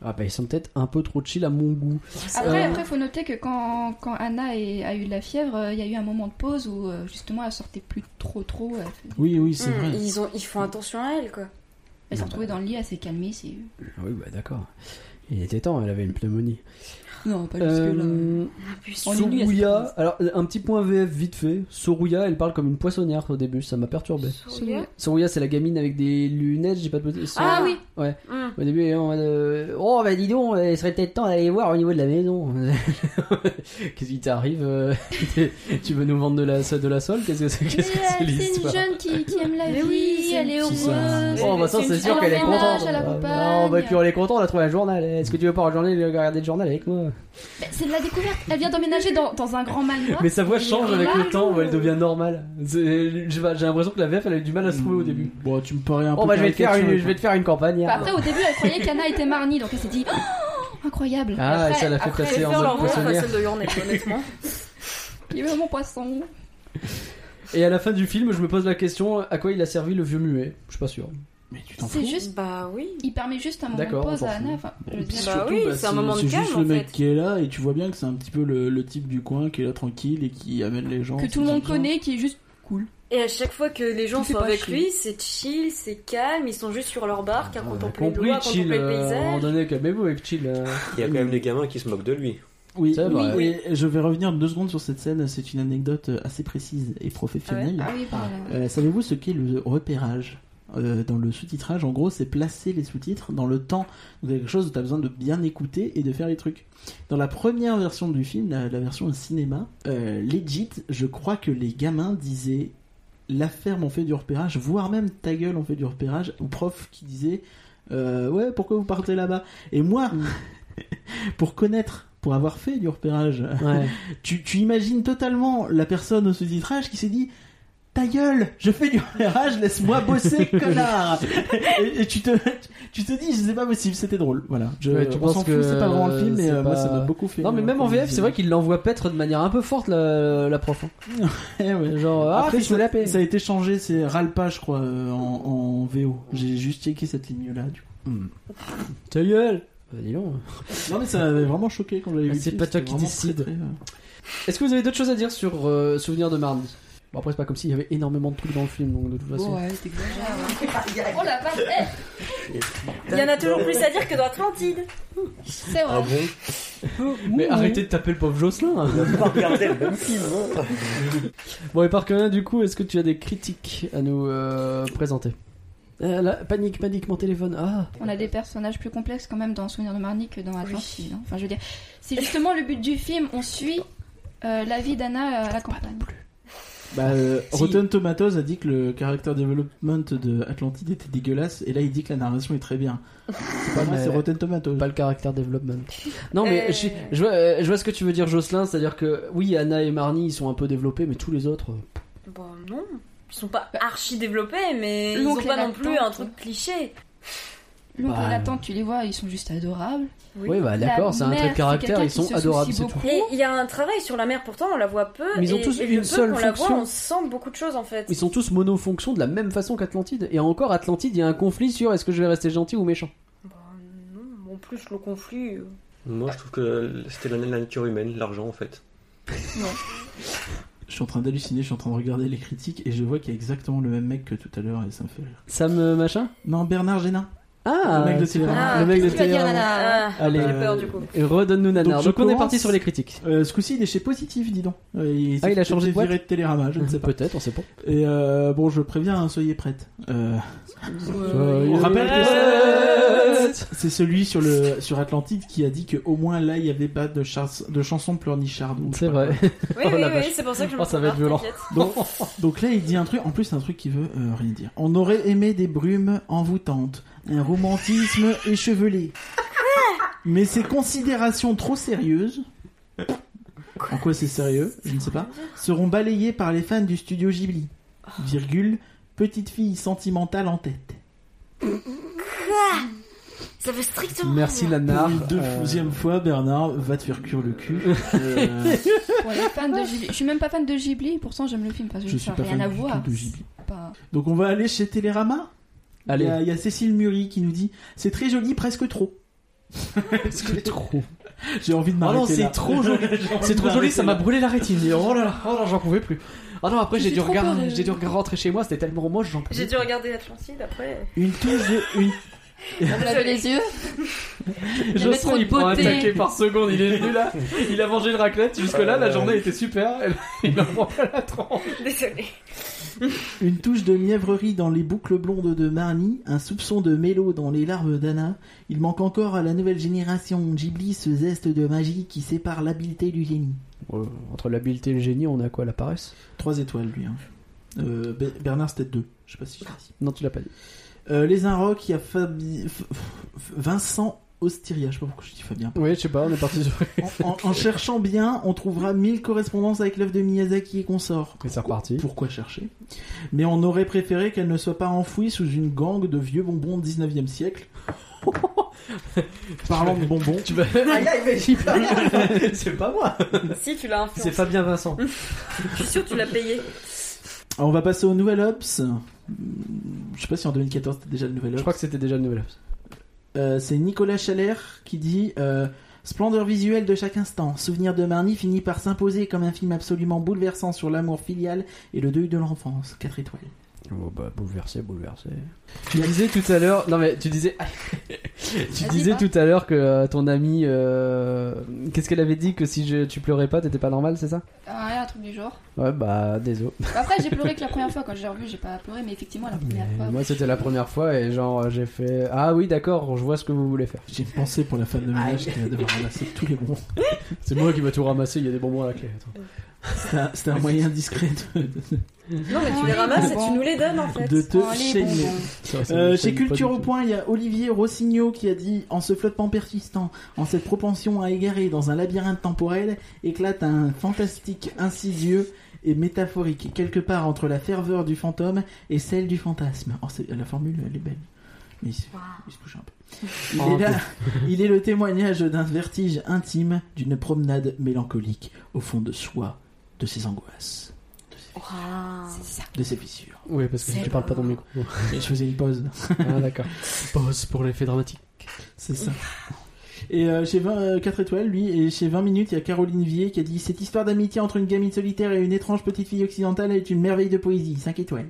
Speaker 5: Ah bah ils sont peut-être un peu trop chill à mon goût.
Speaker 4: Après,
Speaker 5: Euh,
Speaker 4: après, faut noter que quand, quand Anna est- a eu la fièvre, euh, il y a eu un moment de pause où euh, justement elle sortait plus trop trop. euh, Elle, fait-
Speaker 1: Oui oui c'est
Speaker 2: Hmm,
Speaker 1: vrai.
Speaker 2: ils, ont, ils font attention à elle, quoi.
Speaker 4: elle s'est retrouvée dans le lit, elle s'est calmée. C'est...
Speaker 5: Ah Oui bah d'accord. Il était temps, elle avait une pneumonie.
Speaker 4: <laughs> Non, pas
Speaker 5: Euh,
Speaker 4: On
Speaker 2: Ah,
Speaker 4: est nuls à
Speaker 5: Sorouya,
Speaker 4: cette
Speaker 5: alors un petit point VF vite fait. Sorouya, elle parle comme une poissonnière au début, ça m'a perturbé. Sorouya, c'est la gamine avec des lunettes, j'ai pas de bêtises.
Speaker 2: Ah oui.
Speaker 5: Ouais.
Speaker 2: Hmm.
Speaker 5: Au début, on, euh, oh bah dis donc, il serait peut-être temps d'aller voir au niveau de la maison. <laughs> Qu'est-ce qui t'arrive euh, <laughs> Tu veux nous vendre de la de la sol Qu'est-ce que c'est qu'est-ce que
Speaker 4: euh,
Speaker 5: c'est
Speaker 2: euh,
Speaker 5: l'histoire
Speaker 4: qui, aime la
Speaker 2: Mais oui, vie, c'est elle une est petite- heureuse.
Speaker 5: Oh bah ça
Speaker 2: C'est
Speaker 5: c'est
Speaker 2: une-
Speaker 5: sûr
Speaker 4: elle
Speaker 5: qu'elle est
Speaker 4: emménage,
Speaker 5: contente.
Speaker 4: elle accompagne.
Speaker 5: Ah, bah puis on est content, on a trouvé un journal. Est-ce que tu veux pas regarder le regarder le journal avec moi
Speaker 4: C'est de la découverte. Elle vient d'emménager dans, dans un grand manoir.
Speaker 5: Mais sa voix change avec le
Speaker 4: Là,
Speaker 5: temps, où elle devient normale. C'est- J'ai j'ai l'impression que la VF elle a eu du mal à se trouver au début.
Speaker 1: Bon, tu me parais un peu
Speaker 5: Oh bah je vais te faire une,
Speaker 1: caricaturé,
Speaker 5: je vais te faire une campagne. hein.
Speaker 4: Bah, après, au début, elle croyait qu'Anna était Marnie, donc elle s'est dit Oh, incroyable.
Speaker 5: Ah,
Speaker 4: Après,
Speaker 5: et ça l'a fait
Speaker 4: après,
Speaker 5: passer
Speaker 2: Préfère
Speaker 5: en mode
Speaker 2: leur voir
Speaker 5: poissonnière.
Speaker 2: façon de Yornet,
Speaker 5: <laughs>
Speaker 2: honnêtement.
Speaker 4: Il veut mon poisson.
Speaker 5: Et à la fin du film, je me pose la question à quoi il a servi le vieux muet Je suis pas sûr.
Speaker 1: Mais tu t'en fous.
Speaker 4: C'est juste.
Speaker 2: Bah oui.
Speaker 4: Il permet juste un moment de
Speaker 5: D'accord, on
Speaker 4: pause
Speaker 5: s'en
Speaker 4: à
Speaker 5: fout.
Speaker 4: Anna. Enfin, je veux
Speaker 1: Et puis
Speaker 4: dire,
Speaker 2: Bah oui, c'est un moment de
Speaker 1: c'est
Speaker 2: calme,
Speaker 1: juste
Speaker 2: en
Speaker 1: le mec
Speaker 2: fait.
Speaker 1: qui est là et tu vois bien que c'est un petit peu le, le type du coin qui est là tranquille et qui amène les gens.
Speaker 4: que tout
Speaker 1: s'ils
Speaker 4: le
Speaker 1: ont
Speaker 4: monde
Speaker 1: besoin.
Speaker 4: connaît, qui est juste cool.
Speaker 2: Et à chaque fois que les gens
Speaker 4: Tout fait
Speaker 2: sont
Speaker 4: pas
Speaker 2: avec
Speaker 4: chier.
Speaker 2: lui, c'est chill, c'est calme, ils sont juste sur leur barque à
Speaker 5: Ah, On a
Speaker 2: contempler l'eau, à
Speaker 5: chill.
Speaker 2: contempler le
Speaker 5: euh, à un moment
Speaker 2: paysage.
Speaker 5: donné, calmez-vous avec chill. euh.
Speaker 3: Il y a quand même des gamins qui se moquent de lui.
Speaker 1: Oui,
Speaker 5: C'est vrai.
Speaker 1: oui, et je vais revenir deux secondes sur cette scène, c'est une anecdote euh, assez précise et professionnelle.
Speaker 4: Ah oui, par là.
Speaker 1: Euh, Savez-vous ce qu'est le repérage Euh, dans le sous-titrage, en gros, c'est placer les sous-titres dans le temps. Donc, quelque chose où tu as besoin de bien écouter et de faire les trucs. Dans la première version du film, la, la version au cinéma, euh, legit, je crois que les gamins disaient la ferme, on fait du repérage, voire même ta gueule, on fait du repérage, au prof qui disait euh, ouais, pourquoi vous partez là-bas Et moi, <laughs> pour connaître, pour avoir fait du repérage
Speaker 5: Ouais.
Speaker 1: tu, tu imagines totalement la personne au sous-titrage qui s'est dit ta gueule, je fais du repérage, laisse-moi
Speaker 5: <laughs>
Speaker 1: bosser, connard. et, et tu te, tu te dis, c'est pas possible, c'était drôle. Voilà. Je,
Speaker 5: Ouais, tu
Speaker 1: on
Speaker 5: penses
Speaker 1: s'en
Speaker 5: que
Speaker 1: fout, c'est pas vraiment le film, mais
Speaker 5: c'est
Speaker 1: euh, moi
Speaker 5: pas-
Speaker 1: ça m'a beaucoup fait.
Speaker 5: Non, mais même en VF, c'est vrai qu'il l'envoie paître de manière un peu forte la, la prof. hein.
Speaker 1: Eh ouais.
Speaker 5: Genre, ah,
Speaker 1: Après,
Speaker 5: fais
Speaker 1: ça,
Speaker 5: la paix.
Speaker 1: ça a été changé, c'est Ralpa, je crois, euh, en, en VO. J'ai juste checké cette ligne-là. du coup.
Speaker 5: Ta gueule Bah, dis donc.
Speaker 1: Non, mais ça m'avait vraiment choqué quand j'avais vu. le
Speaker 5: Ah, C'est
Speaker 1: film,
Speaker 5: pas toi
Speaker 1: c'était
Speaker 5: qui
Speaker 1: vraiment
Speaker 5: décide.
Speaker 1: très, très, euh,
Speaker 5: Est-ce que vous avez d'autres choses à dire sur euh, Souvenir de Mardi Bon, après, c'est pas comme s'il y avait énormément de trucs dans le film, donc de toute façon.
Speaker 4: ouais, t'exagères. oh la vache, eh,
Speaker 2: Il y en a toujours plus à dire que dans Atlantide.
Speaker 4: c'est
Speaker 3: Ah
Speaker 4: vrai.
Speaker 3: bon
Speaker 5: Mais arrêtez de taper le pauvre Jocelyn
Speaker 3: On va pas regarder le même film. hein.
Speaker 5: <laughs> Bon, et par Parker, du coup, est-ce que tu as des critiques à nous euh, présenter Euh, là, Panique, panique, mon téléphone. Ah
Speaker 4: On a des personnages plus complexes quand même dans Souvenir de Marnie que dans Atlantide. hein. Enfin, je veux dire, c'est justement le but du film. On suit euh, la vie d'Anna à la campagne.
Speaker 1: Bah, euh,
Speaker 5: Si.
Speaker 1: Rotten Tomatoes a dit que le character development de Atlantide était dégueulasse, et là il dit que la narration est très bien. C'est pas moi,
Speaker 5: Ouais.
Speaker 1: c'est Rotten Tomatoes.
Speaker 5: Pas le caractère développement. Non, mais
Speaker 2: Euh.
Speaker 5: je, je vois, euh, je vois ce que tu veux dire, Jocelyn. C'est-à-dire que, oui, Anna et Marnie, ils sont un peu développés, mais tous les autres. euh,
Speaker 2: Bah non. Ils sont pas archi développés, mais ils ont
Speaker 4: L'oncle et
Speaker 2: pas
Speaker 4: la
Speaker 2: non plus
Speaker 4: tante.
Speaker 2: un truc cliché.
Speaker 4: L'oncle
Speaker 5: Bah,
Speaker 4: et la tante, tu les vois, ils sont juste adorables.
Speaker 5: Oui, bah d'accord,
Speaker 4: La
Speaker 5: c'est un
Speaker 4: mère,
Speaker 5: trait de caractère,
Speaker 4: quelqu'un
Speaker 5: ils
Speaker 4: qui
Speaker 5: sont
Speaker 4: se
Speaker 5: adorables,
Speaker 4: soucie
Speaker 5: c'est tout.
Speaker 4: beaucoup.
Speaker 2: Et il y a un travail sur la mer, pourtant on la voit peu.
Speaker 5: Mais ils ont
Speaker 2: et-
Speaker 5: tous
Speaker 2: et
Speaker 5: une
Speaker 2: le peu
Speaker 5: seule
Speaker 2: qu'on la voit,
Speaker 5: fonction.
Speaker 2: on sent beaucoup de choses en fait.
Speaker 5: Ils sont tous monofonctions de la même façon qu'Atlantide. Et encore, Atlantide, il y a un conflit sur est-ce que je vais rester gentil ou méchant.
Speaker 2: Bah non, en plus le conflit. euh,
Speaker 3: Moi, je trouve que c'était la, la nature humaine, l'argent en fait.
Speaker 1: Je suis en train d'halluciner, je suis en train de regarder les critiques, et je vois qu'il y a exactement le même mec que tout à l'heure, et ça me fait rire.
Speaker 5: Sam, euh, machin
Speaker 1: Non, Bernard Génin.
Speaker 5: Ah
Speaker 1: le mec de
Speaker 2: Ah,
Speaker 1: Télérama.
Speaker 5: Le mec de
Speaker 4: qu'est-ce qu'il va dire,
Speaker 5: Télérama.
Speaker 4: Nana
Speaker 2: Ah,
Speaker 5: Allez,
Speaker 2: j'ai
Speaker 1: euh,
Speaker 2: peur du coup.
Speaker 5: Et Redonne-nous Nanar.
Speaker 1: Donc,
Speaker 5: Donc,
Speaker 1: je
Speaker 5: on est
Speaker 1: commence-
Speaker 5: parti sur les critiques.
Speaker 1: Euh, ce coup-ci, il est chez Positif, dis donc. Euh, il,
Speaker 5: Ah, il a
Speaker 1: s'est
Speaker 5: changé de
Speaker 1: fait
Speaker 5: boîte
Speaker 1: virer de Télérama,
Speaker 5: <laughs>
Speaker 1: je ne sais pas.
Speaker 5: Peut-être, on sait pas.
Speaker 1: Et euh, bon, je préviens, hein, soyez prêtes. Euh,
Speaker 5: Joyeux
Speaker 1: on rappelle que
Speaker 5: Noël.
Speaker 1: c'est- Euh, c'est celui sur le sur Atlantide qui a dit que au moins là, il n'y avait pas de, chars- de chansons pleurnichardes. ou je sais
Speaker 5: C'est
Speaker 1: pas <laughs>
Speaker 5: vrai.
Speaker 2: Oui,
Speaker 5: Oh,
Speaker 2: oui,
Speaker 5: la vache.
Speaker 2: oui, c'est pour ça que je me
Speaker 5: Oh, ça va être
Speaker 2: prépare,
Speaker 5: violent.
Speaker 2: t'inquiète.
Speaker 1: Donc, donc là, il dit un truc, en plus, c'est un truc qui veut euh, rien dire. On aurait aimé des brumes envoûtantes, un romantisme <laughs> échevelé. Mais ces considérations trop sérieuses en quoi c'est sérieux, je ne sais pas, seront balayés par les fans du studio Ghibli. Virgule, petite fille sentimentale en tête.
Speaker 9: Ça veut strictement.
Speaker 5: Merci
Speaker 9: rien
Speaker 1: Pour
Speaker 9: dire.
Speaker 5: Lanar.
Speaker 1: une
Speaker 5: euh,
Speaker 1: deuxième fois, Bernard, va te faire cuire le cul. Euh,
Speaker 4: Pour les fans de Ghibli. Je suis même pas fan de Ghibli, pourtant j'aime le film parce que
Speaker 1: je
Speaker 4: ça
Speaker 1: suis
Speaker 4: n'a
Speaker 1: pas
Speaker 4: rien
Speaker 1: fan
Speaker 4: à
Speaker 1: du tout
Speaker 4: voir.
Speaker 1: de Ghibli.
Speaker 4: Pas-
Speaker 1: Donc on va aller chez Télérama. Il y,
Speaker 5: Allez,
Speaker 1: a, il y a Cécile Murie qui nous dit c'est très joli, presque
Speaker 5: <laughs>
Speaker 1: trop.
Speaker 5: c'est trop.
Speaker 1: J'ai envie de
Speaker 5: Oh
Speaker 1: m'arrêter
Speaker 5: non,
Speaker 1: là.
Speaker 5: c'est
Speaker 1: <laughs>
Speaker 5: trop joli.
Speaker 1: J'ai envie
Speaker 5: C'est
Speaker 1: de
Speaker 5: trop joli,
Speaker 1: m'arrêter
Speaker 5: ça m'a
Speaker 1: là.
Speaker 5: brûlé la rétine. Oh là là, oh là, j'en pouvais plus. Ah non, après
Speaker 4: Je
Speaker 5: j'ai
Speaker 4: suis
Speaker 5: dû
Speaker 4: trop peur
Speaker 5: regarder,
Speaker 4: de-
Speaker 5: j'ai dû rentrer chez moi, c'était tellement moche, j'en pouvais.
Speaker 2: J'ai
Speaker 5: plus.
Speaker 2: dû regarder Atlantide après.
Speaker 1: Une touche de, une
Speaker 2: Ah, bah,
Speaker 4: On lave les yeux. Il y avait trop
Speaker 5: Jocelyn,
Speaker 4: de
Speaker 5: il prend un
Speaker 4: beauté.
Speaker 5: taquet par seconde, il est venu là, il a mangé une raclette, jusque-là, la journée était super, et là, <laughs> il en prend pas la tranche.
Speaker 2: <laughs> Désolée.
Speaker 1: Une touche de mièvrerie dans les boucles blondes de Marnie, un soupçon de mélo dans les larves d'Anna. Il manque encore à la nouvelle génération Ghibli ce zeste de magie qui sépare l'habileté du génie.
Speaker 5: Euh, entre l'habileté et le génie, on a quoi, la paresse
Speaker 1: Trois étoiles, lui. Hein. Euh, Be- Bernard, c'était deux. Je sais pas
Speaker 5: Ah.
Speaker 1: si je l'ai dit.
Speaker 5: Non, tu l'as pas dit.
Speaker 1: Euh, les Inrocks, il y a Fabi... F- F- Vincent Ostiria. Je sais pas pourquoi je dis Fabien.
Speaker 5: Oui, je sais pas, on est parti sur.
Speaker 1: En, en- en cherchant bien, on trouvera mille correspondances avec l'œuvre de Miyazaki et consorts.
Speaker 5: Et c'est reparti. <laughs>
Speaker 1: Pourquoi chercher Mais on aurait préféré qu'elle ne soit pas enfouie sous une gangue de vieux bonbons 19e siècle. <laughs> Parlant de bonbons,
Speaker 5: Tu vas. c'est pas moi,
Speaker 2: Si, tu l'as influencé.
Speaker 5: c'est Fabien Vincent.
Speaker 2: Je suis sûre que tu l'as payé.
Speaker 1: Alors, on va passer au Nouvel Ops. Hmm, Je sais pas si en 2014 c'était déjà le Nouvel
Speaker 5: Je
Speaker 1: Ops.
Speaker 5: crois que c'était déjà le nouvel Ops.
Speaker 1: Euh, c'est Nicolas Chalère qui dit euh, Splendeur visuelle de chaque instant. Souvenir de Marnie finit par s'imposer comme un film absolument bouleversant sur l'amour filial et le deuil de l'enfance. 4 étoiles.
Speaker 5: Bon bah bouleversé, bouleversé. Tu disais tout à l'heure, non mais tu disais, <laughs> tu
Speaker 4: Vas-y,
Speaker 5: disais
Speaker 4: va.
Speaker 5: tout à l'heure que euh, ton amie, euh, qu'est-ce qu'elle avait dit que si je, tu pleurais pas, t'étais pas normal, c'est ça
Speaker 4: Ah, ouais, un truc du genre.
Speaker 5: Ouais bah désolé.
Speaker 4: Après, j'ai pleuré que la première fois. Quand j'ai revu, j'ai pas pleuré, mais effectivement, la première
Speaker 5: Mais
Speaker 4: fois.
Speaker 5: moi c'était la première fois et genre j'ai fait, ah oui d'accord, je vois ce que vous voulez faire.
Speaker 1: J'ai pensé pour la femme de ménage qui va devoir ramasser tous les bonbons.
Speaker 5: C'est moi qui vais tout ramasser, il y a des bonbons à la clé.
Speaker 1: C'était un- c'était un moyen discret de, de-
Speaker 2: Non, mais tu les ramasses et tu nous les donnes en fait.
Speaker 1: de te
Speaker 4: Oh, les
Speaker 1: chaîner.
Speaker 4: bonbons.
Speaker 1: Euh, chez Culture au Point, il y a Olivier Rossignol qui a dit En ce flottement persistant, en cette propension à égarer dans un labyrinthe temporel, éclate un fantastique insidieux et métaphorique, quelque part entre la ferveur du fantôme et celle du fantasme. Oh, c'est- la formule, elle est belle. Mais il se, il se couche un peu. Il,
Speaker 5: Oh,
Speaker 1: est là- <laughs> il est le témoignage d'un vertige intime, d'une promenade mélancolique au fond de soi, de ses angoisses,
Speaker 4: C'est ça.
Speaker 1: de ses fissures.
Speaker 5: Oui parce que
Speaker 4: C'est
Speaker 5: tu parles pas ton micro.
Speaker 1: Et je faisais une pause.
Speaker 5: ah d'accord. Pause pour l'effet dramatique.
Speaker 1: C'est <laughs> ça. Et euh, chez 20, euh, 4 étoiles, lui, et chez 20 minutes, il y a Caroline Vier qui a dit Cette histoire d'amitié entre une gamine solitaire et une étrange petite fille occidentale est une merveille de poésie. 5 étoiles.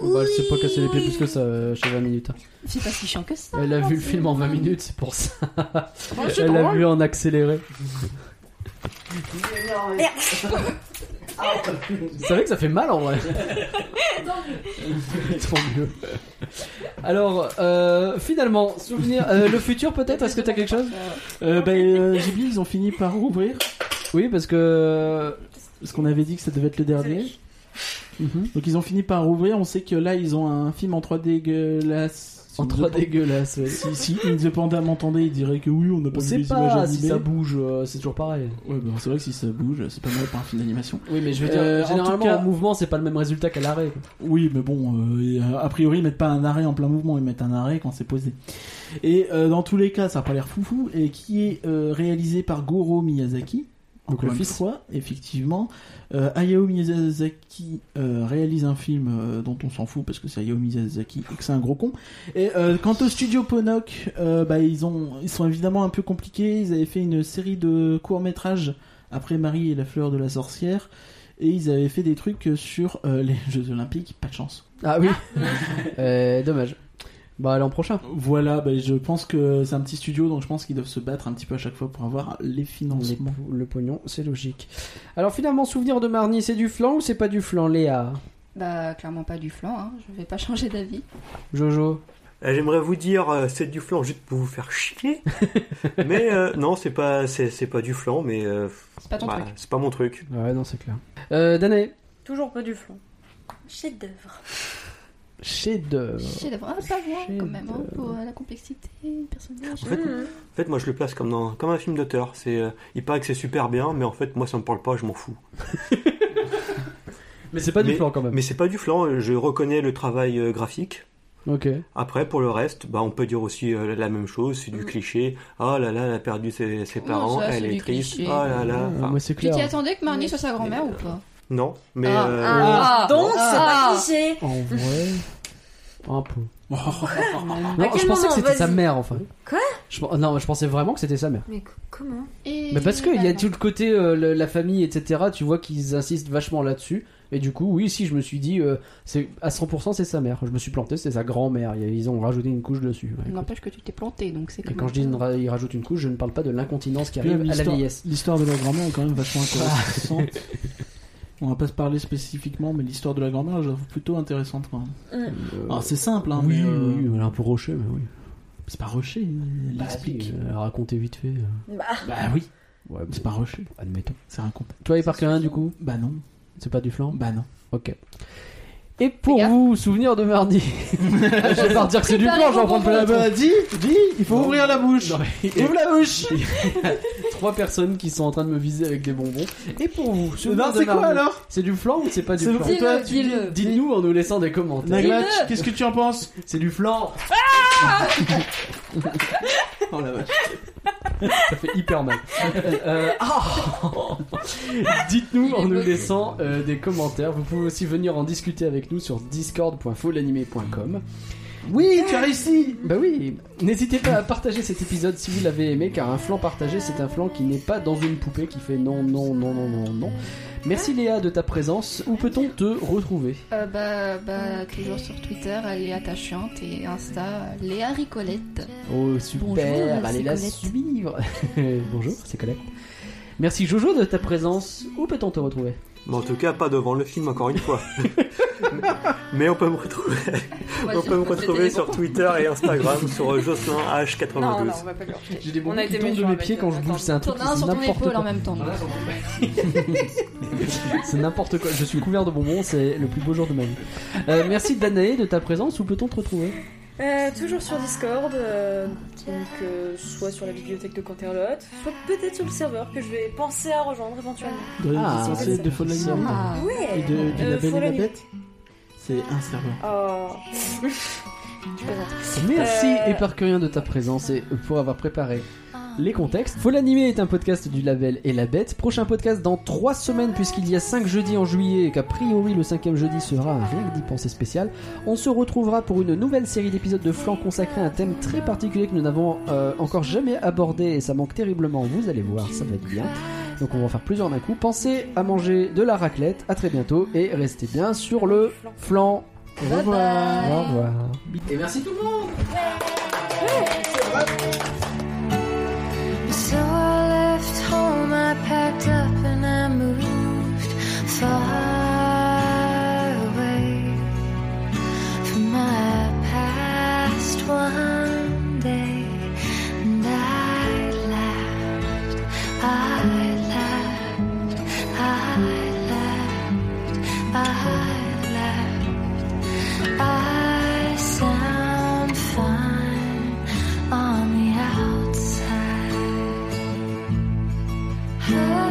Speaker 5: Bah elle s'est pas cassé les pieds plus que ça euh, chez 20 minutes. hein.
Speaker 4: C'est pas si chiant que ça.
Speaker 5: Elle a vu le
Speaker 4: c'est
Speaker 5: film en 20
Speaker 4: drôle.
Speaker 5: minutes, c'est pour ça. Elle l'a vu en accéléré. Vous savez que ça fait mal en vrai. Tant mieux. Alors, euh, finalement, souvenir, euh, le futur peut-être. Est-ce que t'as quelque chose
Speaker 1: Euh, ben, <laughs> euh, Ghibli, ils ont fini par rouvrir,
Speaker 5: Oui, parce que
Speaker 1: parce qu'on avait dit que ça devait être le dernier. Donc ils ont fini par rouvrir, on sait que là, ils ont un film en 3D dégueulasse.
Speaker 5: en 3 dégueulasse. ouais.
Speaker 1: Si, si In the Panda m'entendait, il dirait que oui, on n'a pas
Speaker 5: On
Speaker 1: vu
Speaker 5: sait
Speaker 1: les images
Speaker 5: pas si
Speaker 1: animées.
Speaker 5: ça bouge. euh, c'est toujours pareil.
Speaker 1: Ouais, ben, c'est vrai que si ça bouge, c'est pas mal pour un film d'animation.
Speaker 5: Oui, mais je
Speaker 1: veux dire,
Speaker 5: généralement
Speaker 1: en tout cas-
Speaker 5: Euh, en mouvement, c'est pas le même résultat qu'à l'arrêt. quoi.
Speaker 1: Oui, mais bon, euh, et, euh, a priori, ils mettent pas un arrêt en plein mouvement, ils mettent un arrêt quand c'est posé. Et euh, dans tous les cas, ça a pas l'air foufou, et qui est euh, réalisé par Goro Miyazaki.
Speaker 5: Donc
Speaker 1: Encore
Speaker 5: le
Speaker 1: une
Speaker 5: fils.
Speaker 1: fois, effectivement. Euh, Hayao Miyazaki euh, réalise un film euh, dont on s'en fout parce que c'est Hayao Miyazaki et que c'est un gros con. Et euh, quant au studio Ponok, euh, bah, ils, ont, ils sont évidemment un peu compliqués. Ils avaient fait une série de courts-métrages après Marie et la fleur de la sorcière. Et ils avaient fait des trucs sur euh, les <laughs> Jeux Olympiques. Pas de chance.
Speaker 5: Ah oui. <laughs> Euh, dommage. Bah l'an prochain.
Speaker 1: Voilà, bah, je pense que c'est un petit studio, donc je pense qu'ils doivent se battre un petit peu à chaque fois pour avoir les
Speaker 5: Les
Speaker 1: financements.
Speaker 5: pou- le pognon, c'est logique. Alors finalement, souvenir de Marnie, c'est du flan ou c'est pas du flan, Léa
Speaker 4: Bah, clairement pas du flan, hein. je vais pas <laughs> changer d'avis.
Speaker 5: Jojo
Speaker 3: Euh, J'aimerais vous dire, euh, c'est du flan juste pour vous faire chier. <laughs> mais euh, non, c'est pas, c'est, c'est pas du flan, mais euh,
Speaker 4: C'est pas ton
Speaker 3: bah,
Speaker 4: truc.
Speaker 3: c'est pas mon truc.
Speaker 5: Ouais, non, c'est clair. Euh, Danae
Speaker 2: Toujours pas du flan. Chef d'œuvre.
Speaker 5: Chef d'œuvre.
Speaker 4: Chef d'œuvre. Ah, pas loin
Speaker 5: Chef
Speaker 4: quand même, hein,
Speaker 5: d'œuvre.
Speaker 4: pour euh, la complexité du personnage.
Speaker 3: En fait,
Speaker 2: Mhm.
Speaker 3: En fait, moi, je le place comme, dans, comme un film d'auteur. C'est, euh, il paraît que c'est super bien, mais en fait, moi, ça me parle pas, je m'en fous.
Speaker 5: Mais c'est pas du
Speaker 3: Mais-
Speaker 5: flan quand même.
Speaker 3: Mais c'est pas du flan, euh, je reconnais le travail euh, graphique.
Speaker 5: Ok.
Speaker 3: Après, pour le reste, bah, on peut dire aussi euh, la même chose, c'est du cliché. Ah là là, elle a perdu ses, ses
Speaker 4: Non,
Speaker 3: parents,
Speaker 4: Mmh. Oh, ça,
Speaker 3: elle
Speaker 4: c'est
Speaker 3: est
Speaker 4: du
Speaker 3: triste.
Speaker 4: cliché.
Speaker 3: Ah là là.
Speaker 5: Ah,
Speaker 3: Enfin,
Speaker 5: moi c'est
Speaker 4: Tu t'y
Speaker 5: clair.
Speaker 4: attendais que Marnie soit sa grand-mère ou pas
Speaker 3: non, mais
Speaker 4: Ah,
Speaker 3: euh,
Speaker 2: Ah, donc, c'est pas cliché.
Speaker 5: En vrai.
Speaker 2: <laughs>
Speaker 5: Un peu.
Speaker 2: À
Speaker 5: Non,
Speaker 2: quel
Speaker 5: je pensais que
Speaker 2: moment,
Speaker 5: c'était sa
Speaker 2: Ah, vas-y.
Speaker 5: mère enfin.
Speaker 2: Quoi
Speaker 5: je, pen- Non, je pensais vraiment que c'était sa mère.
Speaker 9: Mais co- comment
Speaker 4: Et
Speaker 5: Mais parce qu'il y a
Speaker 4: bah,
Speaker 5: tout le côté euh, le- la famille, etc. Tu vois qu'ils insistent vachement là-dessus. Et du coup, oui, si je me suis dit, euh, c'est à 100% c'est sa mère. Je me suis planté, c'est sa grand-mère. Il y a- Ils ont rajouté une couche dessus. Ouais.
Speaker 4: N'empêche que tu t'es planté, donc c'est
Speaker 5: Et
Speaker 4: comme
Speaker 5: quand je dis une ra- ils rajoutent une couche, je ne parle pas de l'incontinence qui
Speaker 1: Puis
Speaker 5: arrive à la
Speaker 1: l'histoire-
Speaker 5: vieillesse.
Speaker 1: L'histoire de la grand-mère est quand même vachement intéressante. On va pas se parler spécifiquement, mais l'histoire de la grand-mère, je la trouve plutôt intéressante quand même. Alors, c'est simple, hein,
Speaker 5: oui,
Speaker 1: mais euh,
Speaker 5: oui, elle est un peu rochée, mais oui. Bah,
Speaker 1: c'est pas Rocher, elle explique.
Speaker 5: Elle a raconté vite fait. euh.
Speaker 2: Bah,
Speaker 1: Bah oui,
Speaker 5: Ouais,
Speaker 1: c'est pas Rocher,
Speaker 5: admettons.
Speaker 1: c'est raconté.
Speaker 5: Toi et Parker 1, du coup,
Speaker 1: Bah non,
Speaker 5: c'est pas du flan
Speaker 1: bah non.
Speaker 5: Ok. Et pour
Speaker 4: Fais gaffe.
Speaker 5: vous, souvenir
Speaker 4: <laughs>
Speaker 5: de mardi. <laughs> Ah, je vais pas dire que c'est du
Speaker 4: Prépare
Speaker 5: flan,
Speaker 4: les
Speaker 5: j'en prends
Speaker 4: bonbons,
Speaker 5: plein la
Speaker 4: Antoine.
Speaker 5: base.
Speaker 1: dis, dis, il faut
Speaker 5: Non.
Speaker 1: ouvrir la bouche.
Speaker 5: Non, mais-
Speaker 1: Ouvre la
Speaker 5: <laughs>
Speaker 1: bouche.
Speaker 5: trois personnes qui sont en train de me viser avec des bonbons. Et pour vous, souvenir
Speaker 1: Non,
Speaker 5: de
Speaker 1: c'est quoi
Speaker 5: Mardi,
Speaker 1: alors
Speaker 5: C'est du flan ou c'est pas du
Speaker 1: C'est
Speaker 5: flan
Speaker 1: vrai. Toi,
Speaker 9: Dis-le,
Speaker 1: tu-
Speaker 9: dis-le.
Speaker 5: Dites-nous en nous laissant des commentaires.
Speaker 1: Naglatch, qu'est-ce que tu en penses
Speaker 5: C'est du flan Ah
Speaker 1: <laughs> Oh la vache.
Speaker 5: Ça fait hyper mal. Euh, ah <laughs> Dites-nous en nous laissant euh, des commentaires. Vous pouvez aussi venir en discuter avec nous sur discord.folanimé.com.
Speaker 1: Oui, tu as réussi.
Speaker 5: Bah oui, n'hésitez pas à partager cet épisode si vous l'avez aimé, car un flanc partagé, c'est un flanc qui n'est pas dans une poupée qui fait non, non, non, non, non, non. Merci Léa de ta présence. Où peut-on te retrouver
Speaker 4: Euh, bah, bah, toujours sur Twitter, elle est attachante et Insta, Léa Ricolette.
Speaker 5: Oh super,
Speaker 4: Bonjour,
Speaker 5: allez
Speaker 4: c'est
Speaker 5: la
Speaker 4: Colette.
Speaker 5: suivre. <laughs> Bonjour, c'est Colette. Merci Jojo de ta présence. Où peut-on te retrouver
Speaker 3: mais en tout cas, pas devant le film, encore une fois. mais on peut me retrouver, on peut me retrouver sur Twitter et Instagram, sur Jocelynh92.
Speaker 2: non, non, on va pas le rejeter.
Speaker 5: J'ai des
Speaker 2: On a
Speaker 5: qui
Speaker 2: été
Speaker 5: tombent de
Speaker 2: méchants
Speaker 5: mes
Speaker 2: avec
Speaker 5: pieds
Speaker 2: eux,
Speaker 5: quand je
Speaker 2: attends.
Speaker 5: bouge, c'est un truc
Speaker 4: Tourne un sur ton
Speaker 5: n'importe
Speaker 4: épaule hein. en
Speaker 5: quoi.
Speaker 4: même temps. donc.
Speaker 5: C'est n'importe quoi. Je suis couvert de bonbons, c'est le plus beau jour de ma vie. Euh, merci Danae de ta présence. Où peut-on te retrouver
Speaker 2: Euh, toujours sur Discord, euh, donc euh, soit sur la bibliothèque de Canterlot, soit peut-être sur le serveur que je vais penser à rejoindre éventuellement.
Speaker 1: De
Speaker 5: Ah,
Speaker 1: l'essentiel de
Speaker 5: c'est-
Speaker 1: Fallen
Speaker 5: c'est-
Speaker 1: Order.
Speaker 4: Ah,
Speaker 2: Ouais.
Speaker 1: Et de, du
Speaker 2: Euh,
Speaker 1: label et
Speaker 2: Fallen
Speaker 1: la bête C'est un serveur.
Speaker 2: Oh. <laughs> Je plaisante.
Speaker 5: Merci
Speaker 2: Euh,
Speaker 5: et par de ta présence et pour avoir préparé
Speaker 2: Ah.
Speaker 5: les contextes. Faut l'animer est un podcast du label et la bête. Prochain podcast dans 3 semaines puisqu'il y a 5 jeudis en juillet et qu'a priori le cinquième jeudi sera un rien que d'y penser spécial. On se retrouvera pour une nouvelle série d'épisodes de flanc consacrée à un thème très particulier que nous n'avons euh, encore jamais abordé et ça manque terriblement. Vous allez voir, ça va être bien. Donc on va en faire plusieurs d'un coup. Pensez à manger de la raclette. À très bientôt et restez bien sur le flanc.
Speaker 4: Bye bye.
Speaker 5: Au revoir.
Speaker 9: So I left home, I packed up and I moved far away from my past one day. And I laughed, I laughed, I laughed, I laughed. I sound fine on the outside. Oh.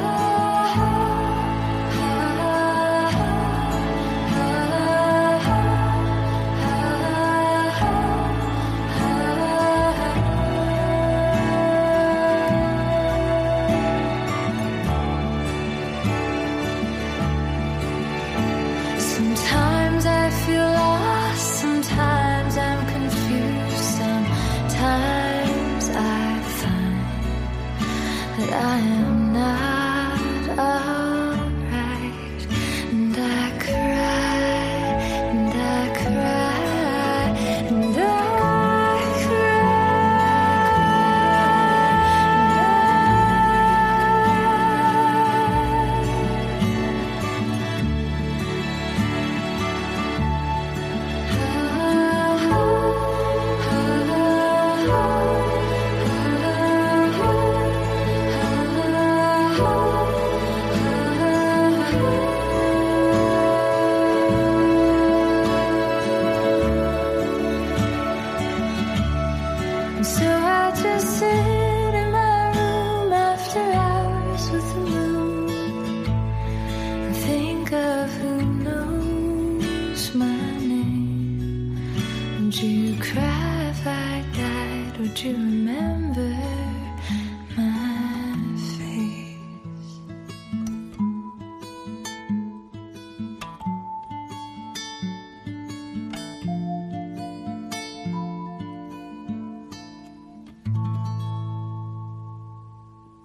Speaker 9: Did you cry if I died? Would you remember?